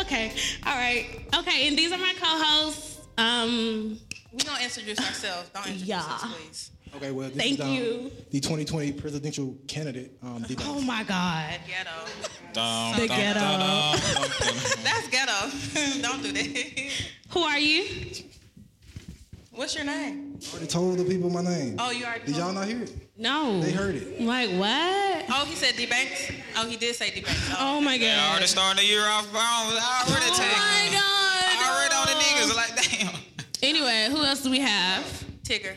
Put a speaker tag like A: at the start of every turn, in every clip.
A: Okay. All right. Okay. And these are my co-hosts. Um,
B: We're going to introduce ourselves. Don't introduce
A: Yeah.
B: us, please.
C: Okay, well, this
A: Thank
C: is, um,
A: you.
C: The 2020 presidential candidate. Um, Debo.
A: oh my God.
B: Ghetto.
D: Dum,
A: The
D: dum,
A: ghetto.
D: dum, dum, dum, dum.
B: That's ghetto. Don't do that.
A: Who are you?
B: What's your name?
C: I already told the people my name.
B: Oh, you already
C: Did y'all
B: told
C: not hear it?
A: No.
C: They heard it.
A: Like what?
B: Oh, he said D Banks. Oh, he did say D Banks.
A: Oh my God.
D: They already starting the year off. I already
A: Oh my
D: taking.
A: God.
D: Already on the niggas. Like, damn.
A: Anyway, who else do we have?
B: Tigger.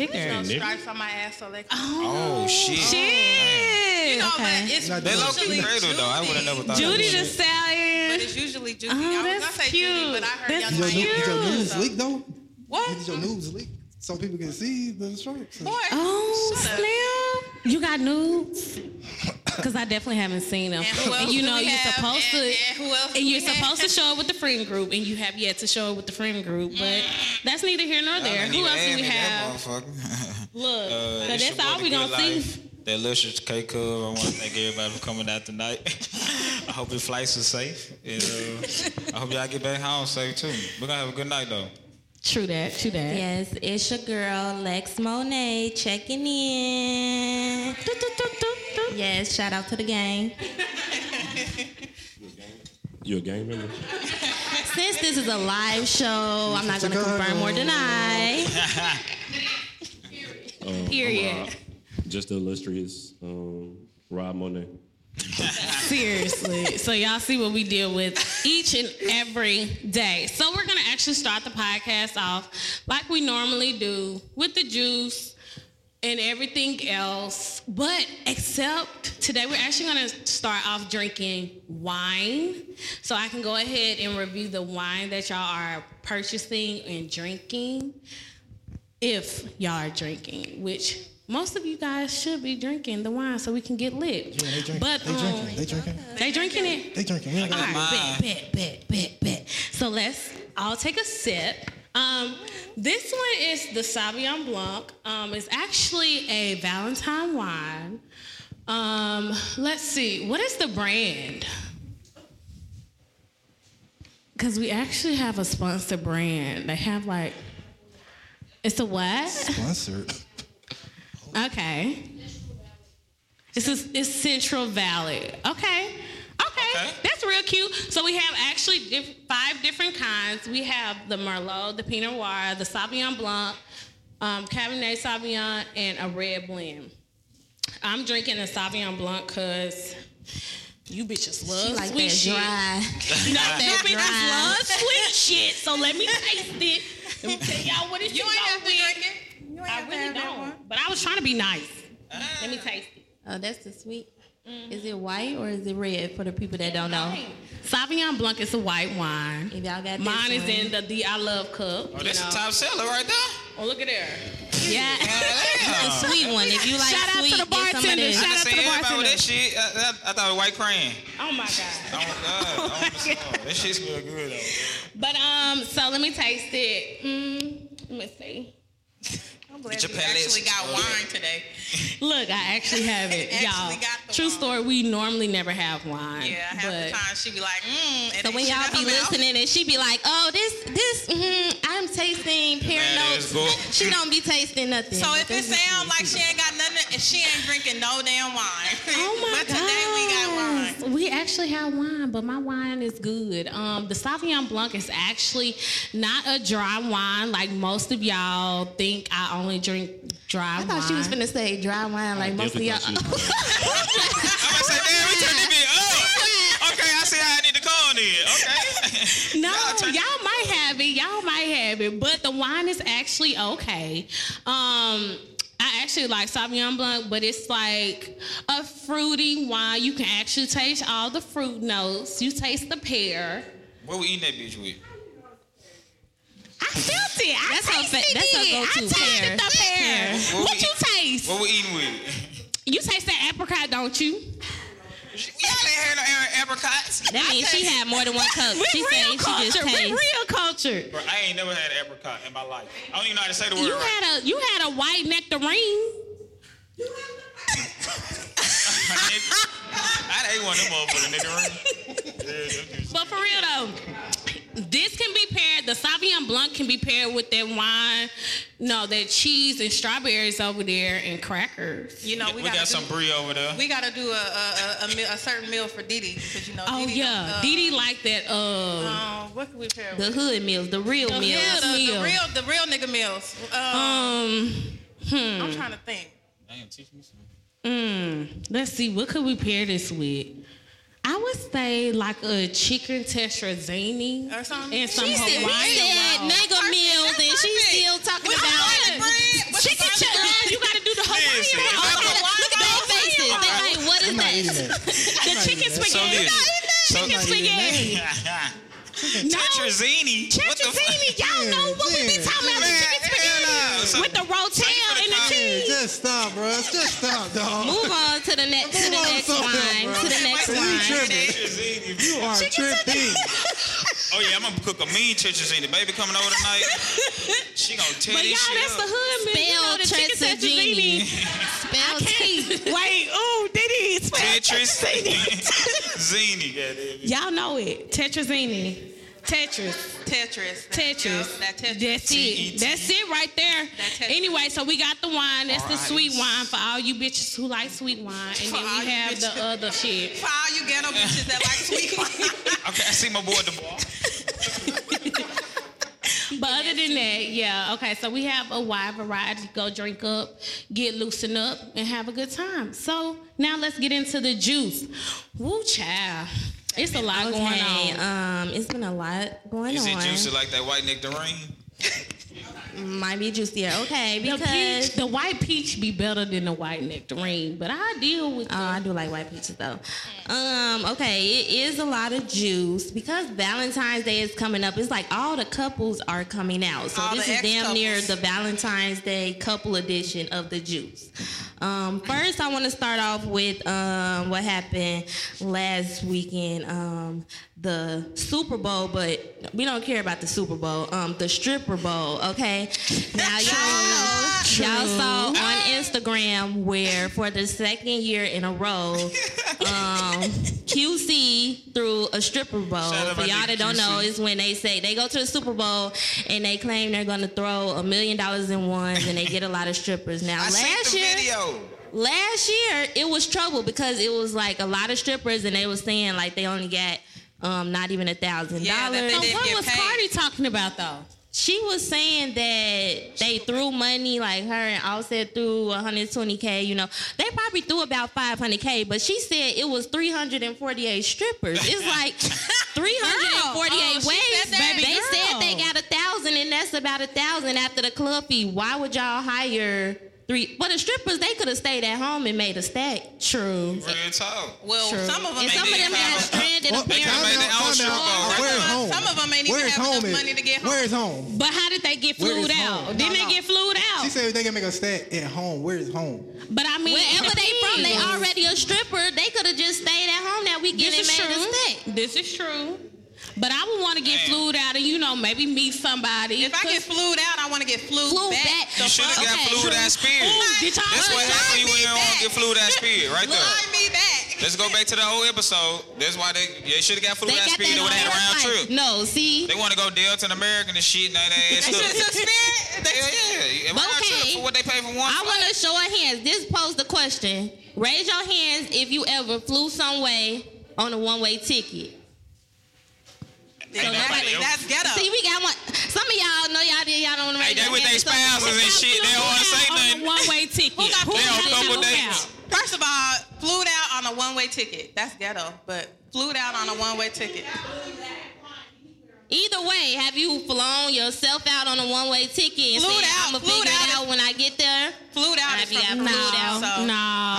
B: No
A: Tigger.
B: stripes on my ass, so they.
D: Oh, shit.
A: Shit.
B: No, but
A: Okay.
B: it's
C: Not
D: They low
B: usually
D: key cradle though. I would have
B: Judy.
D: never thought.
A: Judy
D: of
A: the
D: that shit.
B: But
A: Stallion.
B: it's usually Judy.
A: Oh,
B: I was
A: that's
B: gonna say Judy,
A: cute.
B: but I heard
A: That's
B: y'all
C: Did your,
A: cute.
B: saying
C: did your
A: Cute.
C: news leak though? Did
B: What?
C: your news leak so people can see the stripes?
B: Boy.
A: Oh,
B: Shut up.
A: Slim. You got nudes? Because I definitely haven't seen them.
B: And who else
A: you
B: do
A: know
B: we
A: you're
B: have?
A: supposed
B: and,
A: to.
B: And who else?
A: And
B: do
A: you're
B: we have?
A: supposed to show it with the friend group, and you have yet to show it with the friend group.
B: Mm.
A: But that's neither here nor
D: Y'all
A: there.
D: ain't
A: Who
D: even
A: else do
D: add
A: we
D: me, that
A: have?
D: motherfucker.
A: Look,
D: Uh,
A: so
D: it's your
A: that's
D: boy,
A: all
D: The
A: we
D: Good
A: gonna
D: Life,
A: see.
D: That Luscious K Cub. I want to thank everybody for coming out tonight. I hope your flights are safe. And, uh, I hope y'all get back home safe too. We're gonna have a good night though.
A: True that. True that.
E: Yes, it's your girl Lex Monet checking in.
A: Do, do, do, do, do.
E: Yes, shout out to the gang.
F: You a gang member?
E: Since this is a live show, I'm not gonna
C: Chicago.
E: confirm or deny.
A: Period.
F: Just the illustrious um, Rob Monet.
A: Seriously. So y'all see what we deal with each and every day. So we're gonna actually start the podcast off like we normally do with the juice and everything else. But except today we're actually gonna start off drinking wine. So I can go ahead and review the wine that y'all are purchasing and drinking. If y'all are drinking, which most of you guys should be drinking the wine so we can get lit.
C: Yeah, they drinking.
A: But
C: they
A: um,
C: drinking. They drinking.
A: they drinking it.
C: They drinking. We ain't
A: All
C: got-
A: right, bet, bet, bet, bet, bet. So let's all take a sip. Um, this one is the Sauvignon Blanc. Um, it's actually a Valentine wine. Um, let's see, what is the brand? Because we actually have a sponsor brand. They have like, it's a what?
C: Sponsored.
A: Okay. It's it's Central Valley. Okay. Okay.
D: Okay.
A: That's real cute. So we have actually diff- five different kinds. We have the Merlot, the Pinot Noir, the Sauvignon Blanc, um, Cabernet Sauvignon, and a red blend. I'm drinking the Sauvignon Blanc because you bitches love
E: She like
A: sweet
E: that
A: shit.
E: dry.
A: You know, you
E: that dry.
A: bitches love sweet shit. So let me taste it and tell y'all what it's
B: You ain't have to
A: with.
B: drink it. You ain't
A: I
B: have to
A: really
B: have that one.
A: don't. But I was trying to be nice. Let me taste it.
E: Oh, that's the sweet. Is it white or is it red for the people that don't know?
A: Sauvignon Blanc is a white wine.
E: If y'all got
A: Mine
E: this
A: is
E: one.
A: in the D I Love cup.
D: Oh,
A: you
D: that's
A: know.
D: the top seller right there.
A: Oh, look at there. Uh,
E: Yeah,
D: Damn.
E: the sweet one. If you like
A: Shout out to
E: sweet,
A: the
E: get some of
A: bartender.
E: this.
A: Shout
D: I
A: out
D: just
A: to
D: seen
A: the
D: everybody with
A: bartender.
D: that shit. I, I, I thought it was white cream.
A: Oh my god.
D: Oh my god. Oh, my God. That shit smell good though.
A: But um, so let me taste it. Mm, let me see.
B: I'm glad
D: Your
B: you actually
D: palate's-
B: got
D: uh,
B: wine today.
A: Look, I actually have it,
B: Actually
A: y'all.
B: got the
A: True
B: wine.
A: story. We normally never have wine.
B: Yeah, half the
A: but-
B: time she be like, mm. and
E: So
B: then
E: when
B: she
E: y'all
B: got
E: be
B: her mouth.
E: listening and she be like, "Oh, this, this, mm, I'm tasting pear
D: That is
E: notes."
D: good.
E: She don't be tasting nothing.
B: So if it
E: This is
B: sound like she ain't got nothing, and she ain't drinking no damn wine.
A: Oh my
B: But today we got wine.
A: gosh. We actually have wine, but my wine is good. Um, the Sauvignon Blanc is actually not a dry wine like most of y'all think. I only drink dry
E: I thought she was
A: wine.
E: finna say dry wine like most of
F: Definitely
E: y'all.
F: thought she was-
D: I'm gonna say, damn, we turned this bitch up. Okay, I see how I need to call then. Okay.
A: No,
D: Y'all
A: y'all,
D: turn-
A: might have it. Y'all might have it, but the wine is actually okay. Um, I actually like Sauvignon Blanc, but it's like a fruity wine. You can actually taste all the fruit notes. You taste the pear.
D: What we eating that bitch with?
A: I felt it. I
E: That's her fa-
A: tasted
E: that's her
A: it. I
E: go-to,
A: tasted
E: pear.
A: the pear.
D: What
A: What
D: we-
A: you taste?
D: What we eating with?
A: You taste that apricot, don't you?
D: Y'all ain't had no a- apricots.
E: That means she had more than one cup.
A: We
E: She
A: real
E: said she just
A: culture. We
E: tasted.
A: real culture.
D: Bro, I ain't never had an apricot in my life. I don't even know how to say the word
A: You
D: right.
A: had a you had a white nectarine.
D: Nigga, I ate one of them motherfuckers, nigga. Yeah,
A: But for real though, this can be paired. The Sauvignon Blanc can be paired with that wine, no, that cheese and strawberries over there and crackers.
B: You know,
D: we,
B: we,
D: got,
B: gotta
D: some
B: do,
D: brie over there.
B: We gotta do a a, a, a, meal, a certain meal for Didi because you know.
A: Oh
B: Didi
A: yeah,
B: don't, uh,
A: Dee Dee like that. Uh,
B: Um, what can we pair
E: The
B: with?
E: hood meals, the real
A: The
E: meals.
A: hood
B: The, the
A: meal.
B: real, the real nigga meals. Uh,
A: um,
B: I'm trying to think.
D: Damn, teach me something.
A: mm, let's see, what could we pair this with? I would say like a chicken tetrazzini
B: Or something.
A: and some
B: Oh, She said-
E: We said
A: Hawaiian roll.
E: mega meals, and she's still talking
B: With garlic
E: about
B: bread, with
E: chicken
B: garlic
E: chutney.
A: You gotta do the Hawaiian
D: Listen,
A: roll.
D: if I
A: You
D: could-
A: gotta-
E: Look at their faces. They like, what is
C: I'm not eating
E: that?
C: that.
A: The chicken
D: So
A: spaghetti.
D: this. So
A: Chicken spaghetti. No.
D: Tetrazzini. What the fuck?
A: Tetrazzini. Y'all know what we be
C: Yeah,
A: talking about. The
D: yeah.
A: chicken
D: Hell no.
A: spaghetti
D: So-
A: with the rotel
D: for the
A: and the
D: comment.
A: cheese.
C: Just stop, bro. Just stop, dog.
E: Move on to the next, to the
C: Move on
E: next
C: somewhere,
E: wine,
C: bro.
E: to the next
C: You
E: wine.
C: tripping.
D: Tetrazzini. You
C: You are tripping.
D: Oh yeah, I'm gonna cook a mean tetrazzini. Baby coming over tonight. She gonna tear
A: But
D: this
A: y'all,
D: shit
A: that's the
D: up.
A: hood meal. You know, the chicken
E: Spell
A: tetrazzini.
E: tetrazzini. Spell T.
A: Wait, ooh, did he spell
D: Tetrazzini. Goddamn. it.
A: Y'all know it. Tetrazzini. Tetris.
B: Tetris. That-
A: Tetris.
B: yeah, That Tetris.
A: That's it.
D: T-E-T.
A: That's it right there.
B: That Tetris.
A: Anyway, so we got the wine. That's the
D: Alright.
A: sweet wine for all you bitches who like sweet wine. And
B: For
A: then
B: all
A: we
B: you
A: have the
B: bitches.
A: other shit.
B: For all you ghetto bitches that like sweet wine.
D: Okay, I see my boy at the bar.
A: But other than that, yeah, okay, so we have a wide variety. Go drink up, get loosen up, and have a good time. So now let's get into the juice. Woo, child. It's a lot going
E: Okay,
A: on.
E: um, it's been a lot going
D: Is it
E: on.
D: juicy like that white Nick Doreen?
E: Might be juicier. Okay,
A: The
E: because
A: peach, the white peach be better than the white nectarine, but I deal with
E: Oh, I do like white peaches though. Um, okay, it is a lot of juice because Valentine's Day is coming up. It's like all the couples are coming out, so
B: All
E: this
B: the
E: is damn near
B: ex-couples.
E: the Valentine's Day couple edition of the juice. Um, first, I want to start off with um, what happened last weekend, um, the Super Bowl. But we don't care about the Super Bowl, um, the Stripper Bowl. Okay, now y'all know. Y'all saw on Instagram where for the second year in a row, um, QC threw a stripper bowl.
D: Shout out
E: For
D: my
E: y'all
D: nigga
E: that don't
D: QC.
E: know, is when they say they go to the Super Bowl and they claim they're gonna throw a million dollars in ones and they get a lot of strippers. Now
D: I
E: last
D: seen the
E: year
D: video.
E: last year it was trouble because it was like a lot of strippers and they was saying like they only got um, not even a thousand
B: Yeah, that
E: dollars.
B: they
A: So
B: didn't
A: what
B: get
A: was
B: paid.
A: Cardi talking about though?
E: She was saying that they threw money like her and Offset threw 120k. You know, they probably threw about 500k, but she said it was 348 strippers. It's like 348
A: Girl. Oh, she
E: ways,
A: said that,
E: baby. They
A: girl.
E: said they got a thousand, and that's about a thousand after the club fee. Why would y'all hire three? But the strippers, they could have stayed at home and made a stack. True.
D: Real talk.
B: Well, some of them
E: And
B: ain't
E: some of
B: even
E: them got
B: have.
E: stranded.
C: Well,
E: apparently.
D: time out, time out.
B: Some
C: Where
B: of
C: is
B: 'em-
C: home?
B: some of 'em ain't even
C: Where is
B: have enough
C: home at?
B: money to get
C: Where
B: home.
C: is home?
A: But how did they get
C: Where
A: flued
C: is
A: out?
C: home?
A: Didn't
B: No,
A: they
B: no.
A: get flued out?
C: She said they can make a stat at home. Where is home?
A: but I mean,
E: Wherever
A: it
E: they from, they
A: depends.
E: already a stripper. They could have just stayed at home. Now we
A: This
E: getting
A: is
E: made a stick.
A: true. This is true. But I would want to get
D: Damn.
A: flued out and you know maybe meet somebody.
B: If I get flued out, I want to get flued,
E: Flew
B: back.
E: back.
B: The
D: You should have
B: fuck?
D: got
E: Okay,
D: flew
E: true.
D: that spirit.
A: Ooh, did y'all
D: That's what
A: look?
D: happened when you
B: me
D: don't
B: back.
D: get flew that spirit right there.
B: Fly me back.
D: Let's go back to the whole episode. That's why they they should have got flew
E: They
D: that
E: got
D: speed. They would have had a
E: that on
D: round
E: their
D: trip.
E: life. No, see.
D: They want to go Delta and American and shit. And they ass
B: They
D: up.
B: should have spirit. They
D: Yeah, yeah. A round
E: Okay.
D: trip for what they pay for one.
E: I
D: flight.
E: want to show our hands. This posed the question. Raise your hands if you ever flew some way on a one-way ticket.
D: Ain't nobody
B: Exactly.
D: else.
B: That's ghetto.
E: See, we got one. Some of y'all know y'all did. Y'all don't want to
D: Hey,
E: raise
D: they
E: your
D: with their
E: hands. So-
D: spouses and shit. They don't want to say nothing.
A: One way ticket.
B: Who got
A: Who
B: flued
D: They on
A: got
D: couple
A: flued
D: dates.
A: out?
B: First of all, flew out on a one-way ticket. That's ghetto, but flew out on a one-way ticket.
E: Either way, have you flown yourself out on a one-way ticket and
B: Flew
E: said,
B: out,
E: "I'm gonna
B: flew
E: figure it
B: out.
E: out when I get there"?
B: Flew out is
E: Ivy got
B: from
E: flued
B: flew
E: out.
B: So
C: I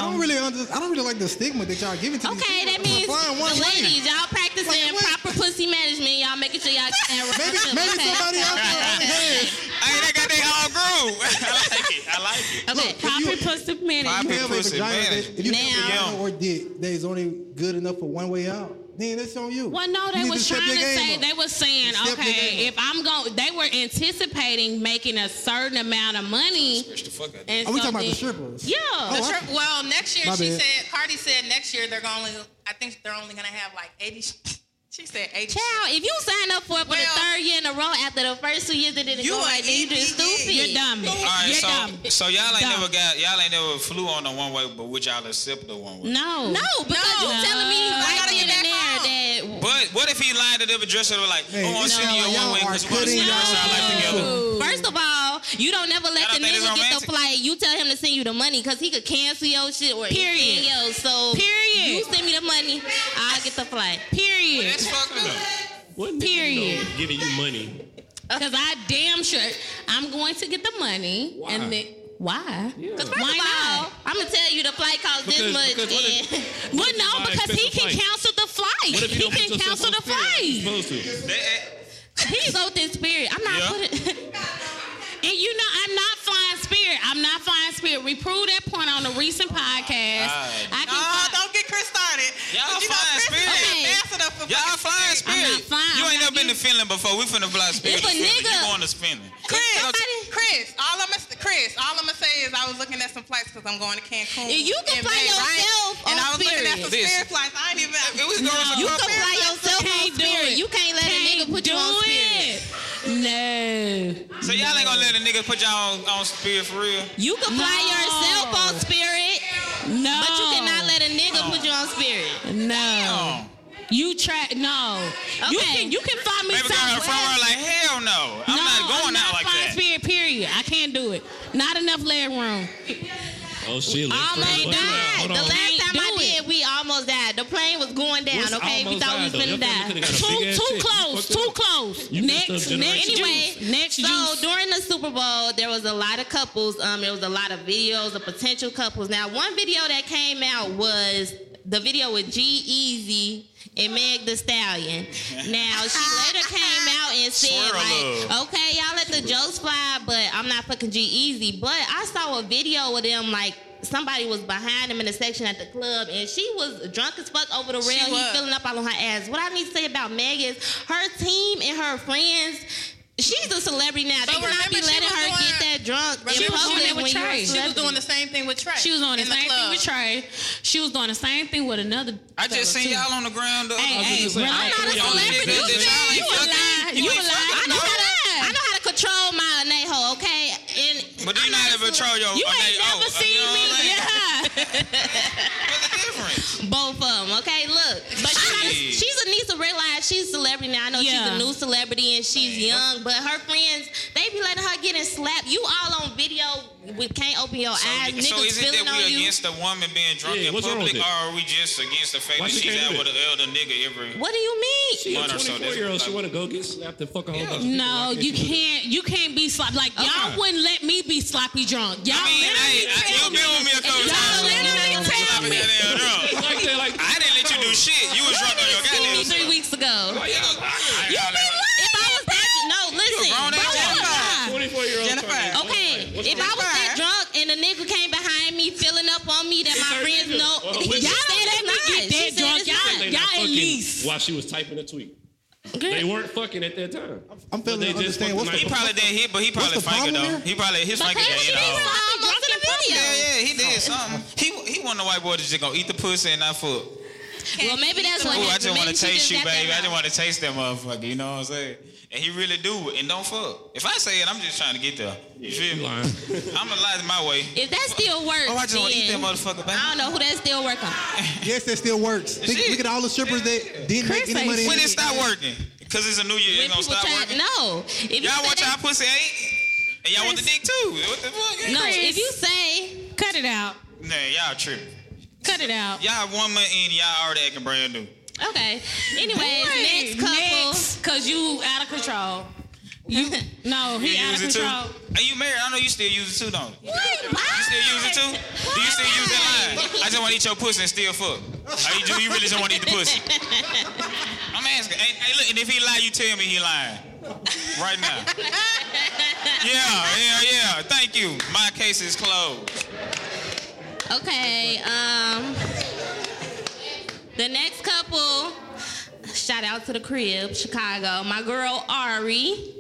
A: No.
C: don't really under, I don't really like the stigma that y'all giving to these
E: Okay,
C: people
E: that
C: for
E: means
C: flying one
E: the
C: way.
E: ladies, y'all practicing
C: Like, what?
E: proper pussy management. Y'all making sure y'all can
C: Maybe maybe somebody out there on
D: Hey, they got their whole groove. I like it. I like it.
E: Okay.
A: Poppy pussy minute.
D: Poppy
C: If you
D: pussy,
C: have a
D: man.
C: vagina that- if you have a
E: Now-
C: vagina or dick that is only good enough for one way out, then that's on you.
A: Well, no,
C: You
A: they
C: need
A: was
C: step
A: trying to
C: your game
A: say
C: up.
A: they was saying,
C: Step your
A: okay,
C: game
A: if I'm going, they were anticipating making a certain amount of money.
D: Rich the fuck out of
A: And
C: Are we
A: so
C: talking about
A: then-
C: the strippers?
A: Yeah.
C: Oh,
B: The
C: I-
B: trip, well, next year
C: My
B: she
C: bad.
B: said Cardi said next year they're going to I think they're only going to have like 80 She said 80
E: Child, if you sign up for it for
B: Well-
E: the third year in a row after the first two years that it didn't
B: You
E: go
B: are
E: right,
C: E
E: then you just
B: idiot.
E: stupid.
A: You're dumb.
D: All right,
A: You're
D: so
A: dumb.
D: so y'all ain't
A: Dumb.
D: never got y'all ain't never flew on the one way, but would y'all accept the one way?
A: No.
E: No, because
A: No.
E: you telling me
A: No.
E: right
B: gotta
E: then
B: get
E: and there
B: back
E: that
D: But what if he lined it up and dressed it up like,
C: Hey,
D: I want to
C: no,
D: send you a
C: y'all
D: one way
C: are
D: because we want to
C: cutting
D: see your side life together?
E: First of all, you don't never let
D: Y'all
E: the
D: don't think
E: nigga
D: it's
E: get the
D: romantic?
E: flight. You tell him to send you the money because he could cancel your shit or
A: Period.
E: anything else. So
A: Period.
E: you send me the money, I'll get the flight.
A: Period.
D: That's fucked up.
F: What nigga
A: Period.
F: know Giving you money.
A: Because Uh, I damn sure I'm going to get the money.
F: Why?
A: And then, why?
E: Because first
A: Why
E: of all,
A: not?
E: I'm gonna tell you the flight costs this
F: Because-
E: much.
F: because what if-
E: and-
A: Well,
F: Why
A: no, because he
F: expensive
A: can
F: flight?
A: cancel the
F: What
A: flight.
F: if you
A: He
F: don't put
A: can
F: yourself
A: cancel
F: on
A: the
F: spirit? You
A: flight.
F: supposed to.
D: That-
E: He's out in spirit. I'm not
D: Yeah.
E: putting.
A: And you know, I'm not flying spirit. I'm not flying spirit. We proved that point on a recent podcast.
D: God.
A: I can
B: No,
A: fly-
B: Oh, don't get Chris started.
D: Y'all
B: But you know
D: fine
B: Chris is
D: spirit.
B: the
E: Okay.
B: ambassador for
D: Y'all
B: fucking
D: flying spirit.
A: I'm not flying.
D: You
A: I'm
D: ain't
A: not
D: never been to
A: getting-
D: Finland before. We finna fly spirit.
E: If a
D: to Finland.
E: nigga-
D: You going to Finland.
B: Chris,
E: Somebody-
B: Chris, all I'm gonna, Chris, all I'm gonna say is I was looking at some flights because I'm going to Cancun.
E: And you
B: in
E: can fly
B: May,
E: yourself
B: right? And
E: on
B: I was looking at
E: Spirit.
B: some
D: Listen.
B: spirit flights. I ain't even.
D: It was going to
E: You
D: Finland.
E: can fly yourself on
A: Can't do
E: spirit.
A: it.
E: You can't let a nigga put you on spirit.
A: spirit. No.
D: So y'all ain't gonna let a nigga put y'all on, on spirit for real.
E: You can fly
A: No.
E: yourself on spirit,
A: No.
E: but you cannot let a nigga put you on spirit.
A: No.
D: Oh.
A: You track no. You
E: Okay.
A: can you can find me
D: Baby girl in the front row
A: somewhere.
D: like hell no. I'm
A: no,
D: not going
A: I'm not
D: out like
A: flying
D: that.
A: Spirit, period. I can't do it. Not enough leg room.
F: Oh shit! let's
E: Almost
F: fuck it up.
E: died.
F: Hold
E: The
F: on.
E: last
A: Can't
E: time I
A: do it.
E: did, we almost died. The plane was going down.
F: What's
E: okay, we
F: almost
E: thought
F: died,
E: we was
F: though?
E: finna
F: Your
E: die.
F: family coulda got a
A: Too too
F: big-ass check. You
A: close.
F: fucked
A: Too
F: up.
A: close.
F: You
A: next
F: messed up
A: next
F: generation.
A: anyway.
E: Juice.
A: Next
E: So
A: juice.
E: during the Super Bowl, there was a lot of couples. Um, there was a lot of videos of potential couples. Now, one video that came out was the video with G Easy and Meg the Stallion. Now she later came out and said,
D: Swear
E: like,
D: love.
E: okay, y'all let the jokes fly, but I'm not fucking G Easy. But I saw a video of them like somebody was behind him in a section at the club and she was drunk as fuck over the rail.
B: She
E: He
B: was.
E: filling up all on her ass. What I need to say about Meg is her team and her friends. She's a celebrity now.
B: But
E: they cannot be
B: remember, she
E: letting
B: was
E: her
B: doing-
E: get that drunk
B: She
E: in
B: was doing
E: public
A: it with
E: when you're
A: Trey. She
E: a
B: She was
E: celebrity.
B: doing the same thing with Trey.
A: She was on the
B: in
A: same thing
B: club.
A: with Trey. She was doing the same thing with another.
D: I just
A: fella,
D: seen
A: too.
D: y'all on the ground. The other
A: Hey,
D: day.
A: hey,
F: just saying,
A: relax.
E: I'm not a
D: Y'all
E: celebrity.
D: niggas that y'all ain't
A: You a lie.
D: fucking-
A: You a
D: ain't
A: lie.
D: fucking
E: I know
D: no.
E: how to I know how to control my Anejo, okay? And
D: But do you
E: I'm
D: know how to
E: a cele-
D: control your
A: You
D: on
A: ain't
D: they own?
A: never
D: You
A: seen
D: know
A: me.
D: what I'm saying?
A: Yeah.
D: What's the difference?
E: both of them. Okay, look, but
D: Shit.
E: she's, she's a needs to realize she's a celebrity now. I know
A: Yeah.
E: she's a new celebrity and she's young, but her friends they be letting her get in slap. You all on video, we can't open your eyes.
D: So, so
E: Niggas
D: is it
E: feeling
D: that
E: on
D: we
E: you.
D: against a woman being drunk
F: Yeah,
D: in
F: what's wrong
D: public,
F: with
D: or
F: it?
D: are we just against the fact
F: Why
D: that
F: she
D: she's out
F: can't do
D: with
F: that?
D: an elder nigga every?
E: What do you mean?
F: She a
D: Mine are so
F: 24 year old. She
D: different.
F: want to go get slapped and fuck a whole bunch of people.
A: No,
F: Why
A: you
F: do that?
A: can't. You can't be sloppy. Like
F: Okay.
A: y'all wouldn't let me be sloppy drunk. Y'all
D: I mean, hey,
A: literally
D: I- you
A: tell me.
D: been with me a couple
A: Y'all
D: times.
A: literally
D: You
A: tell
D: sloppy
A: me.
D: that damn drunk.
F: Like that, like
D: I didn't let you do shit. You was drunk on your
E: See me
D: goddamn
E: three
D: self.
E: weeks ago.
F: Why y'all-
D: I- I- y'all let-
E: If I was that no, listen.
D: grown ass
E: bro,
D: woman.
E: you a lie.
F: 24 year old.
B: Jennifer.
E: Okay, if I was that drunk and a nigga came behind me filling up on me that my
F: It's her
E: friends
F: nigga.
E: know,
F: Well,
E: y'all
F: listen.
E: don't let me
A: get that drunk. Y'all- y'all at least.
F: While she was typing a tweet,
E: Girl.
F: they weren't fucking at that time.
C: I'm feeling
F: But
C: to
F: they just
C: understand
F: fucking
C: what's the
D: He
F: like-
D: probably didn't hit, but he probably
C: What's the
D: fingered
C: problem
D: though.
C: here?
D: He probably his
E: But
D: finger got
E: she
D: hit
E: was
D: off.
E: almost in the video.
D: Yeah, yeah, he did something. Oh. He he wasn't the white boy that's just gonna eat the pussy and not fuck.
E: Well, maybe that's what
D: Ooh, I
E: happened.
D: just want
E: Maybe
D: to
E: she
D: taste you,
E: got that
D: baby. I
E: out.
D: just want to taste that motherfucker. You know what I'm saying? And he really do. And don't fuck. If I say it, I'm just trying to get there. You feel
F: You
D: me?
F: lying.
D: I'm gonna lie my way.
E: If that still works,
D: Oh, I just want to eat that
E: then
D: motherfucker, baby.
E: I don't know who that still work on.
C: Yes, that still works. Think,
D: Shit.
C: look at all the strippers that didn't
A: Chris
C: make any
A: ain't
C: money.
D: When it stop working? Cause it's a new year. It's
E: When
D: gonna
E: people
D: stop
E: try,
D: working.
E: no, if you
D: Y'all want
E: say,
D: y'all pussy ain't? And y'all want the dick too? What the fuck?
E: no,
A: Chris.
E: if you say
A: Cut it out.
D: Nah, y'all tripping.
A: Cut it out.
D: Y'all one month in, y'all already acting brand new.
E: okay, anyways, next couple.
A: Next, cause you out of control. You no, he
D: You
A: out of
D: use it too?
A: control.
D: Are you married? I know you still use it too, don't you?
E: You
D: You still use it too? Do you still use that line? I just want to eat your pussy and still fuck. Are you, do you really just want to eat the pussy? I'm asking. Hey, hey, look, and if he lie, you tell me he lying. Right now. Yeah, yeah, yeah. Thank you. My case is closed.
E: Okay, um, the next couple Shout out to the crib, Chicago. My girl Ari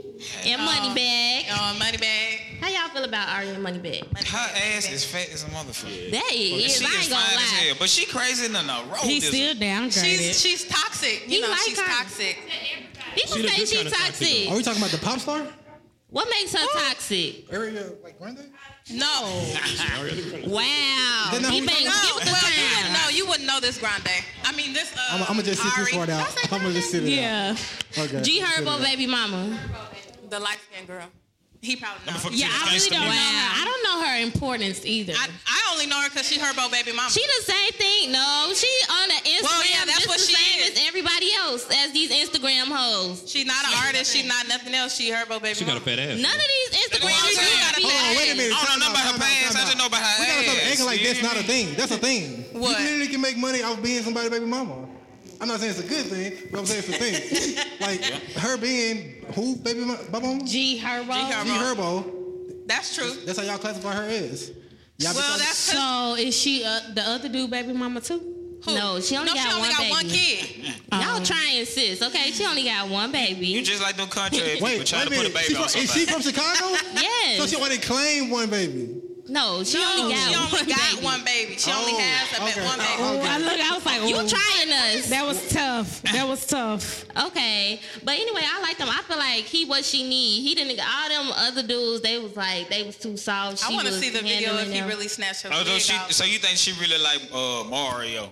E: and
D: uh,
E: Moneybag.
B: On Oh, money bag.
E: How y'all feel about Ari and Moneybag?
D: Her ass is fat as a motherfucker.
E: That is,
D: She
E: I
D: is
E: ain't gonna
D: fine as
E: lie.
D: hell, but she crazy in the road.
A: He's still
B: She's
A: downgraded.
B: she's toxic. You
E: He
B: know
E: like
B: she's
E: her.
B: toxic.
E: People
F: She the
E: say
F: good
E: she
F: kinda toxic,
E: toxic.
C: Are we talking about the pop star?
E: What makes her toxic?
C: Area like Brenda?
B: No.
E: Wow.
C: Then no,
E: He
C: we
E: bang,
B: No,
E: give it the
B: well, you wouldn't
E: time.
B: know. You wouldn't know this Grande. I mean, this. Uh,
C: I'm, I'm gonna just sit
B: Ari,
C: this part out. I'm gonna just sit it out.
A: Yeah.
C: Okay.
E: G Herbo,
C: Sit it out.
E: baby mama.
B: The light skinned girl. He probably knows.
A: Yeah, I really don't know her.
D: Wow.
A: I don't know her importance either.
B: I, I only know her because she herbo baby mama.
E: She the same thing. No, she on the Instagram.
B: Well, yeah, that's
E: just
B: what
E: the
B: she
E: same
B: is.
E: as everybody else as these Instagram hoes.
B: she's not an artist. She's not nothing else. She herbo baby
F: She got
B: mama.
F: a fat ass.
E: None of these Instagram
D: what I'm
E: hoes.
D: saying.
E: be
B: Hold
C: Hold on, wait a
E: bad.
C: minute.
D: I don't know
C: Time
D: nothing
C: out,
D: about her past.
C: time out,
D: I just
C: time out.
D: know about her
C: We gotta stop
D: ass.
C: acting like
D: You
C: that's
D: hear
C: not a
D: me?
C: thing. That's a thing.
B: What?
C: You literally can make money off being somebody's baby mama. I'm not saying it's a good thing, but I'm saying it's a thing. like her being who baby ma- baby mama? G
A: G Herbo.
B: Herbo.
C: Herbo.
B: That's true.
C: That's how y'all classify her as. Y'all
B: Well,
C: be-
B: that's
A: So
B: 'cause-
A: is she uh, the other dude, baby mama too?
B: who?
E: No, she only
B: no,
E: got
B: she only
E: one
B: got
E: baby.
B: one kid.
A: Oh.
E: Y'all trying, sis. Okay, she only got one
D: You
E: baby.
D: just like them country people
C: wait, wait
D: trying
C: a
D: to put a
C: minute.
D: baby
C: She
D: on
C: from, is she
D: somebody.
C: from Chicago? So
E: Yes.
C: she only claimed one baby.
E: No, she only got
B: she only
E: one
B: got
E: baby.
B: one baby. She only
C: Oh,
B: has a
C: okay.
B: ba- one baby.
A: Oh, I look. I was like,
E: You
A: ooh.
E: trying us.
A: That was tough. That was tough.
E: Okay, but anyway, I like them. I feel like he what she need. He didn't. All them other dudes, they was like they was too soft.
B: I
E: She
B: want to
E: was
B: see the video
E: handling
B: if he
E: them.
B: really snatched her
D: Oh, so
B: wig
D: she,
B: off.
D: so you think she really like uh, Mario?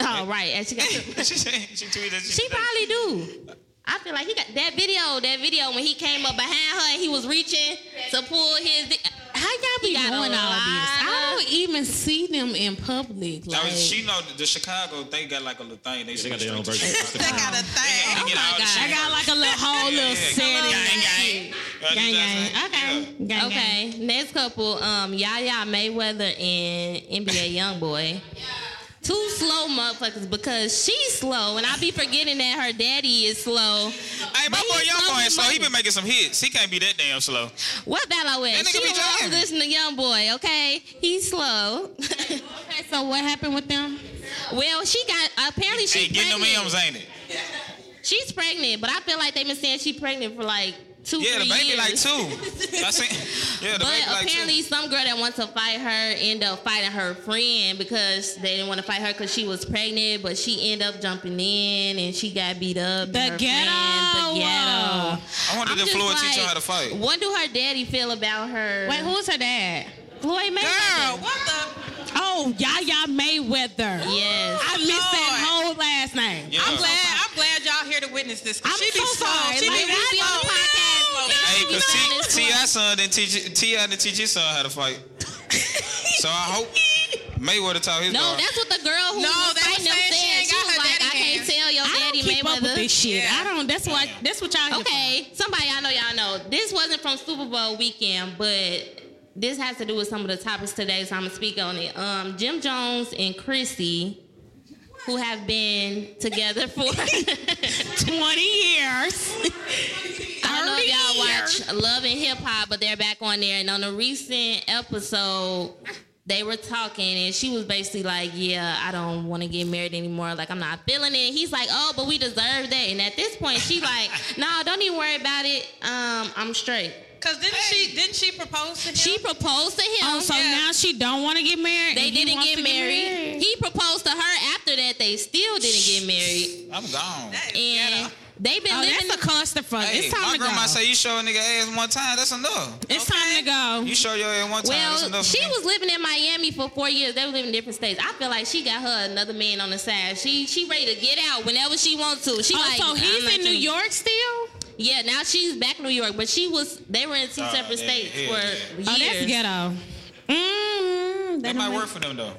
E: Oh right, and she got.
D: she said- she tweeted. She,
E: she probably do. I feel like he got that video. That video when he came up behind her and he was reaching to pull his. di- How y'all be
A: Doing
E: doing
A: all
E: all
A: this.
E: this?
A: I don't even see them in public.
D: I
A: Like,
D: was, she know the Chicago. They got like a little thing. They,
F: They got their own
D: switch
F: version.
D: to.
B: they got a
D: Yeah,
B: thing.
D: you
E: Oh
D: get
E: my
D: all the
E: God.
D: shit.
A: I got like a little
E: Oh,
A: whole
D: Yeah,
A: little
D: yeah,
A: setting.
D: gang, gang. Uh,
A: Gang,
D: that's
A: gang.
D: it.
A: Okay. Gang,
D: Yeah.
A: gang.
E: Okay, next couple, um, Yaya Mayweather and NBA YoungBoy. Two slow motherfuckers because she's slow, and I be forgetting that her daddy is slow.
D: Hey, my
E: But
D: boy,
E: he's
D: young boy,
E: fucking
D: is slow. He
E: money.
D: been making some hits. He can't be that damn slow.
E: What that I
D: That nigga
E: She
D: be
E: loves
D: driving.
E: listening to young boy, okay? He's slow.
A: Okay, so what happened with them?
E: well, she got apparently she's
D: hey, getting them
E: pregnant.
D: M's, ain't it?
E: She's pregnant, but I feel like they've been saying she's pregnant for like two,
D: Yeah, the
E: three
D: baby
E: years.
D: like two. I seen. Yeah, the
E: But
D: baby like two.
E: apparently, some girl that wants to fight her end up fighting her friend because they didn't want to fight her because she was pregnant. But she end up jumping in and she got beat up.
A: The
E: and her
A: ghetto.
E: friend- the ghetto.
D: I wonder
E: I'm
D: if
E: just
D: Floyd
E: like,
D: teach her how to fight.
E: What do her daddy feel about her?
A: Wait, who is her dad?
E: Floyd Mayweather.
B: Girl, what the?
A: Oh, Yaya Mayweather.
E: Yes.
A: I missed that whole last name.
D: Yeah.
B: I'm glad. I'm glad y'all here to witness this. 'cause
A: I'm
B: she be
A: so
B: slow.
A: sorry.
B: She
A: Like,
B: be
A: we be on
B: slow.
A: the podcast,
B: No,
D: Hey,
E: You
D: cause
E: know this
D: T- T.I. son didn't teach T.I. didn't teach his son how to fight. so I hope Mayweather taught his
E: No,
D: dog.
E: that's what the girl who
B: No,
E: was
B: they
E: fighting
B: were
E: them
B: saying
E: said.
B: she ain't
E: She
B: got
E: was
B: her
E: like,
B: daddy
E: I can't
B: hands."
E: tell your
A: I don't
E: daddy
A: keep up with this
E: Mayweather.
A: shit.
B: Yeah.
A: I don't. That's what. That's what y'all. here for.
E: Okay, somebody I know y'all know. This wasn't from Super Bowl weekend, but this has to do with some of the topics today, so I'm gonna speak on it. Um, Jim Jones and Chrissy, who have been together for I
A: 20 years.
E: don't know if y'all
A: 30 years.
E: watch Love and Hip Hop, but they're back on there. And on a recent episode, they were talking, and she was basically like, "Yeah, I don't want to get married anymore. Like, I'm not feeling it." He's like, "Oh, but we deserve that." And at this point, she like, "No, don't even worry about it. Um, I'm straight."
B: Cause didn't she? Didn't she propose to him?
E: She proposed to him.
A: Oh, so
B: Yeah.
A: now she don't want to get married.
E: they
A: and he
E: didn't
A: wants
E: get
A: to
E: married. He proposed to her after that. They still didn't get married,
D: I'm gone.
B: That is
E: and
B: ghetto.
E: they've been
A: Oh,
E: living.
A: that's a clusterfuck.
D: Hey,
A: it's time
D: my
A: to go.
D: grandma say you show a nigga ass one time, that's enough.
A: it's time to go.
D: You show your ass one time, that's
E: well,
D: enough.
E: she
D: for me.
E: was living in Miami for four years. They were living in different states. I feel like she got her another man on the side. She she ready to get out whenever she wants to. She
A: Oh,
E: like
A: so
E: "I'm not
A: he's in New
E: gonna-"
A: York still? Oh,
E: Yeah, now she's back in New York, but she was they were in two
D: Oh, that-
E: separate states
D: yeah,
E: for
A: Oh, that's
E: years.
A: ghetto. Mm-hmm. Mm,
D: That might work for them though.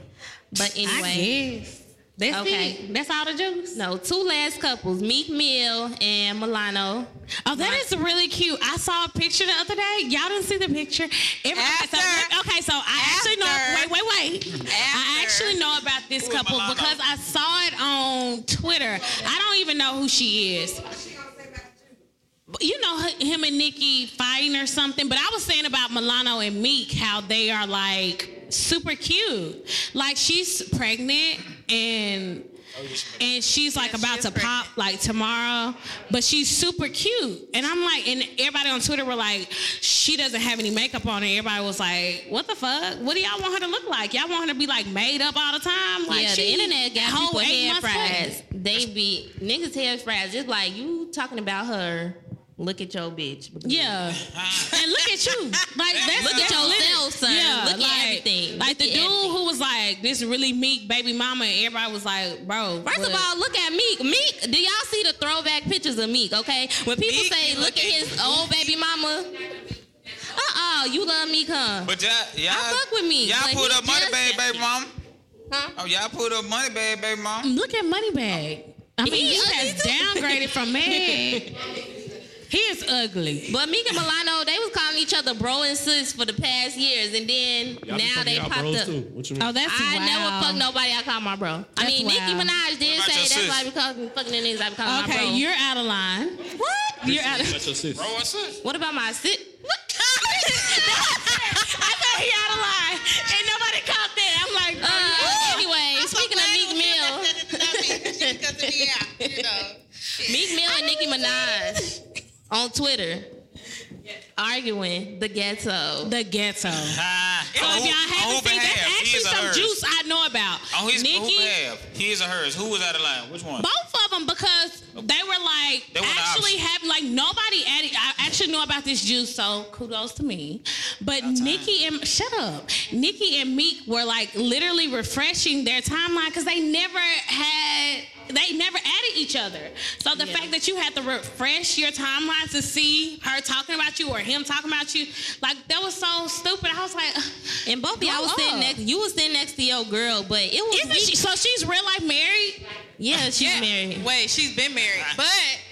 E: but anyway,
A: I guess. That's
E: Okay.
A: it. That's all the juice.
E: no two last couples, Meek Mill and Milano.
A: Oh, that is really cute. I saw a picture the other day. Y'all didn't see the picture. Every-
B: After.
A: so- okay, so I actually know.
B: After.
A: Wait, wait, wait. I
B: After.
A: actually know about this
D: Who is
A: couple
D: Milano?
A: because I saw it on Twitter. I don't even know who she is. But You know h- him and Nikki fighting or something, but I was saying about Milano and Meek how they are like super cute. Like she's pregnant and and she's like
B: Yes, she
A: about
B: is
A: to
B: pregnant.
A: pop like tomorrow, but she's super cute. And I'm like, and everybody on Twitter were like, she doesn't have any makeup on, and everybody was like, what the fuck? What do y'all want her to look like? Y'all want her to be like made up all the time? Like
E: yeah,
A: she
E: the internet got
A: whole
E: people
A: eight
E: head
A: months
E: fries. They be niggas head fries. It's like you talking about her. Look at your bitch. because-
A: Yeah. and look at you. Like that's
E: Look at
A: that's lit.
E: yourself, son.
A: Yeah,
E: Look at
A: like,
E: everything.
A: Like
E: Look
A: the
E: at
A: dude who was like this really meek baby mama, and everybody was like, bro.
E: First of
A: what?
E: all, look at Meek. Meek, do y'all see the throwback pictures of Meek? Okay, when people
B: Meek
E: say,
B: be
E: "Look at
B: looking
E: his old baby mama," uh uh you love Meek, huh?
D: But y'all, y'all
E: I fuck with me,
D: Y'all
E: but
D: pulled
E: he
D: up money
E: just-
D: bag, baby mom.
E: Huh?
D: Oh, y'all pulled up money bag, baby mom.
A: look at Moneybag. I mean,
E: He
A: he,
E: ugly
A: has
E: too.
A: downgraded from mad. he is ugly.
E: But Meek and Milano, they was calling each other bro and sis for the past years, and then
F: Y'all be
E: now
F: fucking
E: they
F: y'all
E: popped
F: bros
E: up.
F: Too. What you mean?
A: Oh, that's
E: I
A: wild.
E: never fuck nobody I call my bro. I
A: That's
E: mean, Nicki
A: wild.
E: Minaj did
D: What about your
E: say that's
D: sis?
E: why we call fucking the niggas I be calling my
A: Okay,
E: bro.
A: you're out of line.
E: what?
A: You're out of
F: That's your sis.
D: Bro, what's up?
E: What about my sis?
A: I thought he out of line. And nobody caught that. I'm like,
E: Uh, anyway,
B: I'm so
E: speaking of
B: glad
E: Meek
B: it was you that said
E: Mill,
B: it, not me, because of me, yeah, you know.
E: Meek Mill and Nicki Minaj on Twitter arguing the ghetto.
A: the ghetto. So
D: Ah,
A: if y'all haven't seen, that's actually some juice I know about.
D: On his
A: Nicki,
D: Oh, who behalf, his or hers. Who was out of line? Which one?
A: both of them because they were like
D: They were the
A: actually
D: option.
A: have like nobody added. I actually know about this juice, so kudos to me. But Nikki and shut up, Nikki and Meek were like literally refreshing their timeline because they never had. They never added each other. So the fact that you had to refresh your timeline to see her talking about you or him talking about you, like that was so stupid. I was like,
E: And both of y'all
A: Grow
E: was sitting
A: up.
E: next. You was sitting next to your girl, but it was
A: isn't
E: Meek-
A: she? So she's real life married.
E: Yeah, she's
B: Yeah.
E: married.
B: Wait, she's been married. But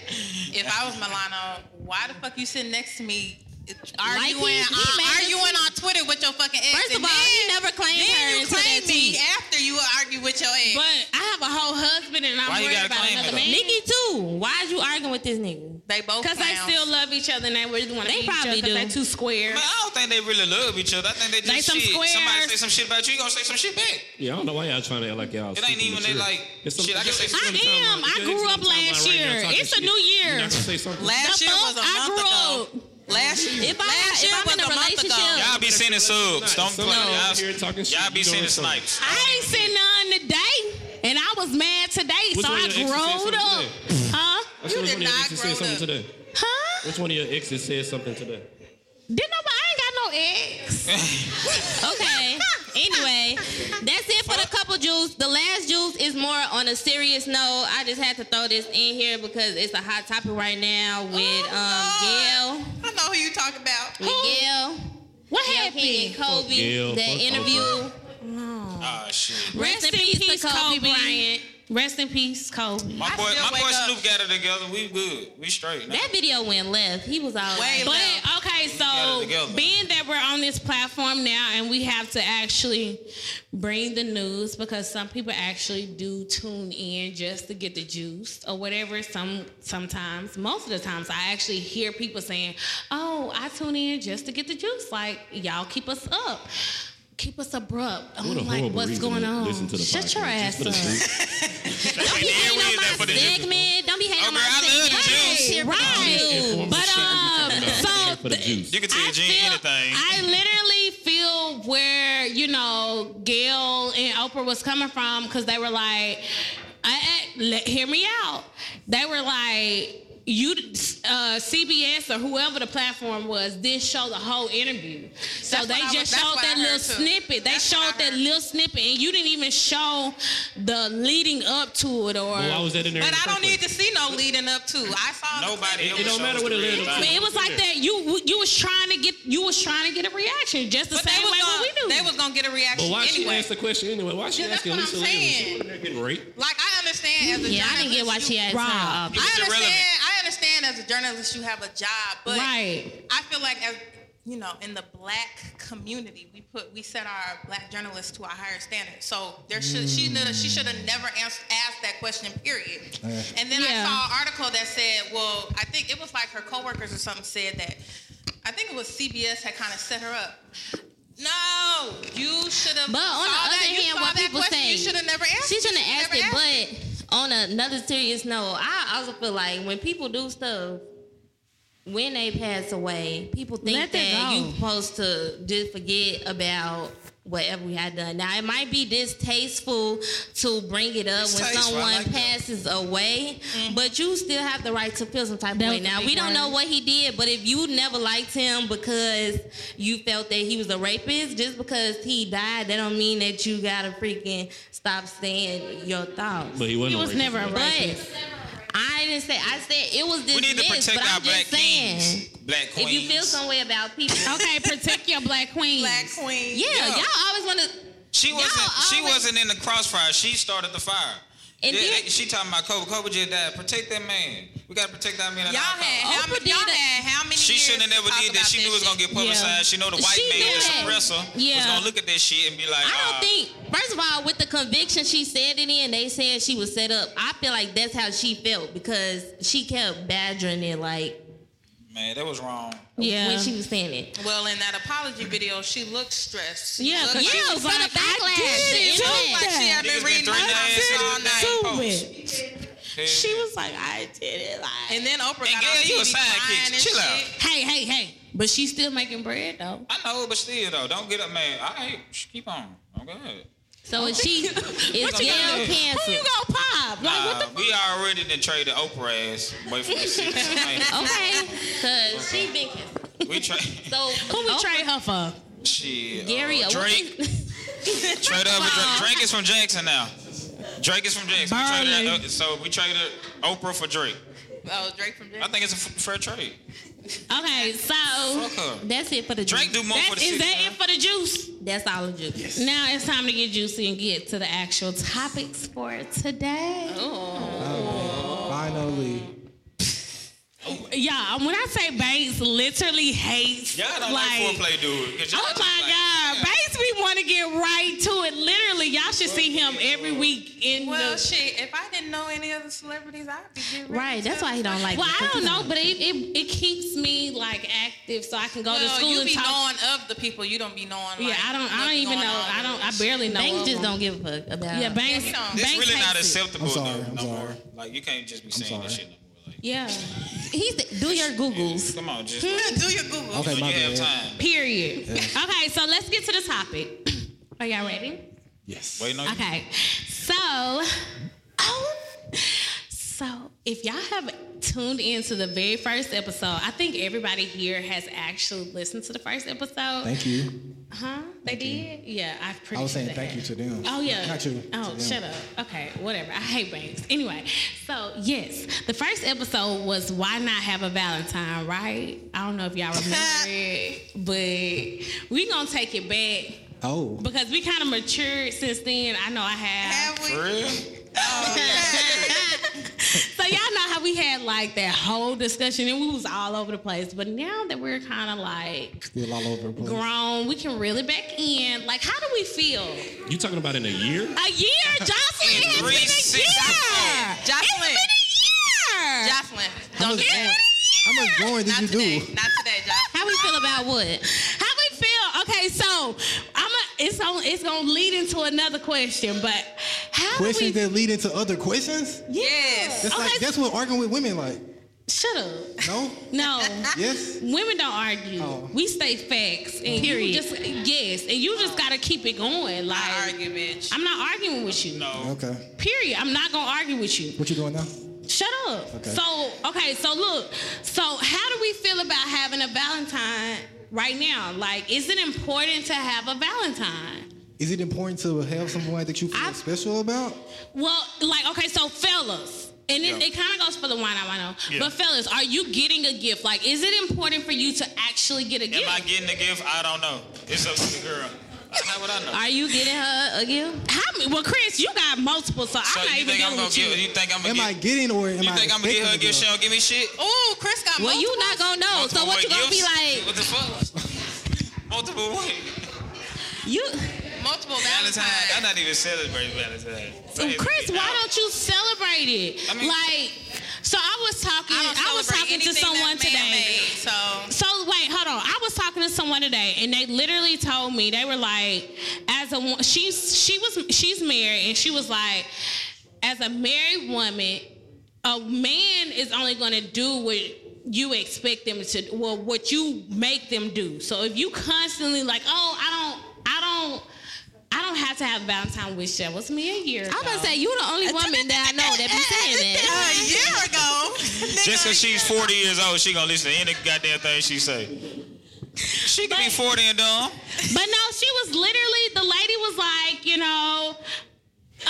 B: if I was Milano, why the fuck you sitting next to me
E: Like he-
B: arguing,
E: he
B: on,
E: made us-
B: arguing on Twitter with your fucking ex?
E: First of
B: and
E: all,
B: then,
E: he never claimed
B: then
E: her
B: you
E: until that
B: claim me
E: tweet.
B: after you argue with your ex.
A: But I have a whole husband and I'm
D: Why you
A: worried
D: gotta
A: about
D: claim it
A: another man.
D: though?
E: Nikki too. Why is you arguing with this nigga?
B: they both
A: Because they
B: clowns.
A: still love each other and they really want to
E: They
A: be each other
E: probably
A: 'cause
E: do.
A: they too square.
D: Man, I don't think they really love each other. I think they just
A: They some
D: shit.
A: squares.
D: Somebody say some shit about you, you gonna say some shit back.
F: Yeah, I don't know why y'all trying to act like y'all.
D: It ain't
F: super
D: even they like,
F: mature. It's some-
D: shit, I can say
F: it's on
A: I
F: the
A: am.
F: timeline.
A: I
F: It's
A: grew
F: on
A: up
F: the
A: last
F: timeline right
A: year.
F: now talking
A: It's a
F: shit.
A: new year.
F: You're not gonna say something.
A: The
B: Last year
A: fuck
B: was a
A: I
B: month
A: grew
B: ago. Last year,
E: If I-
B: last
E: if
B: year
E: I'm
B: was
E: in a
B: a month
E: relationship-
A: Oh.
B: ago.
D: Y'all be sending subs. Don't play.
F: Somebody
D: Y'all,
F: out here talking shit,
D: y'all be
F: you doing
D: sending
F: something.
D: snipes.
A: I ain't seen none today. And I was mad today,
F: Which
A: so
F: one
A: I
F: of your exes said
A: growed up.
F: something
A: Huh?
B: You
F: Which one of
B: did
F: your
B: not
F: exes said
B: grow
F: something
B: up.
F: today?
A: Huh?
F: Which one of your exes said something today?
A: Didn't nobody, I ain't got no ex.
E: Okay. anyway, that's it for the couple jewels. The last juice is more on a serious note. I just had to throw this in here because it's a hot topic right now with
A: Oh,
E: um, Gail.
B: I know who you talk about.
E: With Gail.
A: What
E: Gail King and
A: happened?
E: Kobe.
F: Gail.
E: That
F: Fuck
E: interview.
F: Oprah.
D: Ah, shit.
E: Rest in peace to Kobe Bryant.
A: Rest in peace, Kobe.
D: My
B: I
D: boy,
B: still
D: my boy
B: wake up.
D: Snoop got it together. We good. We straight. Now.
E: That video went left. He was all
B: Way
E: like,
A: But okay,
D: got it
A: so
D: together.
A: being that we're on this platform now and we have to actually bring the news because some people actually do tune in just to get the juice or whatever. Some sometimes, most of the times, I actually hear people saying, "Oh, I tune in just to get the juice." Like y'all keep us up. Keep us abrupt.
F: What a
A: I'm like,
F: horrible
A: what's
F: reason
A: going
F: to
A: on?
F: listen to the
A: Shut your
F: podcast, just
A: ass
F: for the
A: up.
F: truth.
E: don't be hating
D: we
E: on
D: is there
E: my
D: for the juice.
E: segment. Don't be hating
D: Oh,
E: on
D: girl, I
E: my
D: love
E: segment.
D: the
E: Don't
D: juice.
E: shit for
A: Right.
E: the juice.
F: Inform
A: But,
F: the shit
A: um,
F: we talking about.
A: so
F: Shit for the
A: the-
F: juice.
D: You can tell Jen anything.
A: I literally feel where you know Gail and Oprah was coming from because they were like, I, I- let, "Hear me out." They were like. You, uh, CBS or whoever the platform was, didn't show the whole interview. So
B: That's
A: they
B: what I was-
A: just
B: that's
A: showed
B: what I
A: that little
B: heard too.
A: snippet. They
B: That's what I
A: showed that
B: heard.
A: little snippet, and you didn't even show the leading up to it. Or
F: Well, why Oh, was that in there? in
B: But
F: the
B: I don't
F: first
B: need
F: place?
B: to see no leading up to. I saw the
D: Nobody.
F: It- it
D: ever
F: don't
D: shows
F: matter
D: the
F: what it
D: real
F: led up to.
A: I
D: thing.
A: mean, it was like that. You you was trying to get you was trying to get a reaction just the
B: But
A: same
B: they was
A: way
B: gonna,
A: what we do.
B: they was gonna get a
F: But
B: reaction
F: why she
B: anyway.
F: asked the question anyway? Why she
B: Yeah, that's
F: asking
B: what I'm
F: Lisa Lively? She
B: saying.
F: wasn't there getting raped.
B: Like I understand as a
E: Yeah, I
B: journalist,
E: didn't get why she
B: you-
E: asked
A: Rob.
E: her.
B: I
D: It's
B: understand.
D: irrelevant.
B: I understand as a journalist, you have a job, but
A: Right.
B: I feel like as you know, in the black community, we put we set our black journalists to a higher standard. So there should she should she should have never asked, asked that question. Period. And then
A: Yeah.
B: I saw an article that said, well, I think it was like her coworkers or something said that. I think it was CBS had kind of set her up. No, you should have.
E: But
B: saw
E: on the
B: that-
E: other
B: you
E: hand,
B: saw
E: what
B: that
E: people
B: question,
E: say,
B: you should have never asked.
E: She
B: it. You
E: shouldn't have asked
B: never
E: it,
B: asked
E: but on another serious note, I also feel like when people do stuff, when they pass away, people think
A: Let that
E: that
A: go.
E: you supposed to just forget about whatever we had done. Now it might be distasteful to bring it up when
G: Distasteful, I
E: someone
G: like that.
E: passes away, but you still have the right to feel some type
A: That
E: of
A: was
E: way.
A: a
E: Now
A: big
E: we don't
A: word.
E: know what he did, but if you never liked him because you felt that he was a rapist, just because he died, that don't mean that you gotta freaking stop saying your thoughts.
F: But he wasn't.
A: He was
F: racist,
A: never a
F: though.
A: rapist.
E: But I didn't say. I said it was
D: We need to
E: dismissed.
D: protect
E: But
D: our
E: I'm
D: black
E: just saying,
D: kings, black
E: if
D: queens.
E: you feel some way about people,
A: Okay, protect your black queen.
B: Black queen.
E: yeah,
D: Yeah.
E: y'all always want to.
D: She
E: Y'all
D: wasn't. She
E: always-
D: wasn't in the crossfire. She started the fire.
E: And
D: Yeah,
E: then-
D: they- she talking about Kobe. Kobe just died. Protect that man. We gotta protect that man. at
B: Y'all
D: all costs.
B: had how
E: Oprah
B: many?
E: did
B: Y'all
E: it.
B: had how many?
D: She
B: years
D: shouldn't have
B: to
D: never
B: talk
D: did that.
B: about
D: She knew it was
B: shit?
D: gonna get publicized.
A: Yeah.
D: She know the white
E: She
D: man,
E: knew
D: the
E: that.
D: suppressor, was
A: Yeah.
D: gonna look at that shit and be like,
E: I
D: uh,
E: don't think. First of all, with the conviction she said it in, they said she was set up. I feel like that's how she felt because she kept badgering it, like
D: man, that was wrong.
A: Yeah.
E: when she was saying it.
B: Well, in that apology video, she looked stressed. She
A: Yeah,
B: looked
A: 'cause
B: like,
A: she
E: Yeah,
A: was
E: for
A: like,
E: the
A: I
E: backlash,
A: did
E: the
A: it. She
E: impact.
A: was
B: like she had been
D: Niggas been
B: reading
D: throwing their
B: nonsense
D: ass
B: all
D: out.
B: night.
D: Ain't
A: Do
D: post.
A: it.
D: Hell
E: She
D: yeah.
E: was like, I did it, like.
B: And then Oprah
D: Hey,
B: got
D: girl,
B: on
D: you a
B: TV
D: sidekick.
B: crying and
D: Chill
B: shit.
D: out.
A: Hey, hey, hey. But she's still making bread though.
D: I know, but still though, don't get up, man. All right, sh- keep on. I'm good.
E: So is she is
D: you gonna
E: Gail
D: do?
E: canceled?
A: gonna pop? Like
D: Uh, we already done traded Oprah ass away from the city. Man,
E: Okay, cause she been canceled.
D: we trade.
E: So
A: who we trade her for?
D: Shit. uh,
E: Gary uh,
D: Drake. Trade up with Drake. Drake is from Jackson now. Drake is from Jackson. We traded,
A: Barley.
D: uh, so we traded Oprah for Drake.
B: Oh, Drake from
D: I
B: Jackson.
D: think it's a f- fair trade.
A: Okay, so
D: Fuck her.
E: That's it for the
D: Drake do more
A: that-
D: for the
A: is
D: city.
A: that it for the juice?
E: That's all I'm doing. Yes.
A: Now it's time to get juicy and get to the actual topics for today.
C: Finally.
A: Yeah, uh, when I say Bates literally hates
D: Y'all don't like,
A: like,
D: foreplay, dude. 'cause y'all
A: Oh
D: just
A: my
D: like-
A: God,
D: Yeah.
A: Bates, we want to get right to it. Literally, y'all should see him every week in
B: Well,
A: the.
B: shit. If I didn't know any other celebrities, I'd be getting ready
E: Right.
B: to
E: That's
B: tell
E: why he don't like.
A: Well,
E: me,
A: I
E: 'cause
A: don't
E: he
A: know, but it, it it keeps me like active, so I can go to
B: Well,
A: school
B: you
A: and
B: be
A: talk.
B: knowing of the people. You don't be knowing.
A: yeah,
B: like,
A: I don't. I
B: what's
A: don't even
B: going
A: know.
B: on.
A: I don't. I barely know.
E: Banks
A: of
E: just
A: them.
E: don't give a fuck about.
A: Yeah, Banks.
B: he don't.
D: It's
A: Banks
D: really not
A: hates it.
D: acceptable
C: I'm sorry,
D: no,
C: I'm
D: no
C: sorry.
D: more. Like you can't just be saying that
C: sorry.
D: shit no more. Like,
A: Yeah.
E: He's the, do your googles.
D: come on, just like,
B: Do your Google.
C: Okay,
D: you
C: my
D: have
C: bad.
D: time.
A: Period. Okay, so let's get to the topic. Are y'all ready?
C: Yes.
D: Waiting on you.
A: Okay. So, oh, so if y'all have tuned in to the very first episode, I think everybody here has actually listened to the first episode.
C: Thank you.
A: huh? They did? Yeah, I appreciate
C: I was saying
A: that.
C: thank you to them.
A: Oh yeah.
C: Not you.
A: Oh,
C: to them.
A: shut up. Okay, whatever. I hate banks. Anyway, so yes, the first episode was why not have a Valentine, right? I don't know if y'all remember it, but we gonna take it back
C: Oh.
A: because we kind of matured since then. I know I have.
B: Have we?
D: For real?
A: So y'all know how we had like that whole discussion and we was all over the place. But now that we're kind of like
C: Still all over the place.
A: grown, we can reel it back in. Like, how do we feel?
F: You talking about in a year?
A: A year, Jocelyn.
D: In
A: It's been a
D: three, six,
A: year.
D: four.
B: Jocelyn.
A: It's been a year.
B: Jocelyn.
C: How much growing- how much growing did
B: Not
C: you
B: today.
C: do?
B: Not today, Jocelyn.
E: How we feel about what?
A: How we feel? Okay, so I'm a, it's on it's gonna lead into another question, but how
C: Questions
A: do we
C: that lead into other questions?
B: Yes.
C: That's
A: Okay.
C: like that's what arguing with women like.
A: shut up?
C: No?
A: No.
C: yes?
A: Women don't argue.
C: Oh.
A: We state facts. And
E: Period.
A: You just, yes, and you just gotta keep it going. Like
B: I argue, bitch.
A: I'm not arguing with you.
D: No.
C: Okay.
A: Period. I'm not gonna argue with you.
C: What you doing now?
A: Shut up.
C: Okay.
A: So okay, so look, so how do we feel about having a Valentine right now? Like, is it important to have a Valentine?
C: Is it important to have someone that you feel
A: I-
C: special about?
A: Well, like, okay, so fellas, and it, it kind of goes for the wine I know,
D: Yeah.
A: but fellas, are you getting a gift? Like, is it important for you to actually get a
D: Am
A: gift?
D: I getting a gift? I don't know. It's up to the girl. How would I know?
E: Are you getting her a gift?
A: How many? Well, Chris, you got multiple, so,
D: so
A: I'm not
D: you
A: even
D: think I'm
A: dealing
D: gonna
A: with
D: give?
A: you.
D: You think I'm gonna
C: Am I
D: get?
C: getting or am
D: You
C: I
D: think I'm gonna get her a
C: expecting
D: gift? She
C: to
D: don't give me shit.
A: Oh,
B: Ooh, Chris got
E: Well, you
B: multiple.
E: not gonna know.
D: Multiple
E: So what you gonna be
D: gifts?
E: like?
D: What the fuck? Multiple what?
E: You
B: multiple
D: Valentine. I'm
B: Valentine's.
D: not even celebrating Valentine.
A: So, Chris, why don't you celebrate it?
D: I mean-
A: like, so I was talking.
B: I, don't
A: I, was talking
B: celebrate
A: to
B: anything
A: someone
B: that's
A: today.
B: man-made, so
A: So wait, hold on. I was talking to someone today, and they literally told me they were like, as a wo- she's she was she's married, and she was like, as a married woman, a man is only going to do what you expect them to well what you make them do. So if you constantly like, "Oh, I don't I don't I don't have to have Valentine wish that was me a year ago.
E: I'm gonna say you the only woman that I know that be saying that.
B: A year ago. nigga,
D: Just because
B: a year
D: she's 40 years old, she gonna listen to any goddamn thing she say. She could be 40 and dumb.
A: But no, she was literally the lady was like, you know,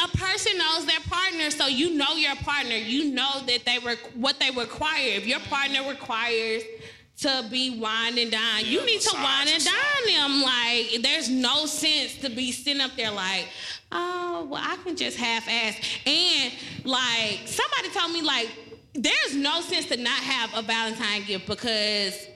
A: a person knows their partner, so you know your partner. You know that they were what they require. If your partner requires to be wine and dine, you need to
D: massage
A: wine and
D: and
A: dine them. Like there's no sense to be sitting up there like, oh, well, I can just half ass. And like somebody told me like there's no sense to not have a Valentine gift because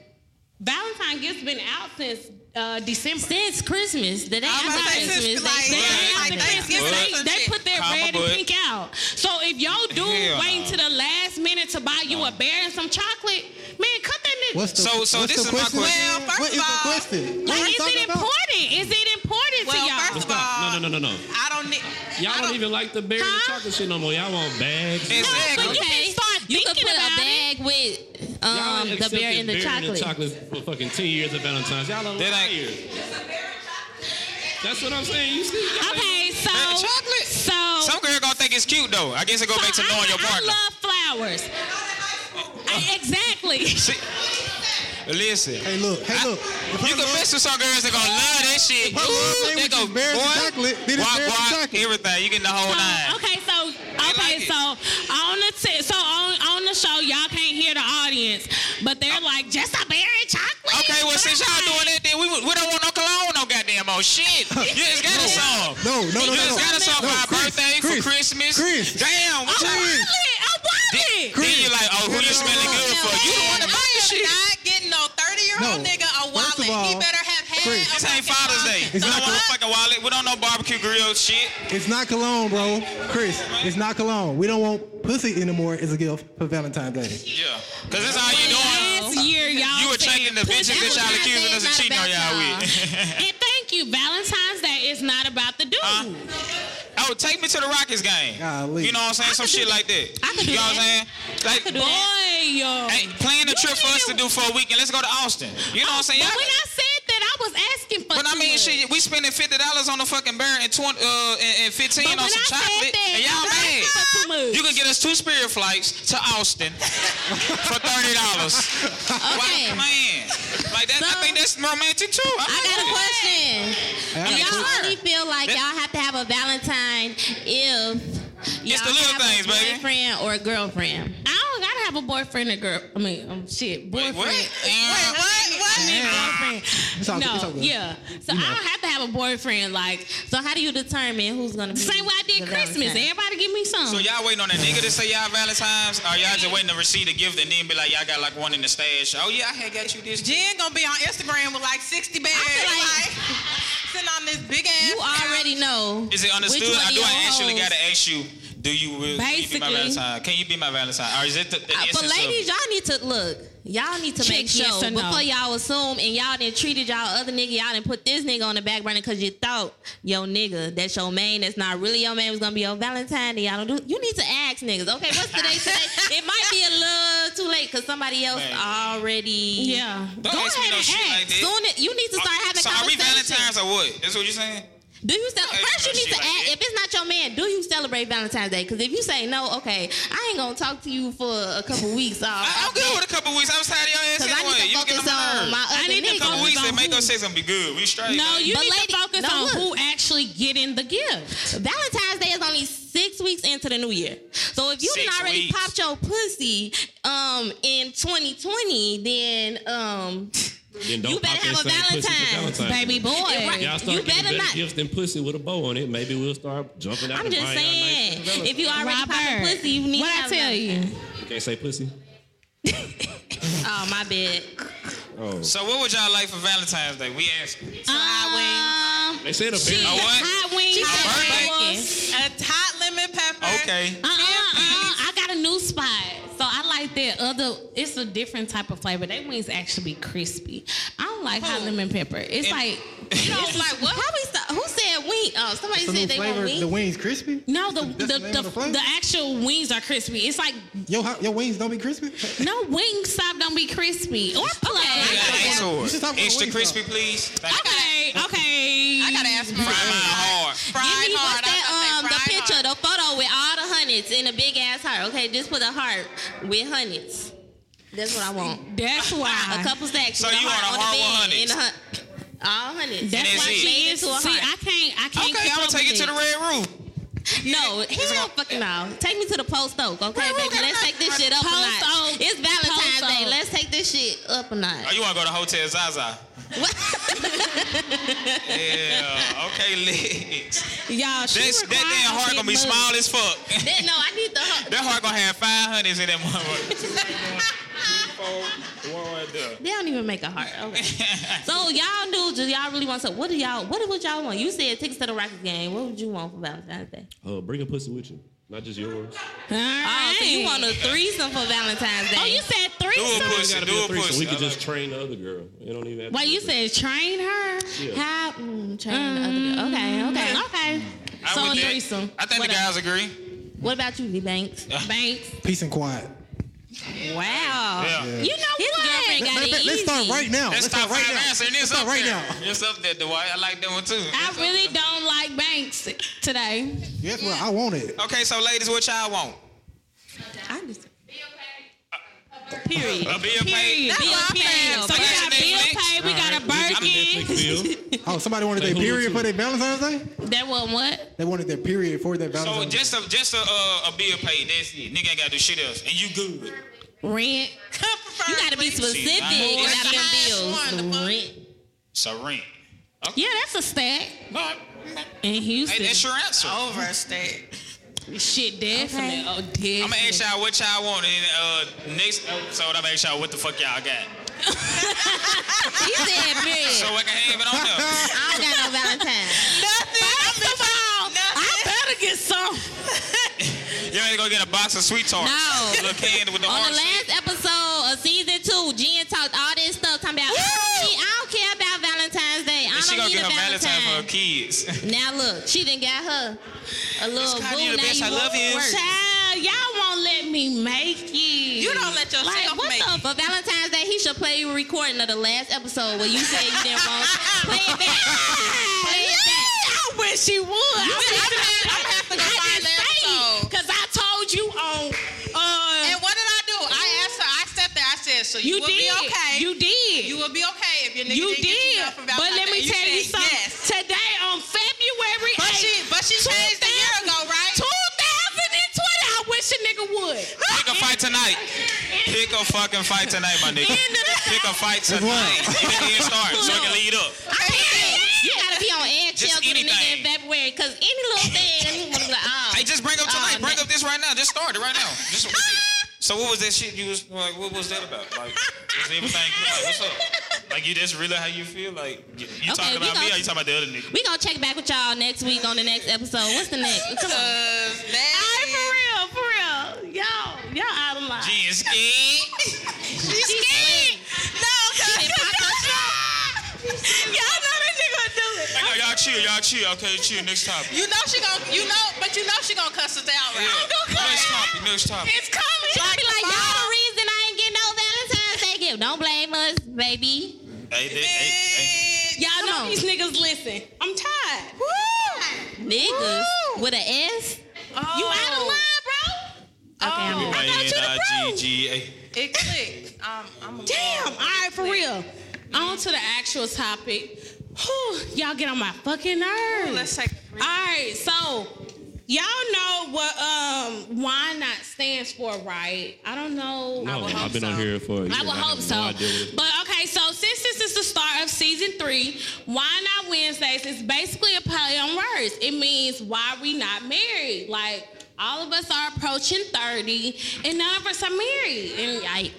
A: Valentine gifts been out since uh, December.
E: Since Christmas, the day
B: I'm
E: after
B: about to say,
E: Christmas, they
B: since, like,
E: they-
D: yeah,
A: After
B: like,
A: Christmas,
D: Thanksgiving
A: they,
B: or some
A: they
B: shit.
A: put their
D: Comma
A: red
D: book.
A: and pink out. So if y'all dude
D: Hell
A: waiting
D: no.
A: to the last minute to buy you a bear and some chocolate, man, cut that nigga.
C: What's the,
D: So- so
C: what's
D: this is
C: the
D: my
C: question?
D: question.
B: Well, first
C: what
B: of
C: is the
B: all-
C: question?
A: like,
C: What are you
A: is
C: talking
A: it
C: about?
A: important? Is it important to
B: Well,
A: y'all?
B: first of
F: Stop. No, no, no, no, no.
B: I don't need.
F: Y'all
B: I
F: don't, even like the berry and
A: Huh?
F: chocolate shit no more. Y'all want bags.
D: It's-
F: Y'all
D: Exactly.
A: But you can
E: okay,
A: start
E: you could
A: thinking
E: put a
A: about it.
E: bag with um,
F: ain't
E: the
F: accepted
E: berry and the chocolate.
F: for fucking 10 years of Valentine's. Y'all are
D: That
F: liars.
D: ain't-
F: That's what I'm saying. You see? y'all ain't-
A: Okay, so
D: Man, chocolate?
A: So
D: Some girl gonna think it's cute though. I guess it go back
A: so
D: to knowing
A: I,
D: your partner.
A: I love flowers. I- exactly.
D: See, listen,
C: Hey, look. Hey, look. The
D: you
C: problem
D: can
C: is-
D: mess with some girls that gonna love that shit.
C: Probably the
D: Ooh,
C: same
D: they
C: with
D: go,
C: these berries and
D: boy,
C: chocolate. They just
D: guac,
C: berries and
D: guac,
C: chocolate.
D: everything. You getting the whole nine.
A: So, Um, okay, so
D: like
A: okay,
D: it.
A: so on the t- so on on the show, y'all can't hear the audience, but they're like just a berry chocolate.
D: Uh, Okay, well since y'all doing that, then we, we don't want no cologne, no goddamn old shit. You just got us some.
C: No, no, no,
D: You
C: no.
D: just
C: no.
D: got us some
C: No,
D: for our
C: Chris,
D: birthday,
C: Chris,
D: for Christmas.
C: Chris.
D: Damn, what
A: I
D: y'all-
A: love it. I love
D: Then,
A: it.
D: then you're like, oh, who you smelling good for? You the one that bought this shit.
B: not getting no 30 year old
C: No.
B: nigga a
C: First of
B: wallet. he
C: all,
B: better have had
C: Chris.
B: a
D: This ain't
B: fucking
D: Father's Day.
B: wallet.
D: We
C: It's
D: don't
C: not
D: want no
B: what?
D: fucking wallet. We don't know barbecue grill shit.
C: It's not cologne, bro. Chris, it's not cologne. We don't want pussy anymore as a gift for Valentine's Day.
D: Yeah, cause that's all you doing.
A: Last year, y'all
D: You
A: said
D: attracting the
A: pussy
D: bitches that
A: was
D: y'all
A: not
D: accusing
E: bad,
D: us of
E: not
D: cheating on y'all
E: about
D: with.
A: And thank you. Valentine's Day is not about the dude.
D: Oh, take me to the Rockets game.
C: Golly.
D: You know what I'm saying? Some shit like that.
E: I could do
D: you know
E: that.
D: what I'm saying?
E: do
D: Like,
E: that.
A: Boy, yo.
D: hey, plan a trip for us to do for a weekend. Let's go to Austin. You know what
E: Oh,
D: I'm saying?
A: But
D: Y'all-
A: when I said that, I was asking for.
D: But I
A: too
D: mean,
A: much.
D: shit, we spending fifty dollars on a fucking bear and twenty uh, and, and fifteen
A: But
D: on
A: when
D: some
A: I said
D: chocolate,
A: that,
D: and y'all
A: I
D: mad.
A: said too much.
D: You can get us two Spirit flights to Austin for thirty dollars.
E: Okay.
D: Wow, man, like that, I
E: So-
D: think that's romantic too. I,
E: I
D: like
E: got a
D: that.
E: question.
C: I
E: Do
C: got a
E: y'all
D: question.
E: only feel like y'all have to have a Valentine if y'all
D: the little
E: have
D: things,
E: a
D: baby.
E: boyfriend or a girlfriend?
A: I don't gotta have a boyfriend or girl. I mean, um, shit, boyfriend.
D: What?
B: Wait, what? What?
A: Boyfriend.
C: It's all good,
A: no,
C: it's all good.
A: yeah. So I don't have to have a boyfriend. Like
E: So how do you determine who's gonna be
A: the same way I did
E: the
A: Christmas.
E: Valentine?
A: Everybody give me some.
D: So y'all waiting on that nigga to say y'all Valentine's, or y'all just waiting to receive a gift and then be like y'all got like one in the stash? Oh yeah, I had got you this.
B: Jen gonna be on Instagram with like 60 bags.
E: feel like-
B: Like, sitting on this big ass.
E: You already know.
D: Is it understood?
E: Which one
D: Or
E: of
D: do I
E: your
D: actually
E: hoes-
D: gotta ask you? Do you will will you be my
A: Basically.
D: Valentine? Can you be my Valentine? Or is it the, the
E: Uh, for
D: essence of-
E: ladies, y'all need to look. Y'all need to
A: Check
E: make sure
A: yes or no.
E: before y'all assume and y'all didn't treated y'all other nigga. Y'all didn't put this nigga on the back burner because you thought your nigga that's your main that's not really your main was gonna be your Valentine. And y'all don't do. You need to ask niggas. Okay, what's today? Today it might be a little too late because somebody else
D: Man.
E: already.
A: yeah.
D: Don't ask me no shit like that.
E: Soon it- you need to start having
D: so are we
E: conversations.
D: Valentines or what? That's what you're saying?
E: Do you cel-
D: Don't ask
E: first?
D: me no
E: You need
D: shit
E: to
D: like
E: ask
D: that.
E: if it's not your man. Do you celebrate Valentine's Day? Because if you say no, okay, I ain't gonna talk to you for a couple weeks.
D: I, I'm good with a couple weeks. I'm tired of your ass
E: Cause I
D: anyway.
E: need to
D: You get
E: focus
D: on my
E: on
D: nerves.
E: my other
A: I need to
E: niggas.
D: couple
A: focus
D: weeks
A: on
D: that make
A: who-
D: us say gonna be good. We straight.
A: No,
D: baby.
A: you
E: But
A: need
E: lady-
A: to focus
E: no,
A: on
E: look.
A: who actually getting the gift.
E: Valentine's Day is only six weeks into the new year. So if you
D: Six
E: didn't already
D: weeks.
E: popped your pussy um in 2020, then um
F: Then don't
E: You better
F: pop that
E: have a
F: same pussy for
E: Valentine's,
F: Valentine's
A: Baby
F: Day.
A: boy.
E: right.
F: Y'all start
E: You
F: getting
E: better
F: better
E: not.
F: gifts than pussy with a bow on it. Maybe we'll start jumping out
E: I'm
F: and
E: just
F: buying y'all nice
E: saying
F: things for
E: if you already
A: Robert,
E: popped your pussy, you need
A: what
E: to
A: I
E: have
A: tell
E: Valentine's.
A: you.
F: Valentine's. Can't say pussy.
E: Oh my bad.
F: Oh,
D: So what would y'all like for Valentine's Day? We asking.
A: Um,
F: they said a
E: Shit.
F: berry.
D: Oh, what?
A: Uh, hot wings.
E: She
A: hot
D: said
A: flowers.
B: A hot lemon pepper.
D: Okay.
A: Uh-uh, uh-uh. I got a new spot. So I like that other, it's a different type of flavor. They wings actually be crispy. I don't like hot lemon pepper. It's like,
E: It's like what? How we st- who said wing. Oh, somebody
C: The new
E: said they
C: flavor,
E: want wings.
C: the wings crispy.
A: No, the the,
C: That's the name
A: the,
C: of
A: the,
C: the flavor?
A: actual wings are crispy. It's like
C: Yo, how, your wings don't be crispy.
A: no wing stop don't be crispy or
D: Hey,
A: play.
D: Axel,
C: You should stop with
D: Extra
C: Wingstop.
D: crispy, please. Thank you.
A: Okay, okay.
B: I gotta ask my
D: Fry mine hard.
E: Give
B: Fried
E: me
B: hard.
E: what's that?
B: I- I
E: Um,
B: say
E: the
B: fried
E: picture,
B: hard.
E: the photo with all the hundreds in a big ass heart. Okay, just put a heart with hundreds. That's what I want.
A: That's
E: A
A: why.
E: couple stacks.
D: So
E: with
D: you want a
E: on the
D: heart with
E: bed
D: hundreds?
E: in the hun- all hundreds.
A: That's
D: And
A: why
D: that's it.
A: she is. See,
E: Made it to a
A: I
E: heart.
A: can't. I can't.
D: Okay, I'm gonna
A: keep
D: take
A: up
D: it to the
A: with
D: red roof.
E: No, hell fucking no. Take me to the post oak, okay, baby? Let's take this shit up a
A: Post
E: notch.
A: Oak.
E: It's Valentine's
A: Post
E: Day.
A: Oak.
E: Let's take this shit up a
D: Oh,
E: notch.
D: you wanna go to Hotel Zaza? yeah. Okay, lit.
A: it. Y'all, she
D: That's, that
A: required
D: damn
A: a
D: heart
A: big
D: gonna be
A: mug.
D: small as fuck.
E: That- no, I need the heart.
D: that heart gonna have five hundreds in that motherfucker. One right there.
E: They don't even make a heart. Okay. so y'all do? Do y'all really want to? What do y'all? What would y'all want? You said tickets to the Rockets game. What would you want for Valentine's Day?
F: Uh, bring a pussy with you, not just yours.
A: All right.
E: Oh, so you want a threesome for Valentine's Day?
A: Oh, you said
D: Do a
A: threesome.
D: pussy.
F: Gotta be
D: Do
F: a
D: a
F: threesome.
D: pussy.
F: We could just train the other girl. It don't even. have to
A: Wait,
F: be a
A: you
F: threesome.
A: said train her.
F: Yeah.
E: How? Mm, trying the other girl. Okay, okay, okay.
D: I
A: So
D: would
A: a
D: do-
A: threesome.
D: I think
A: What
D: the guys agree.
E: What about you, D Banks?
A: Banks.
C: Peace and quiet.
E: Wow.
D: Yeah.
C: Yeah.
A: You know
E: His
A: what?
E: girlfriend got
C: Let,
E: it
C: let,
E: easy.
C: let's start right now.
D: That's
C: Let's
D: top
C: start
D: five
C: right now.
D: answer. And
C: Let's
D: it's
C: start
D: up
C: right
D: there.
C: now.
D: It's up there, Dwight. I like that one too.
A: I really don't like Banks today.
C: Yes, well, I want it.
D: Okay, so ladies, what y'all want?
E: I just. Period.
D: A bill paid.
A: Period.
E: That's
A: Bill
E: what I'm
A: pay.
E: saying.
A: So we got
D: That's
A: bill
D: next.
A: pay. We got a
F: Alright,
A: Birkin.
F: Netflix bill.
C: Oh, somebody wanted their
F: Like who would
C: period
F: you-
C: for their Valentine's Day.
A: That one what?
C: They wanted their period for their Valentine's.
D: So just a just a uh, a bill paid. That's it. Nigga ain't gotta do shit else, and you good.
A: Rent.
E: You gotta be
D: See,
E: specific
D: I-
E: about them
B: One, the
E: bills.
B: fuck?
E: Rent.
D: So rent.
A: Yeah, that's a stack
D: No,
A: in
D: hey,
A: Houston.
D: that's your answer.
E: Oh.
B: Overstay.
A: Shit, definitely.
E: Okay.
A: Oh, definitely.
D: I'm gonna ask y'all what y'all want, and uh, next episode I'm gonna ask y'all what the fuck y'all got.
E: He said
D: So I
E: period.
D: can have it on them.
E: I don't got no Valentine's.
B: Nothing.
A: First of all, I
B: Nothing.
A: better get some.
D: You ain't gonna get a box of sweet tarts.
E: No.
D: Little candy with the
E: On
D: orange.
E: the last episode of season two, Jen talked all this stuff talking about. I don't, need, I don't care about Valentine's Day. I
D: and she
E: don't
D: gonna
E: need
D: get
E: a
D: her Valentine's for her
E: Valentine.
D: kids.
E: Now look, she done got her a little
D: Cardi,
E: boo.
D: you the
E: Now
D: best.
E: you
D: I love
E: want
D: you.
E: work.
A: Child, y'all won't let me make it.
B: You don't let yourself
E: Like what
B: make
E: the?
B: it.
E: For Valentine's Day, he should play a recording of the last episode where you said you didn't want. Play it back. Play it back.
A: I wish you would. I
B: I'm
A: wish
B: gonna-
A: you would.
B: I'm gonna have to go
A: I
B: find
A: didn't say
B: that
A: it,
B: episode.
A: Cause I told you on. Uh,
B: And what did I do? I asked her. I stepped there. I said, "So
A: you
B: you, will
A: did.
B: be okay.
A: You did.
B: You will be okay if your nigga
A: You
B: didn't get you
A: did.
B: nothing for
A: But let
B: Valentine's Day."
A: me
B: You
A: tell you
B: said
A: something.
B: Yes.
A: Today on February
B: But she,
A: 8th,
B: but she changed a year ago, right?
A: 2020, I wish a nigga would.
D: Pick a fight tonight. Pick a fucking fight tonight, my nigga.
A: End of the-
D: Pick a fight
C: what?
D: tonight. Even if it start, so it can lead up.
E: You gotta be on eggshells
D: Just
E: with a nigga in
D: anything.
E: February, cause any little thing, and you wanna be like, oh.
D: Hey, just bring up tonight.
E: Oh,
D: bring
E: no.
D: up this right now. Just start it right now. Just, so what was that shit you was like? What was that about? Like, was everything like, what's up? Like, you that's really how you feel? Like, you, you
E: Okay,
D: talking
E: we
D: about
E: gon-
D: me or you talking about the other nigga?
E: We gonna check back with y'all next week on the next episode. What's the next? Come on.
B: Cause
A: Hey,
B: that.
A: for real, for real. Y'all, y'all out of line.
D: She is scared.
E: She's scared.
B: No,
E: It
B: cause.
E: popped up.
A: Y'all know that nigga do it.
D: Like, y'all chill, y'all chill. Okay, chill. Next topic.
B: You know she gon' you know, but you know she gon' cuss us out, right?
D: Next topic. Next topic.
B: It's coming.
E: She gonna be like, y'all the reason I ain't get no Valentine's Day gift. Don't blame us, baby.
D: Hey, hey, hey, hey.
A: Y'all
E: Come
A: know
E: on.
A: these niggas listen. I'm tired.
E: Niggas with an S.
A: You out of line, bro.
E: Okay, I'm
B: Oh.
E: good.
D: N-I-G-G-A.
B: It clicked. Um, I'm a-
A: Damn. All right, for real. On to the actual topic. Whew, y'all get on my fucking nerves.
B: Let's take. a
A: All
B: break.
A: right, so y'all know what um why not stands for, right? I don't know. I
F: No,
A: would hope
F: I've been
A: so.
F: on here for. a year.
A: I would
F: have
A: hope
F: no
A: so.
F: idea what it-
A: but okay, so since this is the start of season three, Why Not Wednesdays is basically a play on words. It means why we not married. Like all of us are approaching thirty, and none of us are married. And like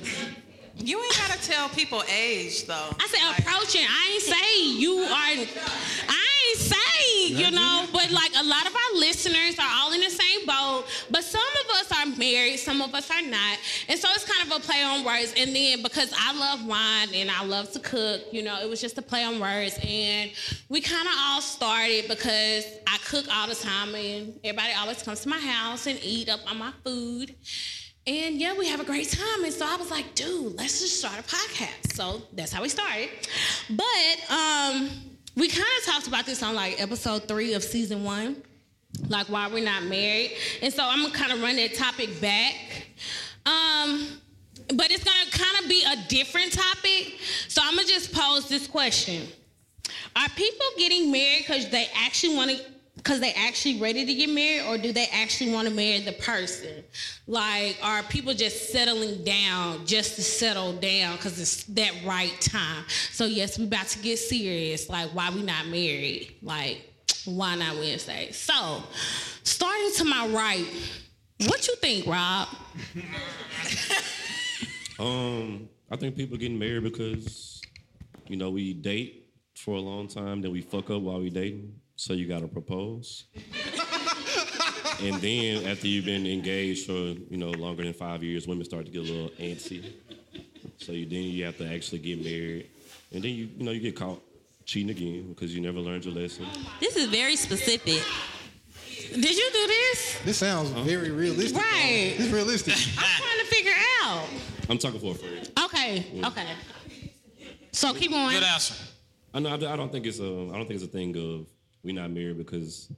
B: You ain't gotta tell people age though.
A: I said, approaching. I ain't say you are. I ain't say you know, but like a lot of our listeners are all in the same boat. But some of us are are married, some of us are not. And so it's kind of a play on words. And then because I love wine and I love to cook, you know, it was just a play on words. And we kind of all started because I cook all the time and everybody always comes to my house and eat up on my food. And yeah, we have a great time. And so I was like, dude, let's just start a podcast. So that's how we started. But um, we kind of talked about this on like episode three of season one, like why we're not married. And so I'm gonna kind of run that topic back. Um, but it's gonna kind of be a different topic. So I'm gonna just pose this question. Are people getting married because they actually want to, because they actually ready to get married, or do they actually want to marry the person? Like, are people just settling down just to settle down because it's that right time? So yes, we about to get serious. Like, why we not married? Like, why not Wednesday? So, starting to my right, what you think, Rob?
F: Um, I think people getting married because you know we date for a long time, then we fuck up while we dating, so you gotta propose. and then after you've been engaged for you know longer than five years, women start to get a little antsy. So you then you have to actually get married, and then you you know you get caught cheating again because you never learned your lesson.
E: This is very specific.
A: Did you do this?
C: This sounds very realistic. though.
A: Right.
C: It's realistic.
A: I'm trying to figure out.
F: I'm talking for a friend.
A: Okay, okay. So keep going.
D: Good answer.
F: I know. I don't- I don't think it's a. I don't think it's a thing of we not married because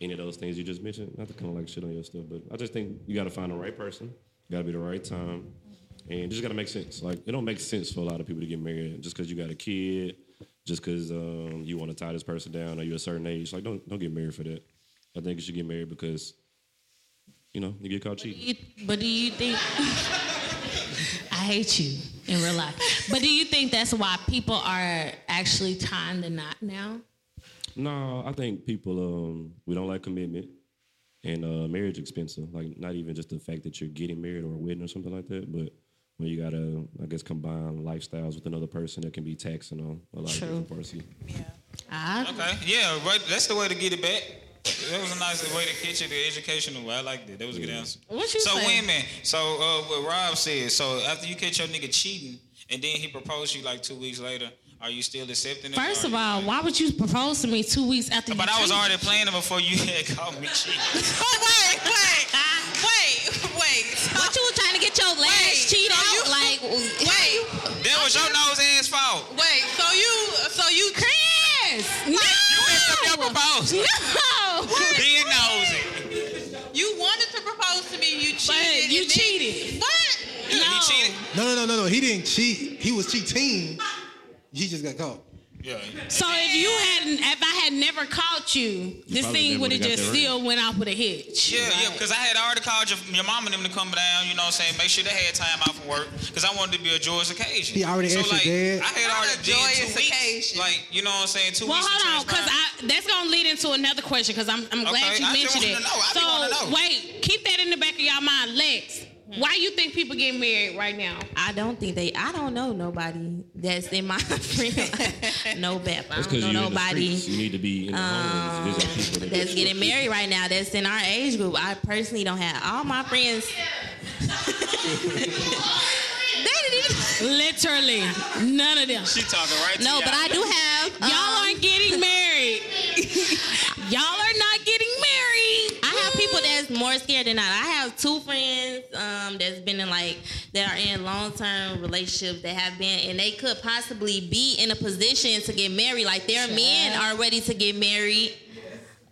F: any of those things you just mentioned. Not to kind of like shit on your stuff, but I just think you got to find the right person. You got to be the right time, and it just got to make sense. Like it don't make sense for a lot of people to get married just because you got a kid, just because um, you want to tie this person down or you're a certain age. Like don't don't get married for that. I think you should get married because you know you get caught cheating.
A: You- but do you think I hate you in real life? But do you think that's why people are actually tying the knot now?
F: No, I think people um we don't like commitment. And uh marriage expensive. Like not even just the fact that you're getting married or a wedding or something like that, but when you gotta I guess combine lifestyles with another person that can be taxing on a lot
A: True.
F: of different parts of you.
A: I,
D: Okay. Yeah, right. That's the way to get it back. That was a nice way to catch it, the educational way. I like that. That was a good answer.
A: What you
D: so
A: say?
D: women, so uh, what Rob said, so after you catch your nigga cheating and then he proposed to you like two weeks later, are you still accepting it?
A: first
D: Or-
A: of all, why would you propose to me two weeks after?
D: But
A: you
D: I was
A: cheated?
D: already planning before you had called me cheating.
B: Oh, wait, wait,
A: Ah,
B: wait, wait.
E: What you was trying to get your last
B: Wait,
E: cheat
B: so
E: out?
B: you-
E: like,
B: Wait,
D: That was your nose ass fault.
B: wait. So you, so you.
A: Yes. No. You
D: messed up your proposal.
A: No.
D: Big nosy.
B: You wanted to propose to me. You cheated. and
A: you
B: then-
A: cheated.
B: What?
A: No.
D: He cheated.
C: No, no, no, no, no. He didn't cheat. He was cheating. He just got caught.
D: Yeah.
A: So if you hadn't, if I had never caught you, this
F: probably
A: thing
F: never
A: would have
F: would've got
A: just
F: that ring.
A: still went off with a hitch.
D: Yeah, yeah,
A: Like,
D: because I had already called your, your mom and them to come down, you know what I'm saying? Make sure they had time out for work because I wanted to be a joyous occasion.
C: He already
D: so, like,
C: asked your dad.
D: I had
B: Not
D: already did
B: a
D: two
B: joyous
D: weeks.
B: occasion.
D: Like, you know what I'm saying? Two
A: Well,
D: weeks. to
A: hold on, because I
D: transpire.
A: that's gonna lead into another question because I'm I'm glad you
D: Okay, I just
A: mentioned it.
D: wanna know, I just wanna
A: so
D: know. Hmm.
A: wait, keep that in the back of your mind, Lex. Why you think people getting married right now?
E: I don't think they. I don't know nobody that's in my friend. line. no bad. I
F: That's
E: don't
F: because
E: know
F: you're in the
E: nobody Ah, um,
F: streets. You need to be in the homes. There's like people that
E: that's
F: get
E: getting
F: struck.
E: married right now. That's in our age group. I personally don't have all my friends. they didn't even.
A: Literally, none of them.
D: She talking right to
E: No,
D: y'all.
E: but I do have. um,
A: Y'all aren't getting married. Y'all are not getting married.
E: I have people that's more scared than not. I have two friends um, that's been in like that are in long term relationships that have been, and they could possibly be in a position to get married. Like their men are ready to get married.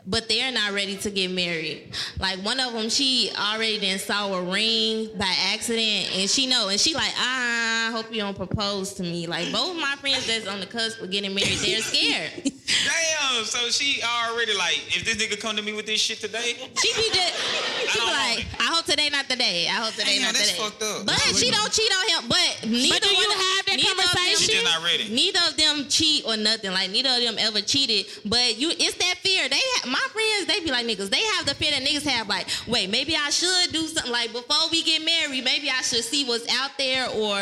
E: But they're not ready to get married. Like one of them, she already then saw a ring by accident, and she know, and she like, ah, I hope you don't propose to me. Like both my friends that's on the cusp of getting married, they're scared.
D: Damn, so she already like, if this nigga come to me with this shit today,
E: She be just, she be
D: don't
E: like,
D: want
E: I hope today not the day. I hope today
D: Damn,
E: not
D: that's
E: the day.
D: fucked up.
E: But she don't cheat on him. But neither
A: do
E: one
A: you
E: of-
A: have that
E: neither of them-
A: conversation?
D: she just not ready.
E: Neither of them cheat or nothing. Like neither of them ever cheated. But you, it's that fear. They, ha- my friends, they be like niggas. They have the fear that niggas have. Like, wait, maybe I should do something. Like before we get married, maybe I should see what's out there, or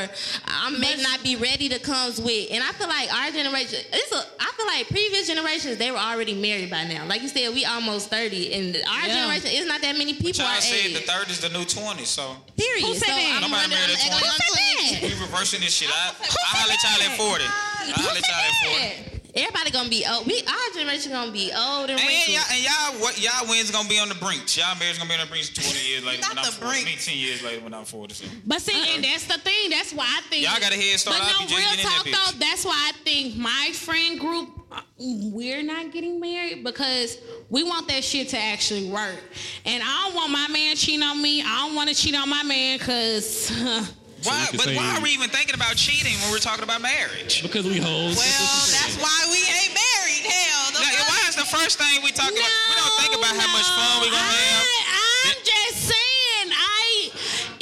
E: I may not be ready to comes with. And I feel like our generation, it's a. I feel like previous generations they were already married by now. Like you said, we almost thirty, and our
A: Yeah.
E: generation is not that many people
D: Y'all
E: our
D: said
E: age.
D: the third is the new 20, so
E: Period.
A: Who said
E: so
A: that?
E: I'm
D: Nobody
E: wondering-
D: married at
E: I'm-
D: 20.
E: Who said that?
D: we reversing this shit. I, I hollered y'all at 40. I
E: Who
D: hollered
E: said
D: y'all at 40.
E: that? Everybody gonna be old. We our generation gonna be old and
D: And
E: wrinkled.
D: y'all, and y'all, what y'all wins gonna be on the brink. Y'all marriage gonna be on the brink 20 years later
B: Not
D: when I'm
B: the
D: 40,
B: brink.
D: 18 years later when I'm 40. So.
A: But see, and that's the thing. That's why I think
D: Uh-uh. Y'all got a head start
A: But
D: off,
A: no,
D: you just
A: real
D: get in that
A: talk
D: bitch.
A: though. That's why I think my friend group uh, we're not getting married because we want that shit to actually work. And I don't want my man cheating on me. I don't want to cheat on my man because
D: Why,
F: can
D: but
F: say-
D: why are we even thinking about cheating when we're talking about marriage?
F: Because we hoes.
B: Well, that's why we ain't married. Hell, the
D: Now,
B: fuck?
D: why is the first thing we talk about? We don't think about how much fun we're gonna have.
A: I, I'm just saying, I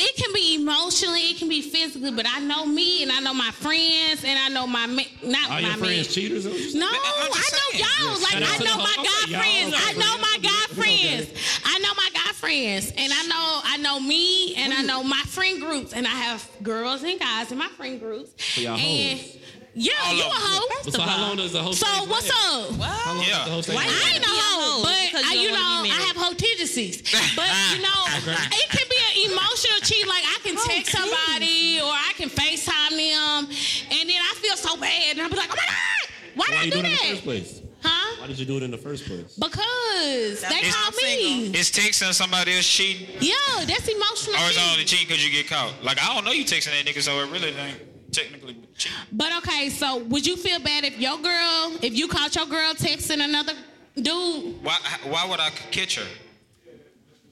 A: it can be emotionally, it can be physically, but I know me and I know my friends and I know my ma- not
F: All
A: my
F: your
A: man.
F: friends cheaters? Is that what you said?
A: No,
D: I'm
A: I
D: just
A: know
D: saying.
A: y'all. Like
F: And
A: I
F: that's
A: know my
F: what I'm
A: god
F: saying, y'all
A: friends.
F: don't
A: I know
F: really-
A: my god
F: we don't get
A: friends.
F: it.
A: I know my god friends, and I know I know me, and I know my friend groups, and I have girls and guys in my friend groups.
F: y'all
A: and
F: hoes.
A: yeah,
D: All
A: you a
D: of you.
A: hoe. first
F: So
A: of
F: how
A: all.
F: long does the whole
A: So
F: thing
A: what's
F: last?
A: up?
F: How long
D: Yeah.
F: does the whole thing
E: Why
F: last?
A: I ain't a
E: Yeah,
A: hoe,
E: hoes,
A: but
E: because
A: I,
E: you
A: you
E: don't
A: know,
E: wanna be
A: I
E: married.
A: have hoe tendencies. But you know, it can be an emotional cheat. Like I can text somebody or I can FaceTime them, and then I feel so bad, and I'll be like, oh my god, why did
F: Why
A: I
F: you
A: do
F: doing it in the
A: that?
F: first place?
A: Huh?
F: Why did you do it in the first place?
A: Because they
B: It's-
A: call me.
D: Is texting somebody else cheating?
A: Yo, that's emotional.
D: Or it's
A: cheating.
D: only cheating because you get caught. Like, I don't know you texting that nigga, so it really ain't technically cheating.
A: But okay, so would you feel bad if your girl, if you caught your girl texting another dude,
D: Why, why would I catch her?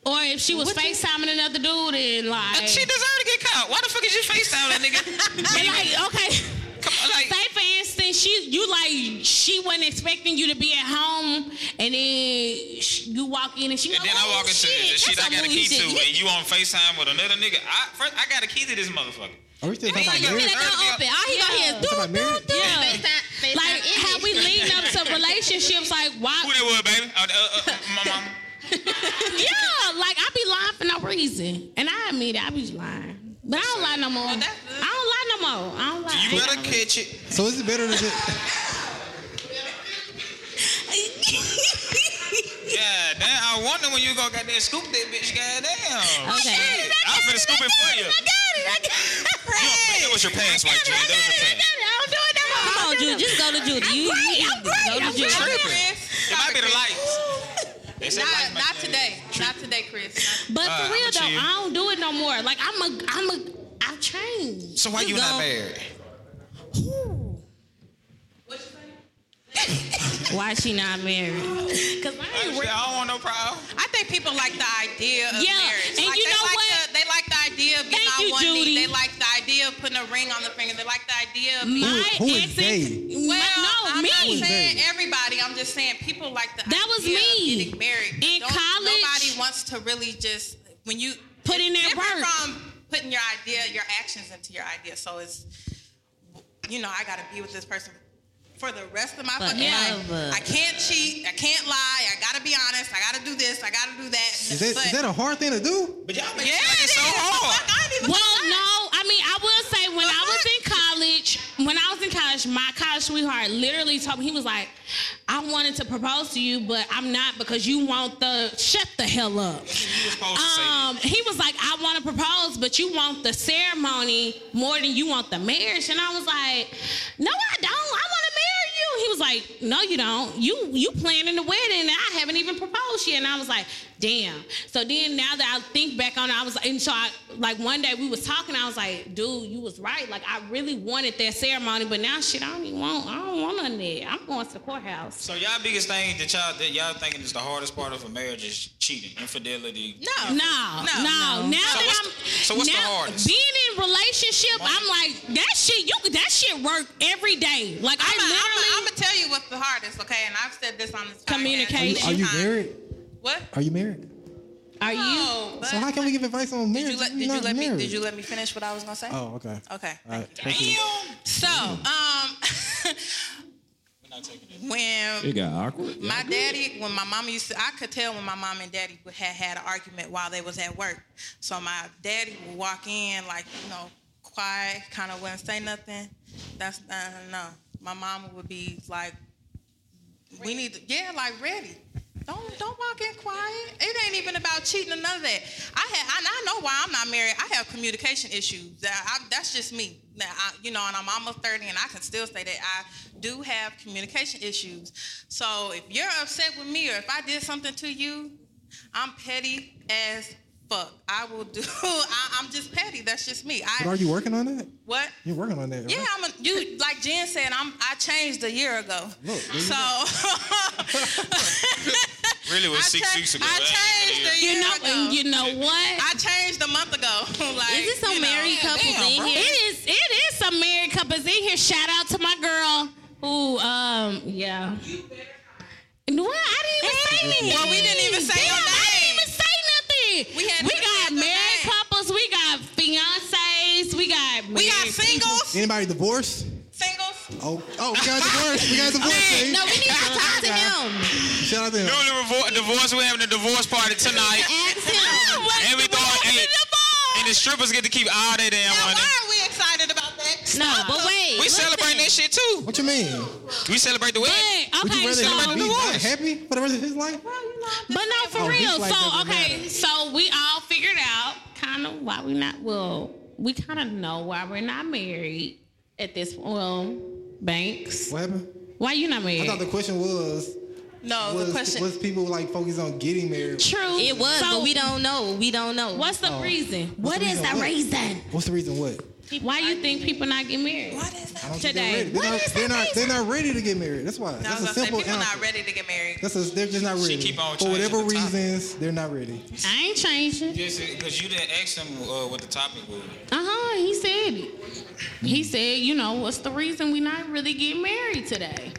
A: or if she was FaceTiming another dude and like,
D: She deserved to get caught. Why the fuck is you FaceTime that nigga?
A: and like okay.
D: Come on, like,
A: Say for instance, she you like she wasn't expecting you to be at home, and then sh- you walk in and she.
D: and
A: like,
D: then I
A: "Oh,
D: walk into
A: shit,
D: the shit
A: that's
D: I got a
A: some
D: key
A: bougie
D: to,
A: shit."
D: and you on FaceTime with another nigga. I, first, I got a key to this motherfucker.
C: Are we still
D: It ain't like
C: talking about
D: you
C: marriage?
D: get
E: That don't open. All he gonna hear is
A: Yeah.
E: do
C: Talking about marriage?
A: Yeah. Like how we leading up to relationships, like why?
D: Who that was, baby? Uh, uh, uh, my mom.
A: Yeah, like I be lying for no reason, and I admit it, I be lying, but I don't lie no more. I don't
B: that's good.
A: lie no more. I don't lie.
D: You better catch it.
C: So is it better to just,
D: Yeah, damn. I wonder when you gonna got that scoop that bitch. Goddamn.
E: Okay.
D: Shit. I'm finna scoop it for you. You don't- That was your pants, right, Jimmy. That was your pants.
E: Come on, Jude. Just go to Judy. You, you
A: I'm
E: need to
A: great,
E: go
A: I'm
E: to Judy.
B: Not
D: tripping.
B: Chris.
D: It might be the lights. They said lights
B: Not,
D: might
B: not
D: be-
B: today. Not today, Chris.
A: But
D: All right,
A: for real
D: I'ma
A: though,
D: chill.
A: I don't do it no more. Like I'm a, I'm a, I've changed.
D: So why
E: You
D: you not
E: gone.
D: married?
E: Why she not married?
A: Cause I ain't
D: Actually, I don't want no problem.
B: I think people like the idea of
A: Yeah,
B: marriage.
A: and
B: Like,
A: you
B: they
A: know
B: like
A: what?
B: The, they like the idea of getting
A: Thank
B: on
A: you,
B: one
A: Judy. Mm.
B: knee. They like the idea of putting a ring on the finger. They like the idea of
A: my
C: who is
A: exes-
C: they?
A: my-
B: Well,
A: no,
B: I'm
A: me.
B: not saying
C: Who's they?
B: everybody. I'm just saying people like the
A: That was me.
B: idea of getting married.
A: In
B: Don't-
A: college-
B: nobody wants to really just when you
A: Put in that
B: it's different
A: work.
B: from putting your idea, your actions into your idea. So it's you know I got to be with this person for the rest of my fucking
E: Forever.
B: life. I can't cheat. I can't lie. I got to be honest. I got to do this. I got to do that.
C: is that,
B: But-
C: is that a hard thing to do?
D: But y'all make
B: yeah,
D: it sound like it's so
B: it is. Fuck,
D: hard.
B: I ain't even
A: Well, no, I mean, I will say when I was in college, when I was in college, my college sweetheart literally told me he was like, "I wanted to propose to you, but I'm not because you want the shut the hell up."
D: You was supposed to say that.
A: Um, he was like, "I want to propose, but you want the ceremony more than you want the marriage," and I was like, "No, I don't. I want to marry you." He was like, "No, you don't. You you planning the wedding, and I haven't even proposed yet." And I was like, "Damn." So then now that I think back on it, I was and so I like one day we was talking. I was like, "Dude, you was right. Like I really wanted that ceremony, but now shit, I don't even want. I don't want none of that. I'm going to the courthouse."
D: So y'all biggest thing that y'all that y'all thinking is the hardest part of a marriage is cheating, infidelity.
A: No, no, no. Now
D: So
A: that
D: what's
A: I'm
D: the- so what's the
A: now,
D: hardest?
A: Being in relationship, I'm like that shit. You that shit work every day. Like I
B: I'm
A: literally.
B: gonna tell you what's the hardest, okay? And I've said this on this podcast
A: Communication.
C: Are you, are you
B: many times.
C: married?
B: What?
C: Are you married?
A: are you?
B: No, but
C: So how can we give advice on marriage?
B: did you let,
C: if
B: did
C: you're
B: you
C: not
B: let me
C: married?
B: did you let me finish what I was gonna say?
C: Oh, okay.
B: Okay.
C: All right.
D: Damn.
C: Thank you.
B: So, um,
D: We're not taking it.
F: It
B: when
F: got awkward.
B: my daddy, when my mama used to, I could tell when my mom and daddy would- had had an argument while they was at work. So my daddy would walk in like you know quiet, kind of wouldn't say nothing. That's uh, no. My mama would be like We need to, yeah, like ready. Don't don't walk in quiet. It ain't even about cheating or none of that. I had and I know why I'm not married. I have communication issues. That I, that's just me. Now I, you know, and I'm almost 30, and I can still say that I do have communication issues. So if you're upset with me or if I did something to you, I'm petty as fuck. I will do. I, I'm just petty. That's just me.
C: But are
B: I
C: you working on that?
B: what?
C: You're working on that, right?
B: Yeah, I'm a, you like Jen said. I'm I changed a year ago.
C: Look, there you
B: so
D: Really was six
B: cha-
D: weeks ago.
B: I
D: That ain't
B: changed
D: even
B: a
D: a
B: year
A: You know,
B: ago.
A: you know what?
B: I changed a month ago. like,
E: Is it
B: you
E: some
B: know.
E: married couple
D: damn,
E: thing
D: bro.
E: here?
A: It is. It is some married couples in here. Shout out to my girl. Who? Um. Yeah. Well, I didn't even say anything.
B: Well, we didn't even say
A: Damn,
B: your
A: I
B: name.
A: didn't even say nothing.
B: We had to
A: got
B: say your
A: married
B: name.
A: couples. We got fiancés. We got.
B: We got
A: married
B: singles.
C: Anybody divorced?
B: Singles.
C: Oh, oh, we got divorced. We got divorced.
E: Hey,
C: see?
E: no, we need to talk to him.
C: Shout out to him.
D: Newly revor- divorced. We're having a divorce party tonight.
E: Ask him.
D: And we thought, hey, and the strippers get to keep all their damn
B: Now,
D: money.
B: why are we excited about that?
E: No, but wait.
D: We celebrate that shit too.
C: What you mean?
D: We celebrate the wedding.
A: But,
C: Would you
A: okay,
C: rather
A: so
C: him be not happy for the rest of his life?
A: But no, for
C: Oh, he's
A: real.
C: like,
A: so
C: doesn't
A: okay,
C: matter.
A: so we all figured out kind of why we not. Well, we kind of know why we're not married at this. Well, Banks,
C: What happened?
A: why you not
C: I
A: married?
C: thought the question was
B: No,
C: was,
B: Oh, the question.
C: was people like focused on getting married?
A: True.
E: It was,
A: So
E: but we don't know. We don't know.
A: What's the
C: Oh.
A: reason?
E: what is the
C: What?
E: reason?
C: What's the reason? What?
A: Why you think people not get married?
B: what is that?
C: I don't
A: Today.
C: think they're
A: What
C: ready.
A: is the
C: They're not, they're not.
A: reason?
C: They're not ready to get married. That's why.
B: No, I
C: That's
B: was
C: a
B: gonna say
C: simple
B: people not
C: answer.
B: ready to get married.
C: That's a, they're just not ready.
D: keep on
C: For
D: changing
C: whatever
D: the topic.
C: reasons, they're not ready.
A: I ain't changing.
D: Just because you didn't ask them uh, what the topic was.
A: Uh huh. He said it. He said, you know, what's the reason we not really get married today?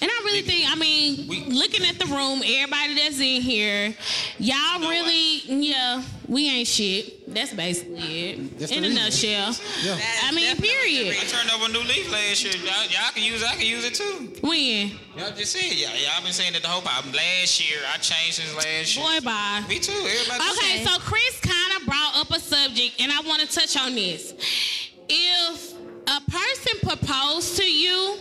A: And I really think, I mean,
D: We-
A: looking at the room, everybody that's in here, y'all really, yeah, we ain't shit. That's basically it.
C: That's the
A: in a
C: reason.
A: nutshell.
C: Yeah.
A: I mean, period.
D: I turned over a new leaf last year. Y'all, y'all can use. I can use it too.
A: When?
D: Y'all just said. Y'all, y'all been saying it the whole time. Last year, I changed since last year.
A: Boy, bye.
D: Me too. Everybody.
A: Okay,
E: Okay.
A: so Chris kind of brought up a subject, and I want to touch on this. If a person proposed to you,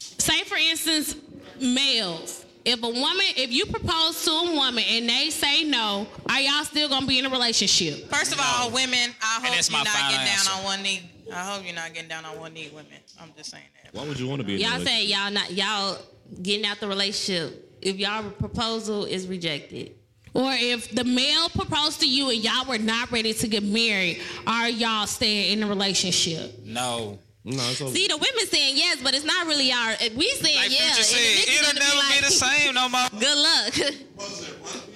A: say for instance, males, if a woman, if you propose to a woman and they say no, are y'all still gonna be in a relationship?
B: First of all, women, I hope
D: that's
B: you're
D: my
B: not
D: final
B: getting
D: answer.
B: down on one knee. I hope you're not getting down on one knee, women. I'm just saying that.
F: Why would you want to be in a
E: Y'all
F: relationship?
E: say y'all not y'all getting out the relationship if y'all proposal is rejected.
A: Or if the male proposed to you and y'all were not ready to get married, are y'all staying in a relationship?
D: No.
F: No, it's over.
E: See, the women saying yes, but it's not really our. We saying
D: Like
E: yeah.
D: Future
E: and the
D: said,
E: niggas
D: it'll
E: gonna
D: never be,
E: like,
D: the same no more.
E: Good luck.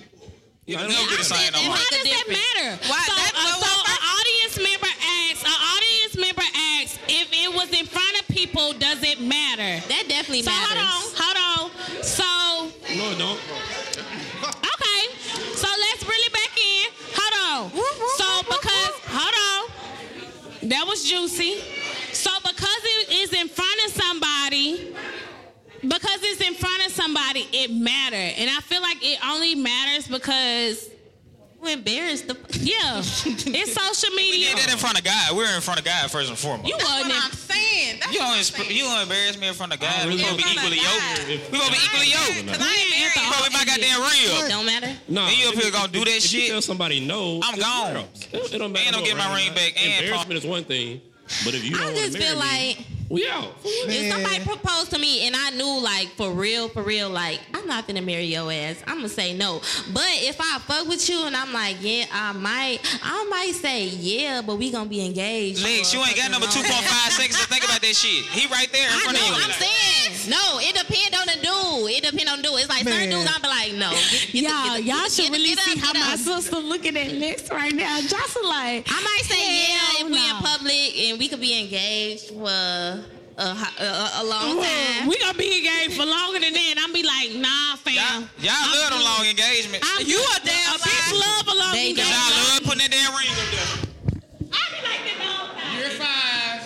F: Yeah, I
D: It'll never
F: don't
D: be the
F: get it.
D: same no
E: I'll
D: more.
E: say
A: How does
E: the
A: that
E: difference.
A: matter?
B: Why-
A: So,
B: that's
A: uh,
B: what-
A: so
B: what-
A: an audience member asks. An audience member asks if it was in front of people. Does it matter?
E: That definitely
A: So
E: matters.
A: hold on, hold on. So
F: No, it don't.
A: Okay, so let's reel it back in. Hold on. so because hold on, that was juicy. So because it is in front of somebody, because it's in front of somebody, it matter, and I feel like it only matters because
E: You embarrassed the.
A: yeah, it's social
D: We
A: media.
D: did that in front of God. We were in front of God first and foremost.
A: You
D: You,
B: That's
A: wasn't.
B: what
A: in-
B: I'm saying. That's
D: you
B: what
D: don't
B: I'm
D: insp-
B: saying.
D: you don't embarrass me in front of
E: Oh,
D: God. We
F: really
D: gonna be
B: don't.
D: equally
B: In front of
D: yoked.
F: God.
D: We gonna be equally yoked.
B: Because I ain't married.
A: We ain't
D: Bro, if I got damn
E: It
D: real,
E: don't matter.
F: No,
D: You up here gonna do that
F: if
D: shit?
F: You tell somebody no.
D: I'm
F: it's
D: gone.
F: yours. It, it don't matter.
D: And I'll
F: who
D: get my
F: around
D: ring
F: you.
D: back and
F: Embarrassment is one thing, but if you
E: I
F: don't wanna
E: just
F: marry
E: feel
F: me,
E: like
F: we out.
E: if somebody
C: Man.
E: proposed to me and I knew like for real, for real, like I'm not gonna marry your ass, I'm gonna say no. But if I fuck with you and I'm like, yeah, I might, I might say yeah, but we gonna be engaged.
D: Lex,
E: for
D: you ain't got
E: fucking
D: number
E: long
D: two point five seconds to think about that shit. He right there in
E: I
D: front of
E: know.
D: you.
E: I'm saying no. It depend on the dude. It depend on the dude. It's like certain
C: Man.
E: dudes. I'm be like, no. Get, get
A: Y'all,
E: the- get the-
A: y'all
E: get
A: should
E: the-
A: really
E: get up,
A: see how
E: get
A: my
E: up.
A: sister looking at Lex right now. Jocelyn, like,
E: I might say yeah
A: Hell
E: if we in
A: no.
E: public and we could be engaged for a, ho- a, a, a long time.
A: we gonna be engaged for longer than that. I'm be like, nah,
D: Y'all,
A: fam.
D: y'all love them long engagements.
A: I'm, you a damn a bitch love a long
E: They
A: engagement.
E: do.
D: Y'all love putting that damn ring up there.
A: I be like that the whole time.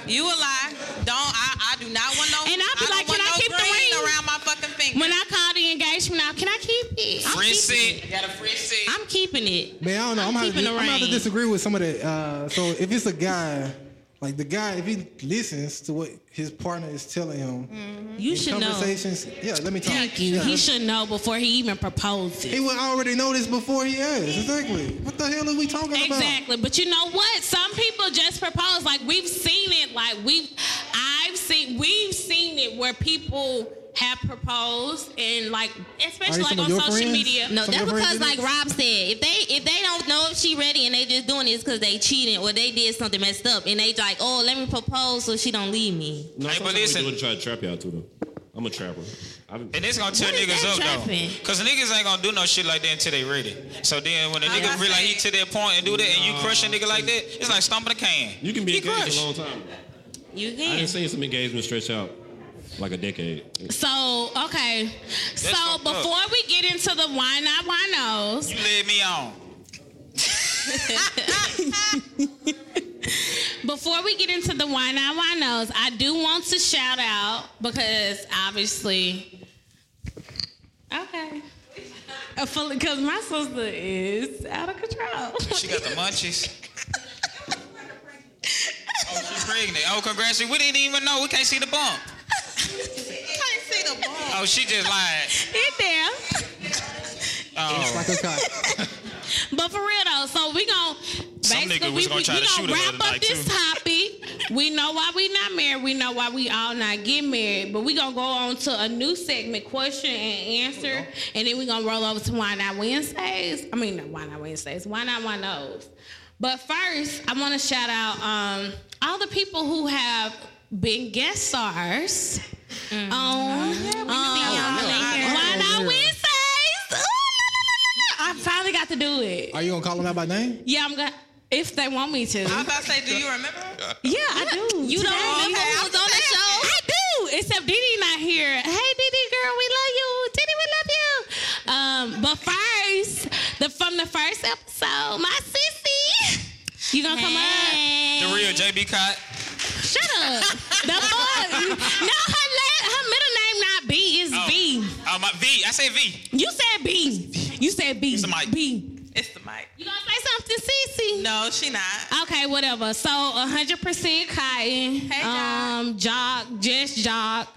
B: You a lie. Don't I, I do not want no
A: And I be
B: don't
A: like,
B: want
A: can I
B: no
A: keep the
B: green
A: ring?
B: around my fucking finger?
A: When I call the engagement out, can I keep it?
E: I'm
D: Friend
E: keeping
D: set. Got a friend set.
E: I'm keeping it.
C: Man, I don't know. I'm,
A: I'm
C: gonna have to,
A: keeping
C: dis-
A: the
C: I'm gonna have to
A: reins.
C: disagree with some of that. Uh, so if it's a guy Like the guy, if he listens to what his partner is telling him,
A: Mm-hmm.
E: You should know.
C: conversations. Yeah, let me talk.
A: Thank you.
C: Yeah.
A: He should know before he even proposes.
C: He would already know this before he asked. Exactly. What the hell are we talking about?
A: Exactly. But you know what? Some people just propose. Like we've seen it. Like we've I've seen we've seen it where people have proposed and like especially like
C: some of
A: on
C: your
A: social
C: friends?
A: media.
E: No,
C: Some
E: that's
C: of your
E: because
C: friends
E: like
C: did it?
E: Rob said, if they if they don't know if she ready and they just doing this because they cheating or they did something messed up and they like, oh, let me propose so she don't leave me.
F: No,
D: Hey, but
F: sometimes we
D: listen.
F: do it to try to trap y'all too though. I'm a trapper. I've,
D: And it's gonna tear
E: What is
D: niggas
E: that
D: up
E: trapping?
D: though, cause niggas ain't gonna do no shit like that until they ready. So then
E: Oh,
D: when a
B: Like
D: nigga
B: I
D: realize he to
B: said.
D: that point and do that, and you crush a nigga like that, it's like stomping a can.
F: you can be
D: He
F: engaged
D: crushed.
F: a long time.
E: You
F: I
E: can.
F: didn't seen some engagement stretch out like a decade.
A: So okay. so
D: fucked up.
A: before we get into the why not why knows,
D: You led me on.
A: before we get into the why not why knows, I do want to shout out because obviously, okay, because my sister is out of control.
D: She got the munchies. oh, she's pregnant. Oh, congrats. We didn't even know. We can't see the bump.
B: Can't see the ball.
D: Oh, she just lied.
A: In there.
D: Oh,
C: Like a cock.
A: But for real though, so we gon'
D: Some
A: basically
D: nigga
A: we,
D: was gonna
A: we,
D: try
A: we
D: to shoot
A: gonna
D: her the
A: wrap
D: other
A: up
D: night,
A: this
D: too.
A: topic. We know why we not married. We know why we all not get married. But we gonna go on to a new segment, question and answer, and then we gonna roll over to why not Wednesdays. I mean, not why not Wednesdays. Why not why knows? But first, I want to shout out um, all the people who have been guest stars on um, Why Not Wednesdays. Ooh, la, la, la, la, la. I finally got to do it.
C: Are you gonna call him out by name?
A: Yeah, I'm gonna. If they want me to.
B: I was about to say, do you remember? her?
A: yeah, I do.
E: You don't remember
B: okay,
E: who
B: I'm
E: was on the
B: saying.
E: show?
A: I do. Except Didi not here. Hey, Didi girl, we love you. Didi, we love you. Um, but first, the from the first episode, my sissy. You gonna come up?
D: the real JB Cott.
A: Shut up. The fuck? No, her la- her middle name not B. It's
D: Oh.
A: B.
D: Oh, my V. I say V.
A: You said B. You said B.
D: It's a mic.
A: B.
B: It's the mic.
A: You gonna say something, sissy?
B: No, she not.
A: Okay, whatever. So 100% cotton.
B: Hey,
A: um, Jock, Jess Jock.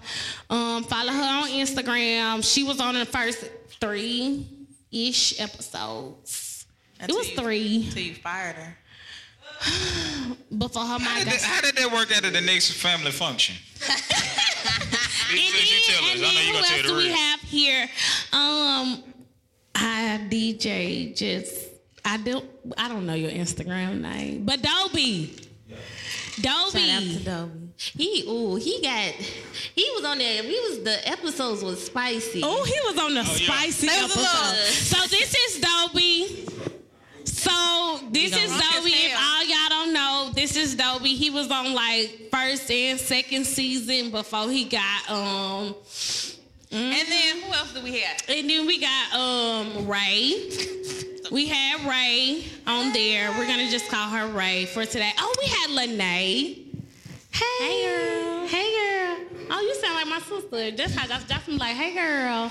A: Um, follow her on Instagram. She was on the first three ish episodes.
B: Until
A: was
B: you-
A: three.
B: Until you fired her.
A: Before her
D: How
A: mind
D: did,
A: got
D: that, how did that work out at the next family function?
A: and
D: Because you tell us.
A: then, and
D: I know
A: then who
D: you gonna
A: else
D: tell
A: do
D: the
A: we
D: real.
A: have here? Um, I DJ just I don't I don't know your Instagram name, but Dobie. Dobie.
E: Shout out to Dobie. He ooh, he got he was on there. We was the episodes was spicy.
A: Oh, he was on the
D: yeah.
A: spicy
B: That was a
A: episode. So this is Dobie. So this
E: gonna
A: is
B: rock
A: Dobie.
B: his
A: If
B: tail.
A: all y'all don't know, this is Dobie. He was on like first and second season before he got um. Mm-hmm.
B: And then who else do we have?
A: And then we got um Ray. We had Ray on there. We're gonna just call her Ray for today. Oh, we had Lene. Hey, hey girl. Oh, you sound like my sister. That's how that's, that's from like, hey girl.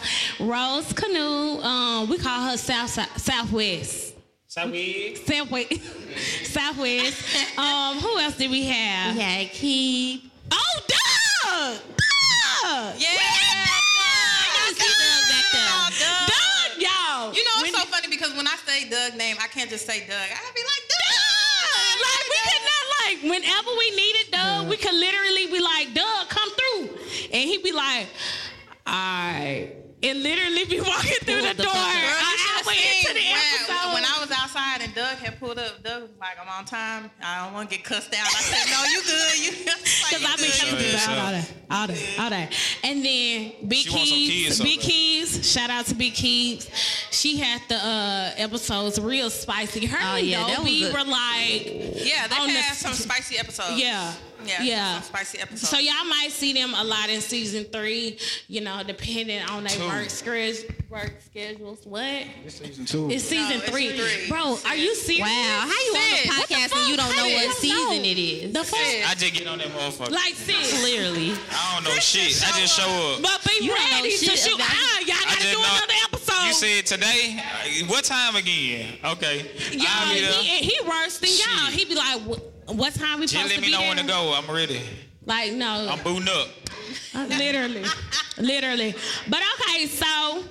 A: Rose Canoe. Um, we call her South Southwest.
D: Southwest.
A: Southwest. Southwest. Um, who else did we have?
E: He had Keith.
A: Oh, Doug! Doug!
B: Yeah,
A: Doug!
B: Doug!
A: Doug!
B: Doug!
A: Doug, y'all.
B: You know,
A: When-
B: it's so funny because when I say Doug name, I can't just say Doug. I be like, Doug!
A: like we could not like whenever we needed Doug, we could literally be like, Doug, come through. And he'd be like, Alright. And literally be walking through the
E: What the
A: door.
E: fuck?
B: Girl, you
A: I
B: should've
A: went into
B: seen
A: the episode.
B: when, when I was outside and Doug had pulled up, Doug was like, I'm on time. I don't want to get cussed out. I said, no, you good. You
A: Cause I've been
D: Show
A: telling people
D: yourself.
A: about all that, all that, all that, and then Big
D: She wants some
A: Keys,
D: kids,
A: Big
D: so-
A: Keys, shout out to Big Keys. She had the uh, episodes real spicy. Her
E: Oh,
A: and
E: yeah, that was
A: Dobie
E: good.
A: were like,
B: Yeah, they
A: on the-
B: had some spicy episodes.
A: yeah,
B: Oh. Yeah,
A: yeah,
B: some spicy episodes.
A: So y'all might see them a lot in season three, you know, depending on their
D: Two.
A: work schedules. Work schedules. What?
C: Season two.
A: It's season
B: it's
A: three.
B: three.
A: Bro, are you serious?
E: Wow, how you
A: Sis,
E: on
A: what
E: the
A: the
E: podcast
A: fuck?
E: and you don't
A: How
E: know
A: do
E: what
A: y'all
E: season
A: know?
E: it is?
A: The fuck?
D: I just get on that motherfucker.
A: Like sis.
E: Clearly.
D: I don't know shit.
B: Christian,
D: I just
B: show
D: show up.
A: But be
E: You don't know
A: ready to
E: shit
A: shoot.
E: about-
A: Ah, y'all
D: I
A: gotta
D: just
A: do
D: know-
A: another episode.
D: You said today? uh, What time again? Okay.
A: Y'all,
D: I'll be there.
A: he, he worse than y'all.
D: uh, Shit.
A: He be like, "Wh- What time we
D: Just
A: supposed
D: let
A: to
D: me
A: be
D: know when to
A: there?
D: go. I'm ready.
A: Like no,
D: I'm booting up.
A: literally, literally. But okay, so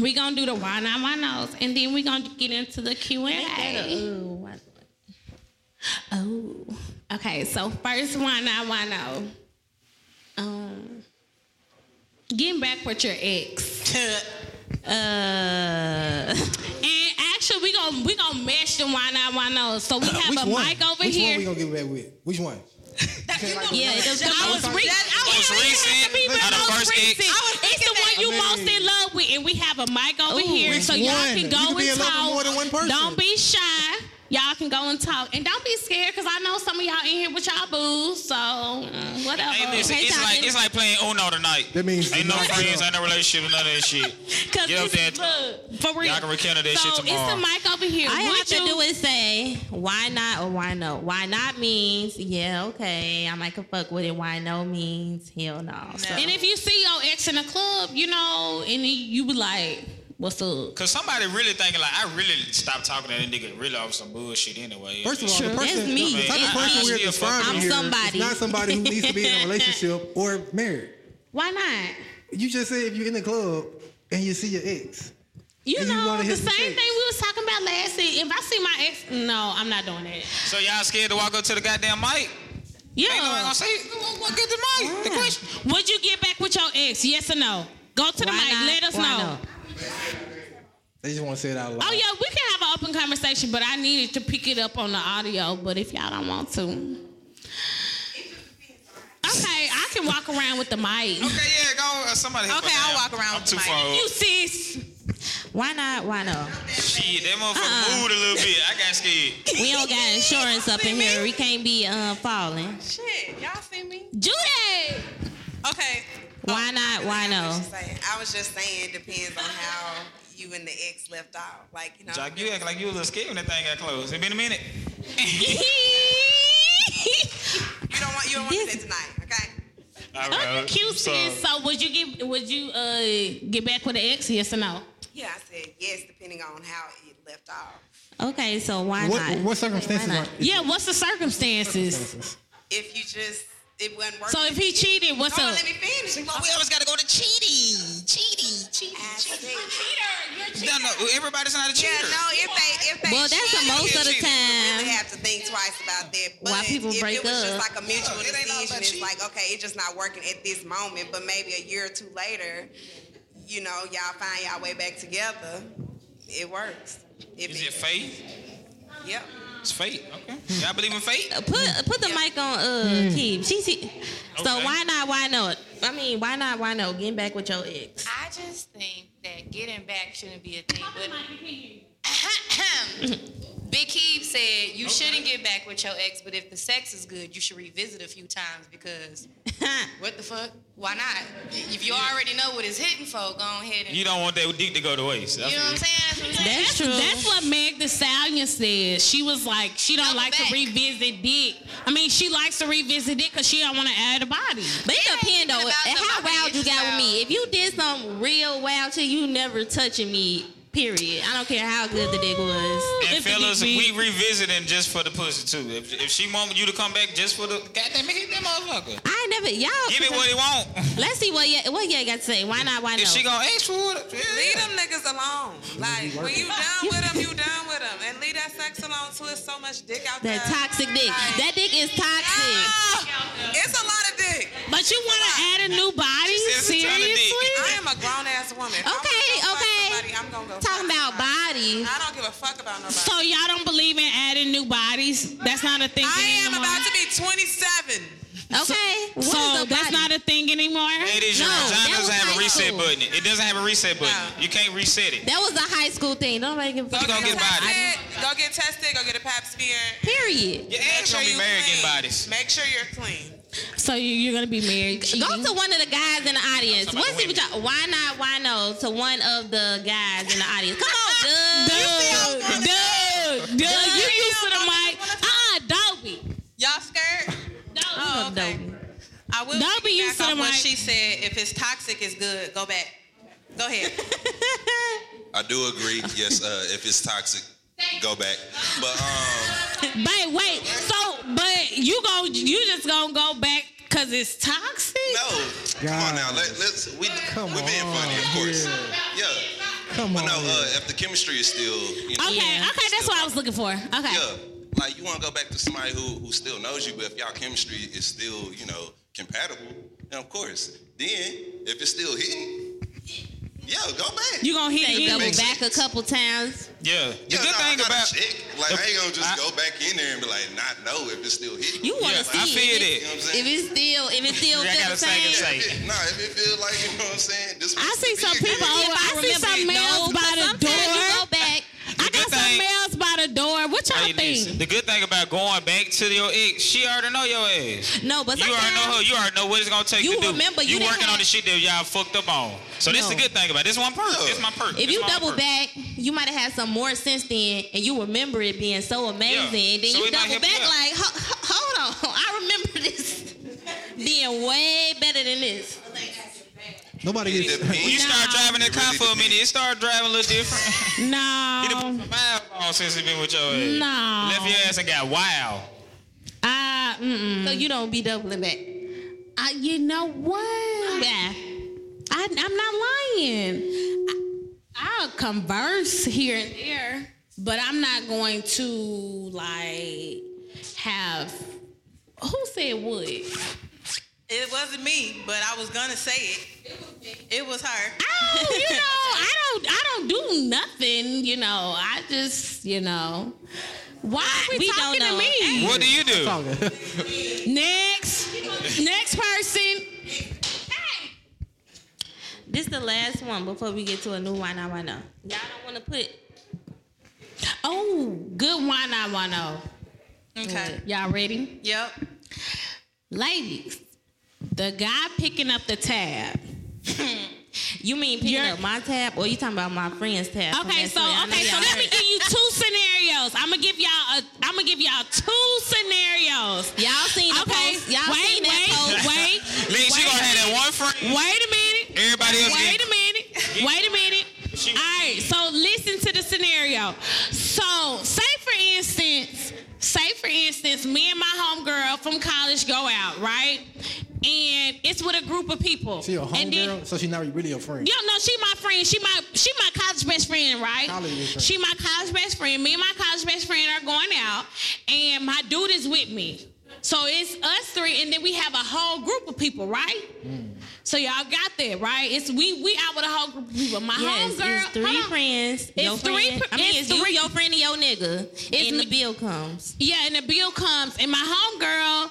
A: we gonna do the why not why nots, and then we gonna get into the Q and A. Oh, okay. So first why not why no? Um, getting back with your ex. Uh, and actually, we gonna we gonna mesh the why not why no. So we have
C: Uh, Which
A: a
C: one?
A: mic over
C: Which
A: here.
C: one we gonna get back with? Which one?
E: Yeah, it was
A: I was re- I was
D: Most
A: recent.
D: recent? Out of
A: most
D: first
A: recent.
D: ex?
B: I was
A: it's the
B: thinking
A: one
B: that.
A: you
C: I
A: most
C: mean-
A: in love with, and we have a mic over
E: Ooh.
A: here, so
C: Which
A: y'all
C: one?
A: can
C: You
A: go
C: can be
A: and
C: in love with
A: talk.
C: more than one person.
A: Don't be shy. Y'all can go and talk, and don't be scared, cause I know some of y'all in here with y'all booze. So mm, whatever.
D: Hey, listen,
E: Okay,
D: it's
E: Tommy.
D: like it's like playing Uno tonight.
C: That means
D: ain't no
C: knock it
D: friends,
C: off.
D: ain't no relationship, none of that shit.
A: Cause
D: Get up there.
A: it's- look, for real.
D: Y'all can rekindle that
A: so
D: shit
A: it's
D: tomorrow.
A: the mic over here.
E: I
A: Would
E: have to
A: you-
E: do is say why not or why no. Why not means yeah okay I might can fuck with it. Why no means hell no. So,
A: And if you see your ex in a club, you know, and then you be like, "What's up?"
D: Cause somebody really thinking like I really stopped talking to that nigga really off some bullshit anyway.
C: First of all,
E: True.
C: the person,
E: That's me.
C: the type
D: I-
C: of person
D: I-
C: we're
D: I'm
C: describing
E: somebody.
C: here is
E: somebody.
C: not somebody who needs to be in a relationship or married.
A: Why not?
C: You just said if you're in the club and you see your ex,
A: You
C: And you
A: know,
C: wanna
A: the
C: hit
A: same
C: the
A: thing
C: chicks.
A: we was talking about last week. If I see my ex, no, I'm not doing that.
D: so y'all scared to walk up to the goddamn mic? Ain't no one
A: Yeah.
D: gonna say it. Well, well, get the mic. The
E: Yeah.
D: question.
A: Would you get back with your ex? Yes or no? Go to the
E: why
A: mic.
E: not,
A: Let us
E: why
A: know.
E: no?
C: they just want to say it out loud.
A: Oh yeah, we can have an open conversation, but I needed to pick it up on the audio. But if y'all don't want to, okay, I can walk around with the mic.
D: Okay, yeah, go. Uh, somebody.
B: Okay, I'll walk around
D: I'm
B: with
D: too
B: the mic.
D: far.
A: You
D: up.
A: sis,
E: Why not? Why no?
D: Shit, that motherfucker moved a little bit. I got scared.
E: We don't got insurance up in here. We can't be um, falling.
B: Shit, y'all see me?
A: Judy.
B: Okay.
E: Why not? Why no?
G: I was just saying, it depends on how you and the ex left off. Like, you know,
D: Jock, you act like you was a little scared when that thing got closed. It been a minute.
G: you don't want you don't want to do that tonight, okay?
D: All
A: Other
D: right,
A: cute
D: Uh, so-
A: sis. So would you get would you uh get back with the ex? Yes or no?
G: Yeah, I said yes, depending on how it left off.
E: Okay, so why
C: What,
E: not?
C: what circumstances
E: Why
C: are
E: not?
A: Yeah. What's the circumstances?
G: If you just it wasn't working.
A: So if he cheated, what's
G: Hold
A: up?
G: on, let me finish. Well, we always gotta go to cheating, cheating, cheating, cheating.
D: No, no, everybody's not a cheater.
G: Yeah, no, if they if they
E: Well, that's the
G: cheat,
E: most of the
G: you really
E: time.
G: have to think twice about that. But
E: Why people
G: if
E: break
G: it was
E: up.
G: just like a mutual
D: It ain't all
G: decision,
D: about
G: it's
D: cheating.
G: like okay, it's just not working at this moment. But maybe a year or two later, you know, y'all find y'all way back together. It works. If
D: Is it faith?
G: Yep.
D: It's fate. Okay. Y'all believe in fate?
E: Put put the mic on uh Keith. She, she So
D: Okay.
E: why not? Why not? I mean, why not? Why no? Getting back with your ex.
H: I just think that getting back shouldn't be a thing. But Big Keeb said you shouldn't get back with your ex, but if the sex is good, you should revisit a few times because what the fuck? Why not? If you already know what it's hitting for, go ahead and
D: You don't want that dick to go to waste. That's
H: you know what I'm saying? That's what I'm saying.
E: That's true.
A: That's what Meg the Stallion said. She was like, she don't
H: Double
A: like
H: back.
A: to revisit dick. I mean, she likes to revisit it because she don't want to add a body.
E: But it
H: ain't
E: depends
H: even
E: though.
H: about the
E: How
H: body,
E: wild you
H: it's
E: got with
H: about-
E: me? If you did some real wild shit, you never touching me. Period. I don't care how good the dick was.
D: And
A: If the dick
D: fellas,
A: big.
D: we revisiting just for the pussy too. If, if she want you to come back just for the goddamn hit that motherfucker.
E: I never y'all.
D: Give it what he want.
E: Let's see what yeah what yeah got to say. Why not? Why no?
D: If she gonna ask for it,
G: Leave
D: yeah.
G: them niggas alone. Like when you done with them, you done with them, and leave that sex alone too. It's so much dick out there.
E: That toxic dick.
G: Like,
E: That dick is toxic.
G: ah, it's a lot of dick.
A: But you want to add a new body?
D: said it's a ton of dick.
A: Seriously?
G: I am a grown ass woman. If I'm gonna
E: Okay,
G: go fuck
E: okay.
G: Somebody, I'm gonna go
E: Talking
G: fuck
E: about
G: somebody.
E: body.
G: I don't give a fuck about nobody.
A: So y'all don't believe in adding new bodies? That's not a thing
G: I am
A: anymore.
G: about to be 27.
E: Okay. What is
A: so
E: a
A: that's
E: body?
A: not a thing anymore.
D: Ladies,
E: No,
D: your
E: that
D: vagina
E: was
D: doesn't have a
E: high
D: reset
E: school.
D: button. It doesn't have a reset button. You can't reset it.
E: That was a high school thing. Don't nobody give a
G: Go
E: fuck.
D: You gonna
E: about
D: get
E: that.
D: body.
G: tested. Go get tested. Go get a pap smear.
E: Period.
D: Your ass gonna be
G: you
D: married getting
G: clean.
D: bodies.
G: Make sure you're clean.
A: So you, you're gonna be married.
E: Go
A: cheating.
E: to one of the guys in the
D: I'm
E: audience.
D: talking
E: What's
D: about
E: it with y'all? Why not? Why no? To one of the guys in the audience. Come on, dude.
A: Doug, Doug, Doug, you used to the mic. Uh-uh, Dolby.
B: Y'all scared?
E: Oh,
B: okay.
E: Adobe.
B: I will
A: Don't be
B: piggyback
A: used to
B: off
A: them,
B: what
A: like-
B: she said. If it's toxic, it's good. Go back. Go ahead.
I: I do agree. Yes, uh, if it's toxic,
J: Go back. But um,
A: But wait, so but you go, you just gonna go back because it's toxic.
J: no. Come on now. Let, let's we
C: Come
J: we're being funny, of
C: on,
J: course. Yeah.
C: Come
J: but no,
C: on.
J: uh, if the chemistry is still, you know,
A: Okay, okay, that's what I was looking for. Okay,
J: yeah. Like you want to go back to somebody who who still knows you, but if y'all chemistry is still, you know, compatible, then of course. Then if it's still hitting, yeah, go back.
A: you gonna hit
E: They
A: it.
E: double
J: makes
E: back a
J: sense.
E: couple times.
D: Yeah. The
J: yeah,
D: good
J: nah, I
D: thing
J: gotta
D: about
J: check. like I ain't gonna just
D: I-
J: go back in there and be like, not know if it's still hitting.
E: You want
D: Yeah,
E: to
D: I
E: see
D: feel
E: it.
D: that.
J: You know what I'm
E: If
J: saying?
E: it's still, if it's still
D: Yeah, I
E: feel the
D: gotta say, I gotta
E: same.
D: say.
J: If it- Nah, if it feel like you know what I'm saying, this.
A: I see some people.
J: Yeah,
A: I,
E: If
A: see some males
E: no,
A: by
E: 'cause
A: the door.
E: sometimes You go back.
A: I got
D: good
A: some
D: thing-
A: males by the door. What y'all
D: Hey, listen,
A: think?
D: the good thing about going back to your ex, she already know your ass.
E: No, but
D: you already know her.
E: sometimes
D: You already know what it's gonna take
E: You
D: to do.
E: remember you
D: you
E: didn't
D: working on
E: have-
D: the shit that y'all fucked up on. So this is the
E: No.
D: good thing about it. this one perk. This my perk.
E: if
D: This
E: you
D: my
E: double
D: perk.
E: back, you might have had some more since then, and you remember it being so amazing.
D: Yeah.
E: And then
D: So
E: you
D: it might
E: double
D: help you
E: back
D: out.
E: like, "Ho- ho- hold on, I remember this being way better than this.
C: Nobody
J: It
C: gets.
D: when you
J: depends.
D: start driving that
J: It really
D: car for a minute, it start driving a little different. He done
A: No,
D: put some fireball since he been with your ass.
A: No.
D: Left your ass and got wild.
A: I mm-mm.
E: So you don't be doubling back.
A: I, you know what?
E: Yeah.
A: I, I'm not lying. I, I'll converse here and there, but I'm not going to like have. Who said what?
B: It wasn't me, but I was gonna say it. It was her.
A: Oh, you know, I don't. I don't do nothing. You know, I just, you know. Why are we,
E: We don't
A: talking to
E: know.
A: me?
D: What do you do?
A: Next, next person.
E: This the last one before we get to a new why not why not. Y'all don't want to put.
A: Oh, good wine I wanna.
B: Okay.
A: Y'all ready?
B: Yep.
A: Ladies, the guy picking up the tab.
E: You mean picking
A: You're-
E: up my tab, or you talking about my friend's tab? from
A: Okay,
E: last
A: so
E: week? I know
A: okay, so
E: y'all
A: let
E: heard.
A: me give you two scenarios. I'm gonna give y'all a, I'm gonna give y'all two scenarios.
E: Y'all seen the
A: Okay,
E: post? Y'all
A: wait,
E: seen that
A: wait,
E: post?
A: wait,
D: Lee,
A: wait,
D: she gonna have that one friend.
A: wait a minute.
D: Everybody else
A: Wait
D: get-
A: a minute. Wait a minute. All right, so listen to the scenario. So, say for instance, say for instance, me and my homegirl from college go out, right? And it's with a group of people.
C: She a
A: and then-
C: homegirl, so she not really a friend.
A: Yo, no, she my friend. She my she my college best friend, right?
C: College best friend.
A: She my college best friend. Me and my college best friend are going out, and my dude is with me. So it's us three, and then we have a whole group of people, right?
C: Mm.
A: So y'all got that, right? It's we we out with a whole group of people. My
E: Yes,
A: homegirl,
E: it's three
A: hold on.
E: friends.
A: It's
E: your
A: three
E: friend-
A: pr-
E: I mean,
A: it's
E: it's, you,
A: three-
E: your friend, and your nigga. and the
A: n-
E: bill comes.
A: Yeah, and the bill comes, and my homegirl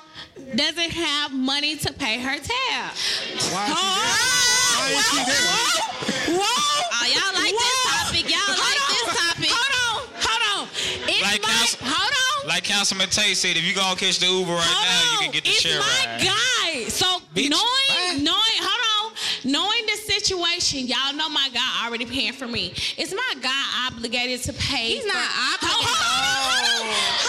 A: doesn't have money to pay her tab.
C: Why is she
A: Oh,
C: is she
A: whoa, whoa, whoa.
E: Oh, y'all like
A: Whoa.
E: this topic. Y'all like
A: Hold
E: this
A: on.
E: topic.
A: Hold on, hold on. It's
D: Like
A: my,
D: Council-
A: hold on.
D: Like Councilman Tay said, if you gonna catch the Uber right
A: hold
D: now,
A: on.
D: you can get the
A: Oh, it's
D: share
A: my
D: ride.
A: guy. So
D: Bitch,
A: knowing,
D: bye.
A: knowing, hold on, knowing the situation, y'all know my guy already paying for me. Is my guy obligated to pay?
E: He's
A: for-
E: not obligated.
A: Hold on,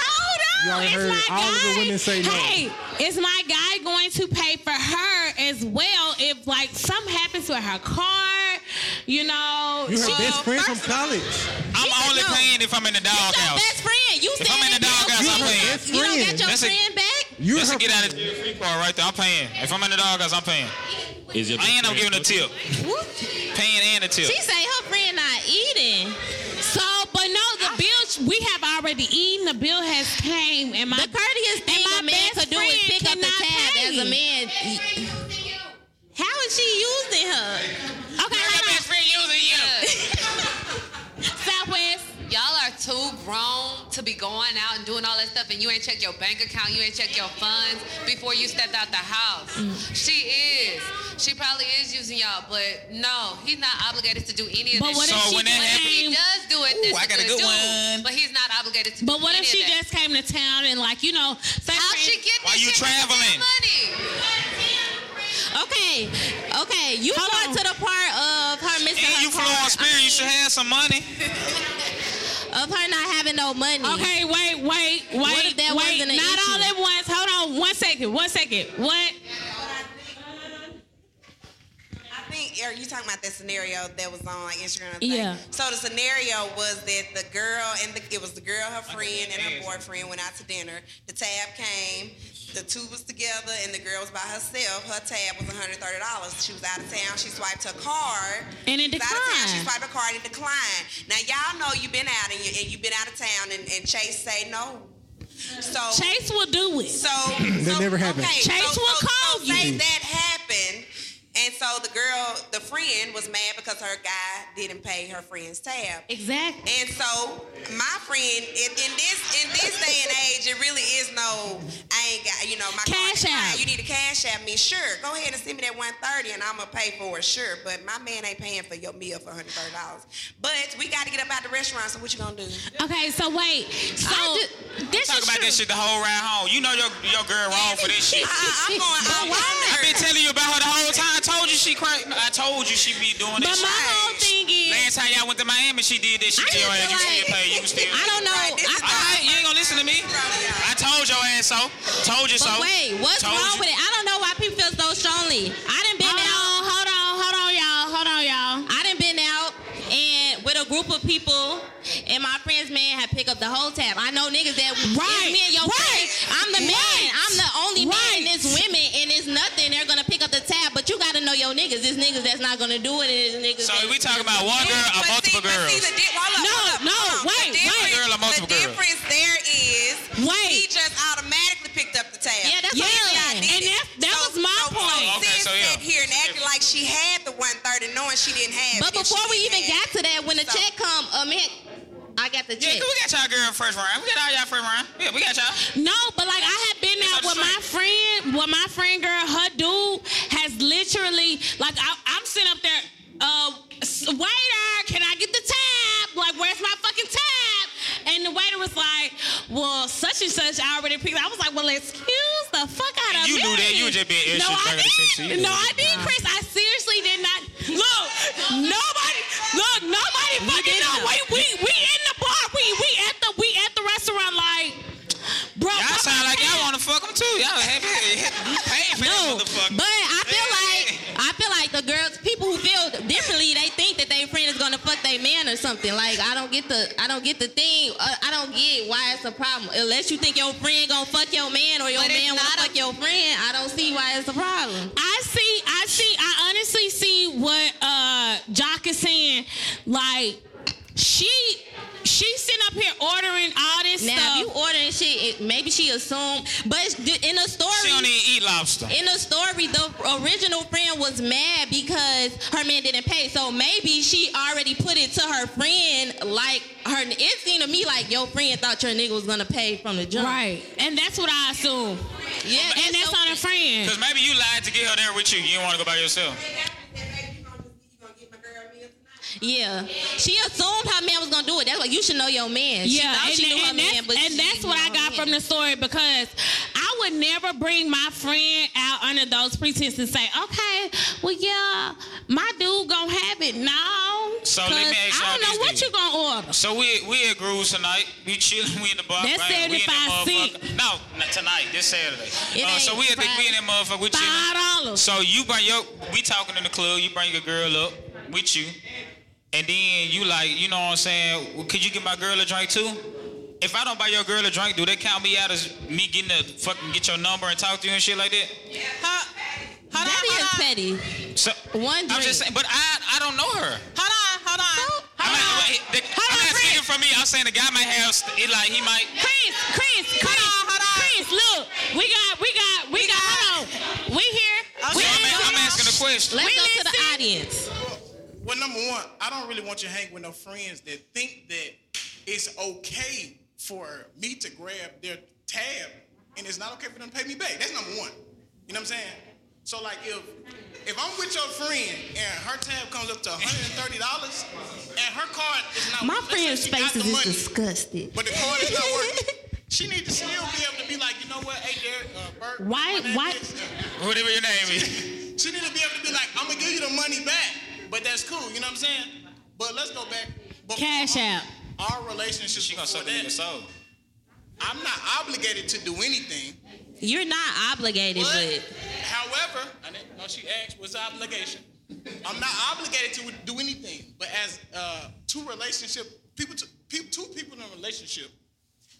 C: You
A: hold on, hold on.
C: already
A: It's
C: heard
A: my
C: all of the
A: guy.
C: women say no.
A: Hey, is my guy going to pay for her as well if like something happens with her car? You know,
C: You her
A: she-
C: best friend from college.
D: I'm only paying if I'm in the
E: Your
D: doghouse.
E: best friend. You
D: If
E: said
D: I'm in the
E: that
D: doghouse,
E: bill
D: I'm
E: comes.
D: paying.
C: That's
E: You don't get your
D: That's a-
E: friend back.
C: You
D: That's
C: her
D: a get out of jail free card right there. I'm paying. If I'm in the doghouse, I'm paying.
F: Is your
D: And I'm
F: friend-
D: giving a tip.
E: What?
D: Paying and a tip.
E: She say her friend not eating.
A: So, but no, the
E: Ah.
A: bill we have already eaten. The bill has came, and my
E: The courteous thing
A: my
E: a man
A: best
E: could do is
A: friend
E: pick up the
A: cannot
E: tab
A: pay.
E: as a man. How is she using her?
A: okay,
D: My
A: hold
D: best friend using you.
A: on, Southwest.
G: Y'all are too grown to be going out and doing all that stuff, and you ain't check your bank account, you ain't check your funds before you stepped out the house.
A: Mm.
G: She is. She probably is using y'all, but no, he's not obligated to do any of
A: But
G: that.
A: what
G: shit.
A: if
D: So
A: she
D: when that
A: came-
G: If he does do it,
D: Ooh,
G: that's
D: I got a good
G: dude,
D: one.
G: But he's not obligated to.
A: But
G: do
A: what if
G: any
A: she
G: of that.
A: just came to town and like you know, say
G: How
A: for
G: she
A: instance-
G: get
D: Why
G: this
D: you
G: shit with that
D: traveling?
G: Money.
E: Okay, okay. You
A: Hold
E: going
A: on.
E: to the part of her missing
D: And
E: her
D: you flew
E: car,
D: on Spirit, you should have some money.
E: of her not having no money.
A: Okay, wait, wait, wait,
E: What if that
A: wait.
E: wasn't an
A: Not all
E: issue?
A: at once. Hold on, one second, one second. What?
K: I think
G: Eric, you talking about that scenario that was on like Instagram? Thing.
A: Yeah.
G: So the scenario was that the girl and the, it was the girl, her friend, and her boyfriend went out to dinner. The tab came. The two was together, and the girl was by herself. Her tab was one hundred thirty dollars. She was out of town. She swiped her card.
A: And it
G: She was out of town. She
A: declined.
G: swiped her card and it declined. Now y'all know you've been out and, you, and you've been out of town, and, and Chase say no. So
A: Chase will do it.
G: so,
C: That
G: so-
C: never happened.
G: Okay,
A: Chase
G: so,
A: will
G: so,
A: call
G: so
A: you.
G: Say that happened, and so the girl, the friend, was mad because her guy didn't pay her friend's tab.
A: Exactly.
G: And so my friend, in, in this in this day and age, it really is no. I ain't got you know my card
A: Cash
G: is mine.
A: app.
G: You need to cash at me, sure. Go ahead and send me that one thirty, and I'ma pay for it, sure. But my man ain't paying for your meal for hundred thirty dollars. But we got to get up out the restaurant. So what you gonna do?
A: Okay, so wait. So this
D: Talk
A: is
D: about
A: true.
D: that shit the whole ride home. You know your your girl wrong for this shit.
G: I, I'm going. I,
D: I've been telling you about her the whole time. I told you she crazy. I told you she be doing
A: But
D: this
A: my
D: shit.
A: whole thing is,
D: Last time y'all went to Miami, she did this shit.
A: I
D: to your
A: just
D: ass. You
A: feel
D: still
A: like-
D: pay. You was still.
A: I don't know. I
D: All right, you ain't gonna listen to me. I told your ass so. Told you so.
E: But wait, what's
D: Told
E: wrong
D: you.
E: with it? I don't know why people feel so strongly. I didn't been
A: hold
E: out.
A: on, hold on, hold on, y'all, hold on, y'all.
E: I done been out and with a group of people, and my friend's man had picked up the whole tab. I know niggas that
A: Right,
E: it's me and your
A: right,
E: friend. I'm the man.
A: right,
E: I'm the only man. And it's
A: right.
E: women, and it's nothing. They're gonna pick up the tab, but you gotta know your niggas. There's niggas that's not gonna do it, and there's niggas.
D: So
E: that-
D: we talking about one girl or multiple girls?
A: No, no, wait, wait.
D: Girl or multiple
G: The
D: girl?
G: difference there is he
A: Wait.
G: just automatically picked up the tab.
E: Yeah, that's
A: Yeah,
E: what I'm saying.
G: I did
A: and
G: it.
A: that- that was my point.
D: Okay,
G: Sis
D: so, yeah.
G: sat here and acted like she had the 130 knowing she didn't have
E: But
G: it. and she
E: before we
G: didn't
E: even got
G: have
E: to that, when the
G: So-
E: check come, uh, man, I got the
D: Yeah,
E: check.
D: 'cause we got y'all girl first round. We got all y'all first round. Yeah, we got y'all.
A: No, but like I have been out with my friend, with my friend girl, her dude has literally like I, I'm sitting up there, uh, s- waiter, can I get the tab? Like, where's my fucking tab? And the waiter was like, well, such and such, I already picked. I was like, well, excuse the fuck out of
D: You
A: me.
D: knew that. You were just being
A: No,
D: extra,
A: I
D: bringing the shit to you.
A: did. No, I did, Chris. I seriously did not. Look, nobody. Look, nobody fucking know. We we we in the bar. We we at the we at the restaurant like. Bro,
D: Y'all
A: fuck
D: sound
A: my
D: like y'all
A: tab.
D: want to fuck them too. Y'all happy? You paying for
E: No,
D: this motherfucker?
E: but I feel
D: Yeah.
E: like I feel like the girls, people who feel differently, they think that their friend is gonna fuck their man or something. Like I don't get the, I don't get the thing. Uh, I don't get why it's a problem unless you think your friend gonna fuck your man or your
L: But it's
E: man wanna
L: not a-
E: fuck your friend. I don't see why it's a problem.
A: I see, I see, I honestly see what uh Jock is saying. Like, she she's sitting up here ordering all this
E: Now
A: stuff.
E: if you ordering shit, it, maybe she assumed, but it's- in the story.
D: She don't even eat lobster.
E: in the story, the original friend was mad because her man didn't pay. So maybe she already put it to her friend, like her. It seemed to me like your friend thought your nigga was gonna pay from the jump.
A: right. And that's what I assume.
E: Yeah.
A: And that's
E: so-
A: on a friend.
D: Cause maybe you lied to get her there with you. You didn't want to go by yourself.
E: Yeah. She assumed her man was gonna do it. That's why you should know your man. She
A: yeah,
E: thought
A: and,
E: she knew her
A: and
E: man, but
A: that's,
E: she
A: and that's
E: didn't
A: what
E: know
A: I
E: her
A: got
E: man.
A: from the story because I would never bring my friend out under those pretenses and say, okay, well, yeah, my dude gonna have it. No,
D: So let me
A: 'cause
D: ask
A: I
D: y'all
A: don't know
D: this
A: what
D: then.
A: you gonna order.
D: So we we at Grooves tonight. We chilling. We in the bar.
A: That's
D: right? We in
A: 75
D: that
A: cent.
D: motherfucker. No, not tonight. This Saturday.
E: It
D: Uh, so
E: ain't
D: we at the we in that motherfucker. We chilling.
A: Five dollars.
D: So you bring your we talking in the club. You bring your girl up with you, and then you like you know what I'm saying. well, Could you get my girl a drink too? If I don't buy your girl a drink, do they count me out as me getting to fucking get your number and talk to you and shit like that?
B: Huh? Hold
E: That
B: on,
E: is
B: hold on.
E: petty.
D: So
E: One
D: I'm
E: drink.
D: just saying, but I I don't know her.
B: Hold on, hold on.
D: I'm
B: Hold
D: not,
B: on.
D: wait, the, I'm not speaking for me. I'm saying the guy might have st- it like he might.
A: Chris, Chris, Chris,
B: on, hold on.
A: Chris, look, we got, we got, we got, hold on, we here.
B: Okay.
A: We
D: So I'm,
A: here.
D: a- I'm asking a question.
E: Let's
A: We
E: go to the
A: listen.
E: audience.
J: Well, number one, I don't really want you to hang with no friends that think that it's okay for me to grab their tab and it's not okay for them to pay me back. That's number one. You know what I'm saying? So like if if I'm with your friend and her tab comes up to $130 and her card is not
E: My
J: let's say
E: friend's
J: she got
E: face
J: the
E: is
J: money,
E: disgusted.
J: But the card is not working. She needs to still be able to be like, you know what, hey Derek, uh, Bert,
A: Why-
J: my name
A: why-
J: is-
D: Whatever your name is.
J: she need to be able to be like, I'm gonna give you the money back, but that's cool. You know what I'm saying? But let's go back. But
A: Cash
J: our,
A: app.
J: Our relationship.
D: She gonna
J: before
D: suck it in your
J: that,
D: soul.
J: I'm not obligated to do anything.
E: You're not obligated,
J: But
E: but
J: however, I didn't know she asked what's the obligation.
D: uh,
J: I'm not obligated to do anything. But as uh, two relationship people, two, peop two people in a relationship,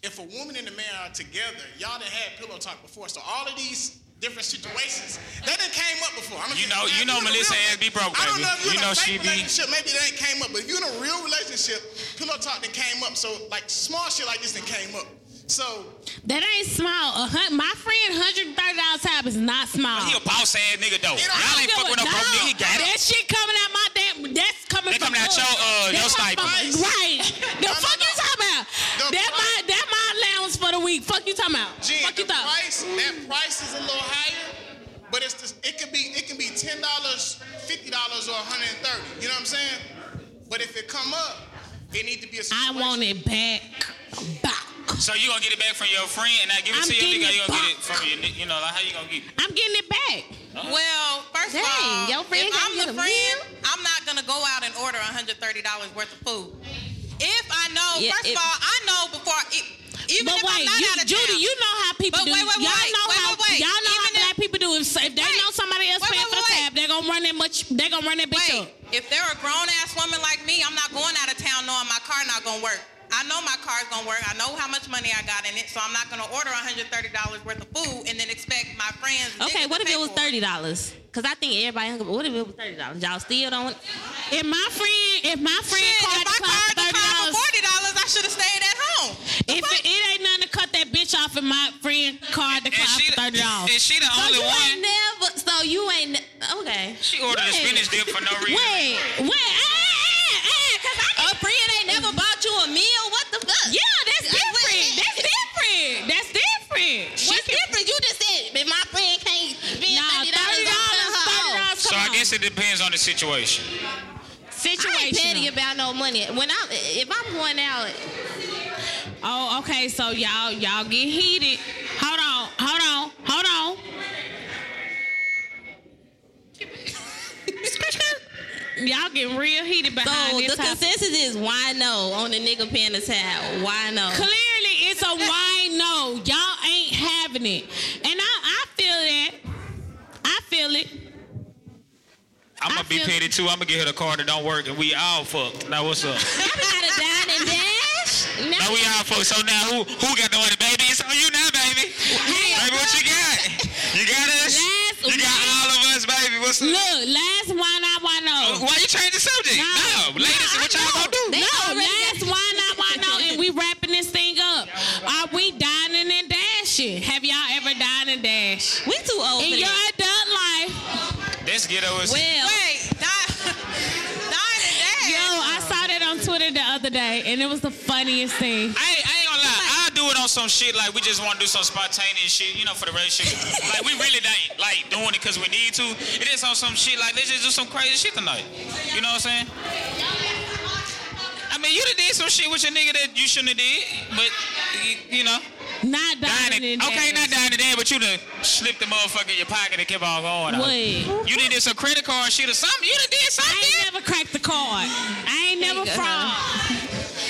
J: if a woman and a man are together, y'all done had pillow talk before. So all of these different situations that done came up before. I'm
D: You know- you know Melissa ass be broke,
J: I don't know
D: baby.
J: if you,
D: You
J: in
D: know
J: a
D: she
J: fake
D: be-
J: relationship, maybe that ain't came up. But if you in a real relationship, pillow talk that came up. So like small shit like this that came up. So
A: That ain't small. A hun- my friend, hundred thirty dollars tab is not small.
D: He a boss ass nigga though.
A: I
D: Y'all
A: don't
D: ain't
A: give
D: fuck
A: a-
D: with no broke nigga. He got
A: That
D: it.
A: shit coming out my damn. That's coming
D: That
A: from
D: coming out
A: us.
D: your, uh,
A: That
D: your
A: coming from-
D: stipend.
A: Right. The fuck you talking about? That my that my allowance for the week. Fuck you talking about?
J: Gee,
A: fuck
J: the
A: you talking?
J: price that price is a little higher, but it's just, it could be it can be ten dollars, fifty dollars, or one hundred and thirty. You know what I'm saying? But if it come up, it need to be a.
A: I want it back.
D: So you gonna get it back from your friend and I give it
A: I'm
D: to your
A: getting
D: nigga. or You
A: it
D: gonna get it from your ni- you know like how you gonna get it?
A: I'm getting it back.
B: Well, first
A: Dang,
B: of all,
A: your friend
B: if
A: gotta
B: I'm
A: get a
B: the friend, I'm not gonna go out and order $130 worth of food. If I know,
A: Yeah,
B: first
A: if-
B: of all, I know before, it, even
A: but
B: if
A: wait,
B: I'm not
A: you,
B: out of
A: Judy,
B: town.
A: you know how people
B: But
A: do.
B: wait, wait,
A: y'all
B: wait,
A: know
B: wait,
A: how
B: wait, wait.
A: y'all know
B: Even
A: how black people do. If, if they know somebody else
B: Wait,
A: paying
B: wait,
A: for
B: wait,
A: the
B: wait.
A: tab, they gonna run that much. They gonna run that bitch up.
B: If they're a grown ass woman like me, I'm not going out of town knowing my car not gonna work. I know my car's gonna work. I know how much money I got in it, so I'm not gonna order $130 worth of food and then expect my friends.
E: Okay,
B: niggas
E: what
B: to
E: if
B: pay
E: it was
B: for
E: thirty dollars? Cause I think everybody hung up. What if it was thirty dollars? Y'all still don't.
A: If my friend, if my friend
E: called,
A: I card thirty dollars.
B: Forty dollars. I should have stayed at home.
A: If it, it ain't nothing to cut that bitch off in my friend card to clock for thirty dollars.
D: and she the
A: so
D: only
A: you
D: one?
A: Ain't never. So you ain't. ne- Okay.
D: She ordered a
A: Wait.
D: spinach dip for no reason.
A: Wait, wait,
E: A friend ain't never bought you a meal. What the fuck?
A: Yeah, that's different. That's different. That's different.
E: What's different? You just said, but my friend can't spend
A: Nah,
E: thirty dollars on her.
D: So I guess it depends on the situation.
E: Situation. I ain't petty about no money. When I'm, if I'm going out,
A: Oh, okay. So y'all, y'all get heated. Hold on, hold on, hold on. y'all getting real heated behind
E: so
A: this
E: the
A: topic.
E: consensus is why no on the nigga paying the tab. Why no?
A: Clearly, it's a why no. Y'all ain't having it, and I, I feel that. I feel it.
D: I'm gonna be petty too. I'm gonna get her the car that don't work and we all fucked. Now what's up?
E: Now we gotta dine and dash.
D: now we all fucked. So now who who got the money, baby? It's on you now, baby. baby, what you got? You got us.
A: Last
D: you got
A: wine-
D: all of us, baby. What's up?
A: Look, last why not? Why no?
D: Oh, Why you change the subject? No, ladies, what y'all gonna do?
A: No, last why not? Why no? And we wrapping this thing up. Are we dining and dashing? Have y'all ever dined and dashed?
E: We too old.
A: In
E: for
A: your
E: that.
A: adult life,
D: Let's get over.
B: wait, not, not in that.
A: Yo, I saw that on Twitter the other day, and it was the funniest thing.
D: I ain't, I ain't gonna lie. I do it on some shit like we just want to do some spontaneous shit, you know, for the relationship. like we really ain't like doing it because we need to. It is on some shit like let's just do some crazy shit tonight. You know what I'm saying? I mean, you done did some shit with your nigga that you shouldn't have did, but y- you know.
A: Not dining.
D: Dining, okay, not dying today, but you done slipped the motherfucker in your pocket and kept on going.
A: What?
D: You done did some credit card shit or something. You done did something.
A: I ain't never cracked the card. I ain't never fraud.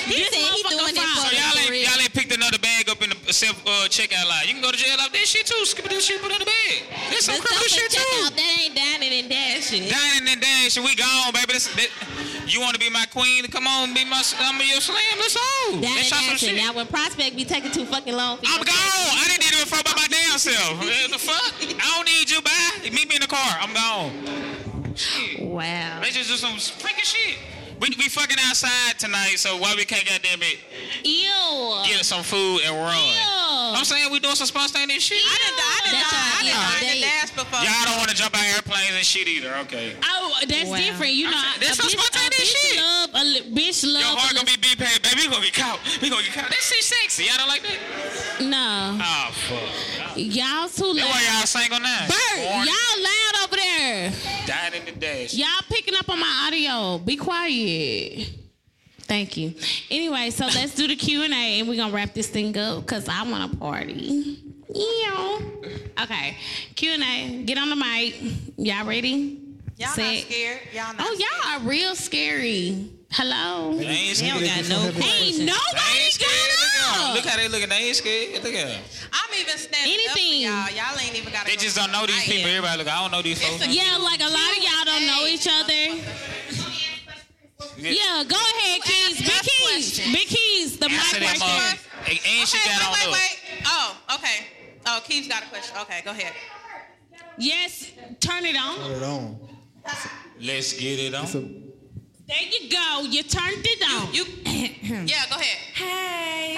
A: He said he doing
D: So y'all ain't, y'all ain't picked another bag up in the self uh, checkout line. You can go to jail off this shit too. Skip this shit, put it in the bag. This some
E: That's
D: criminal shit
E: something check
D: too.
E: out. That ain't dining and dashing.
D: Dining and dashing, we gone, baby. This, that, you want to be my queen? Come on, be my I'm your slam. Let's go.
E: Dining
D: Let's
E: and
D: try some
E: dashing.
D: shit.
E: Now when prospect be taking too fucking long. For
D: I'm gone. I didn't did it before by my damn self. Eh, the fuck? I don't need you. Bye. Meet me in the car. I'm gone.
E: Wow.
D: Let's just do some freaking shit. We, we fucking outside tonight, so why we can't goddamn it
A: Ew.
D: get some food and run?
A: Ew.
D: I'm saying we doing some spontaneous shit.
B: I done, I done,
E: That's
B: I
E: y'all
B: done dined and
E: date.
B: dashed before.
D: Y'all don't want to jump out airplanes and shit either. Okay.
A: Oh, that's
E: Wow.
A: different. You know,
D: saying,
A: a
D: that's some
A: bitch, a
D: spontaneous
A: bitch
D: shit.
A: Love, a li- bitch
D: Your
A: love.
D: heart gonna be beat paid, baby. We gonna get caught. We gonna get caught. That shit sexy. Y'all don't like that?
A: no,
D: Oh fuck.
A: y'all too
D: That's why
A: loud.
D: y'all single now.
A: Bert,
D: Born,
A: y'all loud over there.
D: died in the dash.
A: Y'all picking up on my audio. Be quiet. Thank you. Anyway, so let's do the Q and A, and we're gonna wrap this thing up because I want to party. Yeah. Okay. Q and A. Get on the mic. Y'all ready?
B: Y'all not
A: Set.
B: scared. Y'all not
A: Oh, y'all are real scary. Hello.
D: They ain't scared.
A: Ain't nobody got
D: Look
A: up.
D: how they looking. They ain't scared. Look at them.
B: I'm even standing
A: Anything.
B: up for y'all. Y'all ain't even got to
D: They just don't know these people. Everybody look. I don't know these folks.
A: Yeah, like a lot of y'all don't know each other. Yeah, go ahead, Keys. Big Keys. Big Keys, the mic
D: Answer that
A: right there.
D: mother. And and she
B: Okay,
D: got
B: wait,
D: on up.
B: wait, wait. Oh, okay. Oh, Keith's got a question. Okay, go ahead.
A: Yes, turn it on.
C: Turn it on.
D: Let's get it on.
A: There you go. You turned it on.
B: You, yeah, go ahead.
M: Hey.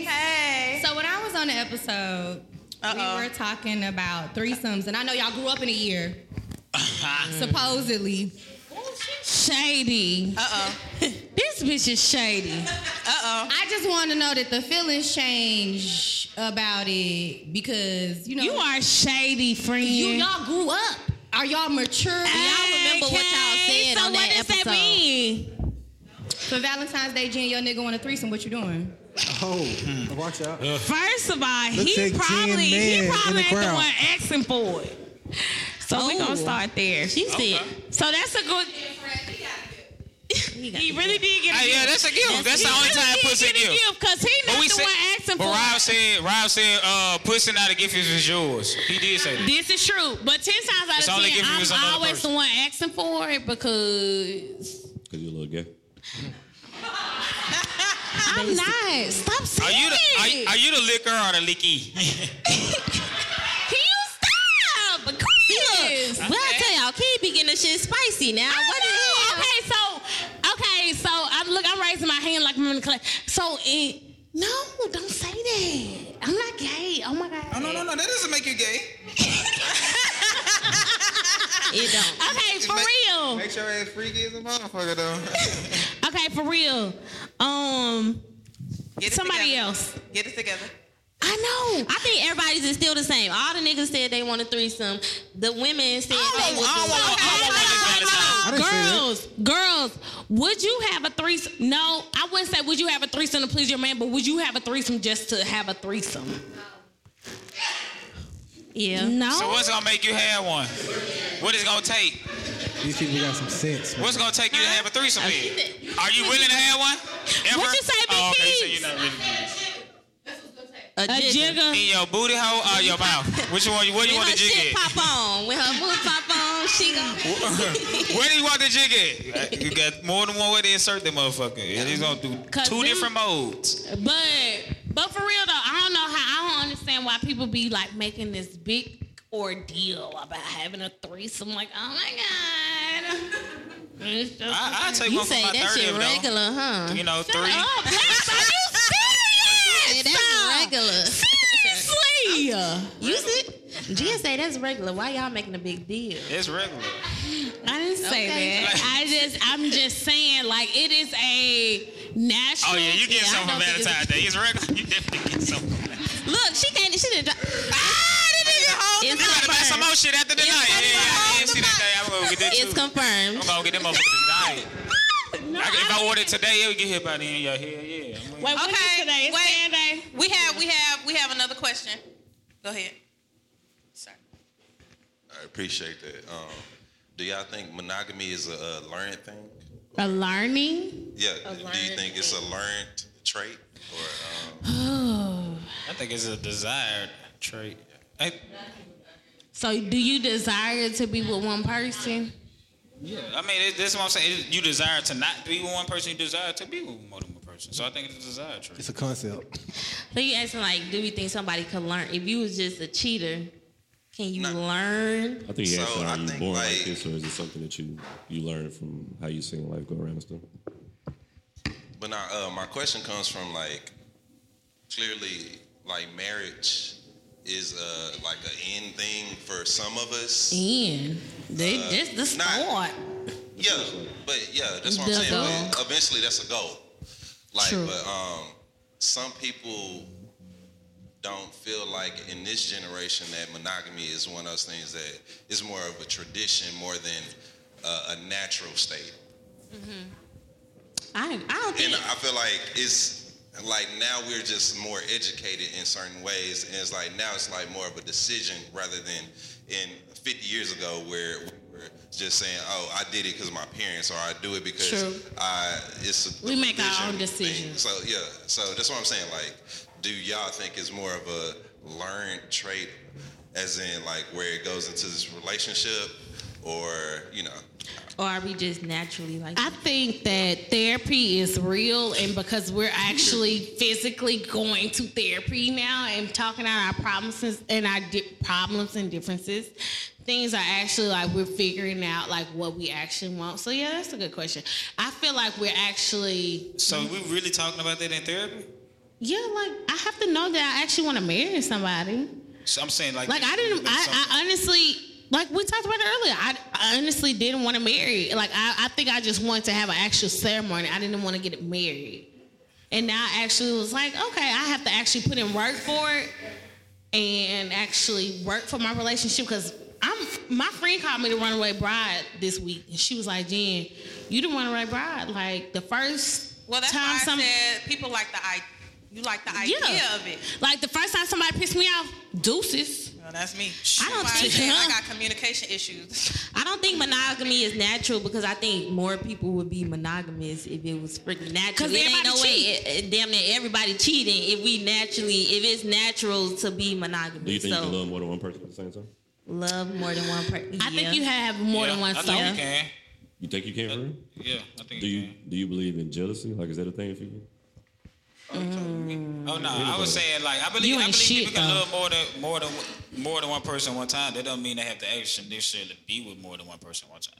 A: Hey.
B: Hey.
M: So when I was on the episode, we were talking about threesomes, and I know y'all grew up in a year, supposedly.
A: Shady.
B: Uh oh.
A: This bitch is shady.
B: Uh
M: I just want to know that the feelings change about it because you know
A: You are shady, friend.
M: you all grew up. Are y'all mature? y'all remember what y'all said
A: so
M: on
A: what
M: that
A: does
M: episode?
A: that mean?
M: For Valentine's Day, Jen, your nigga want a threesome. What you doing?
J: Hmm.
C: Oh, watch out.
A: First of all,
C: Looks
A: he
C: like
A: probably
C: Jen Mann
A: he
C: in the
A: probably ain't the
C: crowd.
A: one asking for it. So we
E: Oh.
A: gonna start there.
E: She said,
A: So that's a good. He really did get a
D: Hey,
A: gift.
D: yeah, that's a gift. That's
A: He
D: the only
A: really
D: time
A: did
D: pussy
A: get a
D: gift.
A: gift because he
D: But
A: not
D: we
A: the
D: said,
A: one asking
D: but
A: for
D: Rob
A: it.
D: said, Rob said, uh, pussy not a gift if it's yours. He did say that.
A: This is true, but ten times out
D: It's
A: of
D: only
A: ten,
D: gift if it's
A: I'm
D: another
A: always
D: person.
A: the one asking for it because
F: Cause you're a little gay.
A: I'm not. Stop saying
D: Are you the
A: it.
D: are, are you the liquor or the licky?
A: Can you stop? Chris.
E: well, I tell y'all, Key be getting the shit spicy now.
A: I
E: What
A: know.
E: the hell?
A: Okay, so okay, so I'm look. I'm raising my hand like I'm in the class. So it. No, don't say that. I'm not gay. Oh my
I: No,
A: god.
I: no, no, no. That doesn't make you gay.
E: It don't.
A: Okay, for real.
I: Make sure ass freaky as a motherfucker though.
A: Okay, for real. Um,
B: Get it
A: somebody
B: together.
A: else.
B: Get it together.
E: I know. I think everybody's is still the same. All the niggas said they want a threesome. The women said they would. do it. oh,
A: Hold on,
C: didn't say that.
A: Girls, girls, would you have a threesome? No, I wouldn't say would you have a threesome to please your man, but would you have a threesome just to have a threesome?
E: Yeah.
A: No.
D: so what's gonna make you have one? What is gonna take?
C: These people got some sense. Man.
D: What's gonna take you to have a threesome? Then? Are you willing to have one? Ever?
A: What you say, Big
D: Oh, okay, you say
A: Keys?
D: you're not really
E: A
A: a
E: jigger.
A: jigger.
D: in your booty hole or your mouth? Which one? Where you
E: When
D: want
E: her
D: the jig
E: shit
D: at?
E: pop on, when her boobs pop on, she gon'
D: Where do you want the jig at? You got more than one way to insert that motherfucker. And It's gonna do
A: Cause
D: two
A: them-
D: different modes.
A: But but for real though, I don't know how I don't understand why people be like making this big ordeal about having a threesome. Like, oh my god. It's just-
D: I, I take
E: You
D: one for
E: say
D: my
E: that
D: thirty
E: shit
D: of them.
E: regular, huh?
D: You know,
A: Shut
D: three.
A: up, Lex, are you
E: Yeah,
A: serious?
E: that's regular.
A: Seriously.
E: You see? Gia say that's regular. Why y'all making a big deal?
D: It's regular.
A: I didn't say
E: Okay.
A: that. I just I'm just saying like it is a national
D: Oh yeah, you get
E: Yeah, I
D: something from
E: don't think it's-
D: Valentine's Day. It's regular. You definitely get something.
E: Look, she can't. She didn't. Ah,
D: You
E: it's
D: gotta buy some
E: confirmed.
D: more shit after the night. Yeah, yeah, I didn't see that thing. I'm gonna go get that
E: It's
D: too. I'm
E: confirmed.
D: gonna get that motherfucker tonight.
A: No,
D: I, if
A: I
D: I order it today, it would get hit by the end. Yeah, hell yeah. I'm gonna-
A: Wait, what is
B: Okay,
A: today? It's
B: wait.
A: Sunday.
B: We have, we have, we have another question. Go ahead. Sorry.
I: I appreciate that. Um, do y'all think monogamy is a, uh learned thing?
A: A learning?
I: Yeah. do you think it's a learned trait? Or um,
D: I think it's a desired trait. I,
A: So do you desire to be with one person?
D: yeah, I mean, it, that's what I'm saying. It- you desire to not be with one person. You desire to be with more than one person. So I think it's a desired trait.
C: It's a concept.
E: So you asking like, do you think somebody could learn? If you was just a cheater, can you
I: Nah.
E: learn?
F: I think you
I: So,
F: asked, her,
I: I
F: are you
I: think,
F: born like,
I: like-
F: this, or is it something that you you learn from how you seen life go around and stuff?
I: but now, uh, my question comes from like clearly, like marriage is uh, like an end thing for some of us.
A: In. They this the
I: not-
A: sport.
I: Yeah, but yeah, that's what I'm
A: The
I: saying.
A: goal.
I: But eventually, that's a goal. Like,
A: True.
I: but um, some people don't feel like in this generation that monogamy is one of those things that is more of a tradition more than uh, a natural state.
E: I, I don't
I: And
E: think.
I: I feel like it's like now we're just more educated in certain ways, and it's like now it's like more of a decision rather than in 50 years ago where we were just saying, oh, I did it because my parents, or I do it because
A: True.
I: I, it's a,
A: We make our own
I: religion thing.
A: decisions.
I: So yeah, so that's what I'm saying. Like, do y'all think it's more of a learned trait, as in like where it goes into this relationship, or you know,
E: Or are we just naturally like
A: I think that therapy is real, and because we're actually physically going to therapy now and talking out our problems and our di- problems and differences, things are actually like we're figuring out like what we actually want. So yeah, that's a good question. I feel like we're actually
D: So we really talking about that in therapy?
A: yeah, like I have to know that I actually want to marry somebody.
D: So I'm saying like,
A: Like I didn't. I, I honestly, like we talked about it earlier, I, I honestly didn't want to marry. Like I, I think I just wanted to have an actual ceremony. I didn't want to get married. And now I actually was like, okay, I have to actually put in work for it and actually work for my relationship because I'm my friend called me the runaway bride this week and she was like, Jen, you the runaway bride. Like the first
B: Well, that's
A: time
B: why I
A: some-
B: said people like the idea. You like the idea of it.
A: Like the first time somebody pissed me off, deuces.
B: Well, that's me.
A: I don't
B: That's why I
A: think-
B: said I got communication issues.
E: I don't think monogamy is natural because I think more people would be monogamous if it was freaking natural.
A: 'Cause
E: It ain't no
A: everybody
E: way,
A: cheat.
E: eh, eh, damn near everybody cheating. If we naturally, if it's natural to be monogamous,
F: Do you think
E: so
F: you can love more than one person at the same time?
E: love more than one person.
A: I think you have more than one soul.
D: can.
F: You think you can
D: Uh,
F: for real?
D: Yeah, I think.
F: Do you do you believe in jealousy? Like, is that a thing for you?
D: Oh no, I was saying like I believe
F: You
D: I
F: ain't
D: believe people
F: shit,
D: can
F: though.
D: love more than more than more than one person at one time. That don't mean they have to actually necessarily be with more than one person at one time.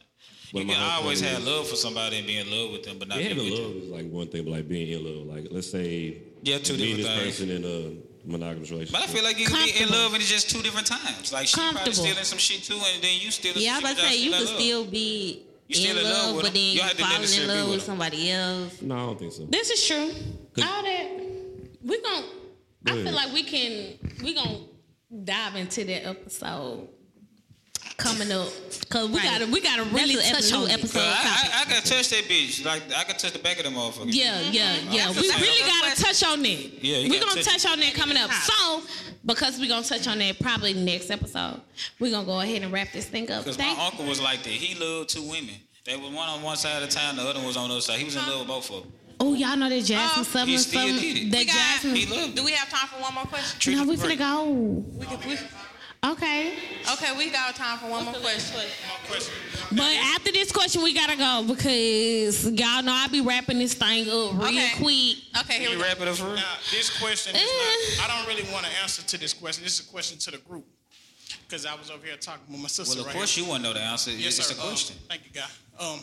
F: One of
D: you
F: my
D: can
F: whole
D: always
F: thing
D: have
F: is-
D: love for somebody and be in love with them, but not be
F: yeah, having
D: with
F: love is like one thing, but like being in love, like let's say
D: Yeah, two
F: me and this
D: different
F: person in a monogamous relationship.
D: But I feel like you can be in love and it's just two different times. Like she probably
E: Comfortable.
D: still in some shit too, and then you still.
E: Yeah, I was about to say you
D: can
E: could still be
D: You still in
E: in
D: love
E: love,
D: with
E: but
D: them.
E: then
D: You
E: you
D: don't have to
E: falling in
D: necessarily be
E: love
D: with
E: with
D: them.
E: somebody else.
F: No, I don't think so.
A: This is true.
F: Good.
A: All that we gon' I
F: Go ahead.
A: feel like we can we gon' dive into that episode coming up because we
E: Right.
A: gotta we gotta
E: That's
A: really
E: an
A: touch
E: episode-
A: on it.
D: Cause I, I, I gotta touch that bitch. Like I can touch the back of them motherfuckers.
A: Yeah, yeah, yeah.
D: That's
A: We
D: a-
A: really gotta touch on that.
D: Yeah, you
A: we
D: gotta
A: gonna
D: touch-
A: touch on that coming up. So because we gonna touch on that probably next episode, we gonna go ahead and wrap this thing up.
D: Because
A: Thank
D: my uncle was like that. He loved two women. They was one on one side of the town, the other was on the other side. He was in love with both of them.
A: Oh, y'all know that Jasmine
D: he
A: Summer,
D: still
A: Summer
D: did it.
A: that Jasmine.
B: Do we have time for one more question?
A: no, we finna go.
B: We can, we,
A: Okay.
B: okay, we got time for one more question.
A: But after this question, we gotta go because y'all know I be wrapping this thing up real
J: Okay.
A: quick.
B: Okay,
J: here
D: we go. wrap it up for real?
J: Now, this question is not, I don't really want to answer to this question. This is a question to the group. Because I was over here talking with my sister
D: Well, of
J: right
D: course
J: here.
D: you wouldn't know the answer.
J: Yes,
D: it's
J: sir.
D: a
J: Um,
D: question.
J: thank you, guy. Um,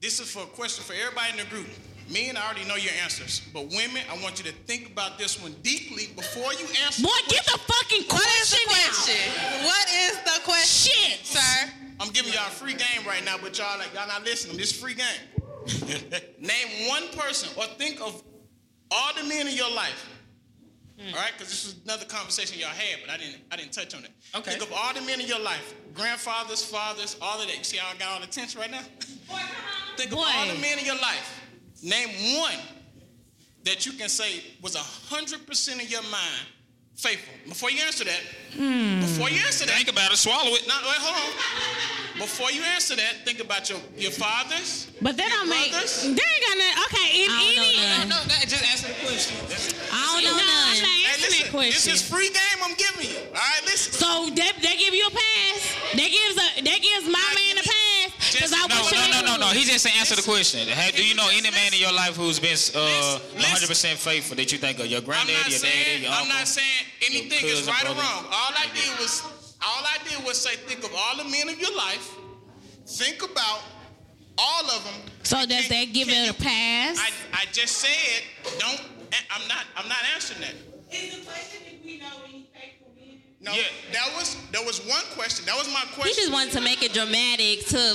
J: this is for a question for everybody in the group. Men, I already know your answers, but women, I want you to think about this one deeply before you answer.
A: Boy, get the fucking
J: What is the
A: question out.
J: question?
B: What is the question, Shit. sir?
J: I'm giving y'all a free game right now, but y'all like y'all not listening. This is free game. Name one person or think of all the men in your life. All right, because this was another conversation y'all had, but I didn't I didn't touch on it. Okay. Think of all the men in your life, grandfathers, fathers, all of that. See how I got all the tense right now? Think of all the men in your life. Name one that you can say was hundred percent of your mind faithful. Before you answer that, before you answer that, think
D: about it. Swallow it.
J: No, wait, hold on. Before you answer that, think about your your fathers.
A: But that don't make. They ain't got nothing. Okay, in any.
J: No,
D: no, just answer the question.
A: I don't know none.
J: Hey, listen,
A: question.
J: This is free game I'm giving you. All right, listen.
A: So they, they give you a pass. They gives a they gives my man a pass because I
D: No,
A: wish.
D: no,
A: I
D: no, no, no.
A: knew.
D: He just said answer the question. Have, do you know any man in your life who's been uh, 100% faithful that you think of? Your granddaddy,
J: not
D: your
J: saying-
D: daddy, your
J: I'm
D: uncle?
J: not saying anything is
D: cousin,
J: right or
D: brother.
J: wrong. All I did was all I did was say think of all the men of your life. Think about all of them.
A: So does that give it a pass?
J: I, I just said don't. I'm not. I'm not answering that. No, that was that was one question. That was my question.
E: He just wanted to make it dramatic. To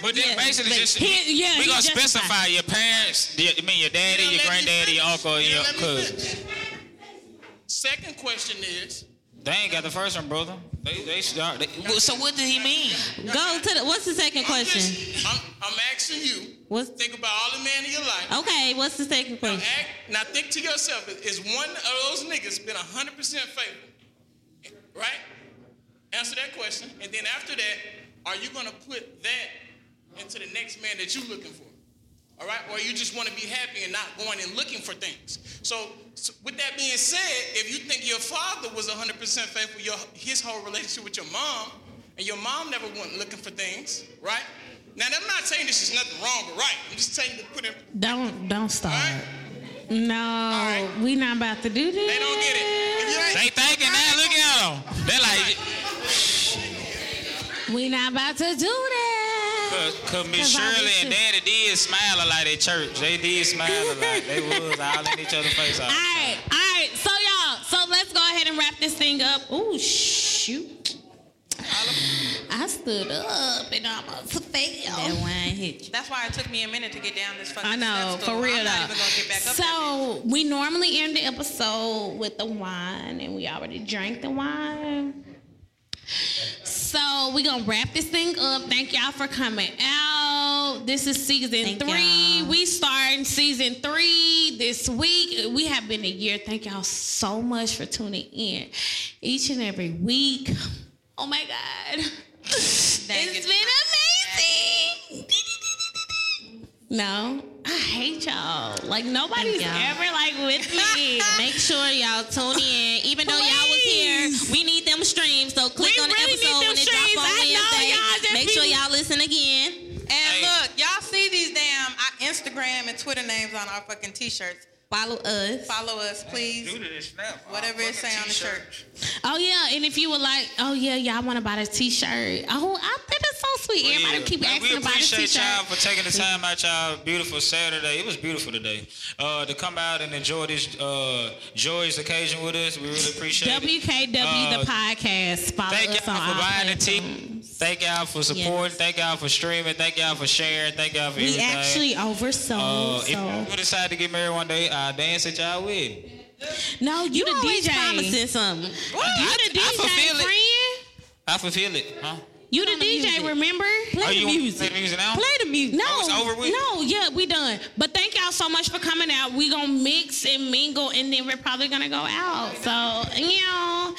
D: But then
E: Yeah,
D: basically
E: but
D: just
E: he- yeah,
D: we
E: he
D: gonna
E: justified.
D: specify your parents, your, I mean your daddy, your granddaddy, your uncle, and your cousin.
J: Second question is
D: They ain't got the first one, brother. They they start. They, well, so what did he mean?
E: go to the. What's the second question?
J: I'm, I'm asking you.
E: What's-
J: think about all the men in your life.
E: Okay, what's the second question?
J: Act, now think to yourself: Is is one of those niggas been hundred percent faithful? Right? answer that question, and then after that, are you gonna put that into the next man that you're looking for? All right, or you just want to be happy and not going and looking for things. So, so with that being said, if you think your father was 100% faithful, your his whole relationship with your mom, and your mom never went looking for things, right? Now, I'm not saying this is nothing wrong or right. I'm just saying to put it
A: Don't don't start. No, we not about to do this. They don't get it.
D: They thinking that. Look at them. They like
A: We not about to do that.
D: uh, Cause Miss
A: Cause I
D: Shirley
A: was
D: and
A: too-
D: Daddy did smile a lot at church. They did smile a lot. They was all in each other's face. All
A: All right, all right. So y'all, so let's go ahead and wrap this thing up. Ooh, shoot. I stood up and almost failed. That one hit
B: That's why it took me a minute to get down this fucking
A: I know,
B: steps, though.
A: for real
B: I'm not even gonna get
A: though.
B: back up
A: So we normally end the episode with the wine, and we already drank the wine. So we gonna wrap this thing up. Thank y'all for coming out. This is season 3 We starting season three this week. We have been a year. Thank y'all so much for tuning in each and every week. Oh my God. it's been amazing. No, I hate y'all. Like nobody's
E: y'all.
A: ever like with me.
E: Make sure y'all tune in. Even though y'all was here, we need them streams. So click
A: We
E: on the
A: really need
E: episode
A: them
E: when it
A: streams.
E: drops on
A: I know
E: Wednesday.
A: y'all just
E: Make
A: be-
E: sure y'all listen again.
B: And look, y'all see these damn uh, Instagram and Twitter names on our fucking t-shirts.
E: Follow us.
B: Follow us, please. Whatever it say on the shirt.
A: Oh yeah, and if you would like, oh yeah, y'all want to buy a t-shirt. Oh, I think that's so sweet. Everybody
D: Yeah.
A: keep
D: Man,
A: asking
D: we
A: about a
D: appreciate y'all
A: t-shirt.
D: for taking the time out y'all beautiful Saturday. It was beautiful today. Uh, to come out and enjoy this uh, joyous occasion with us, we really appreciate it.
A: WKW
D: Uh,
A: the podcast. Follow
D: Thank
A: us on
D: y'all for
A: all
D: buying the tea. Thank y'all for supporting. Thank y'all for streaming. Thank y'all for sharing. Thank y'all for
A: We
D: everything.
A: actually oversold.
D: uh, if
A: so.
D: you decide to get married one day, I'll dance at y'all wedding.
A: No, you, the
E: always
A: DJ.
E: promising something.
A: You the
D: I
A: DJ
D: fulfill it.
A: friend.
D: I fulfill it, huh?
A: You the DJ, remember?
D: Play Oh, the you want me to music. play the music now?
A: Play the music. No,
D: Oh, it's over with?
A: no, yeah, we done. But thank y'all so much for coming out. We gonna mix and mingle, and then we're probably gonna go out. So you know,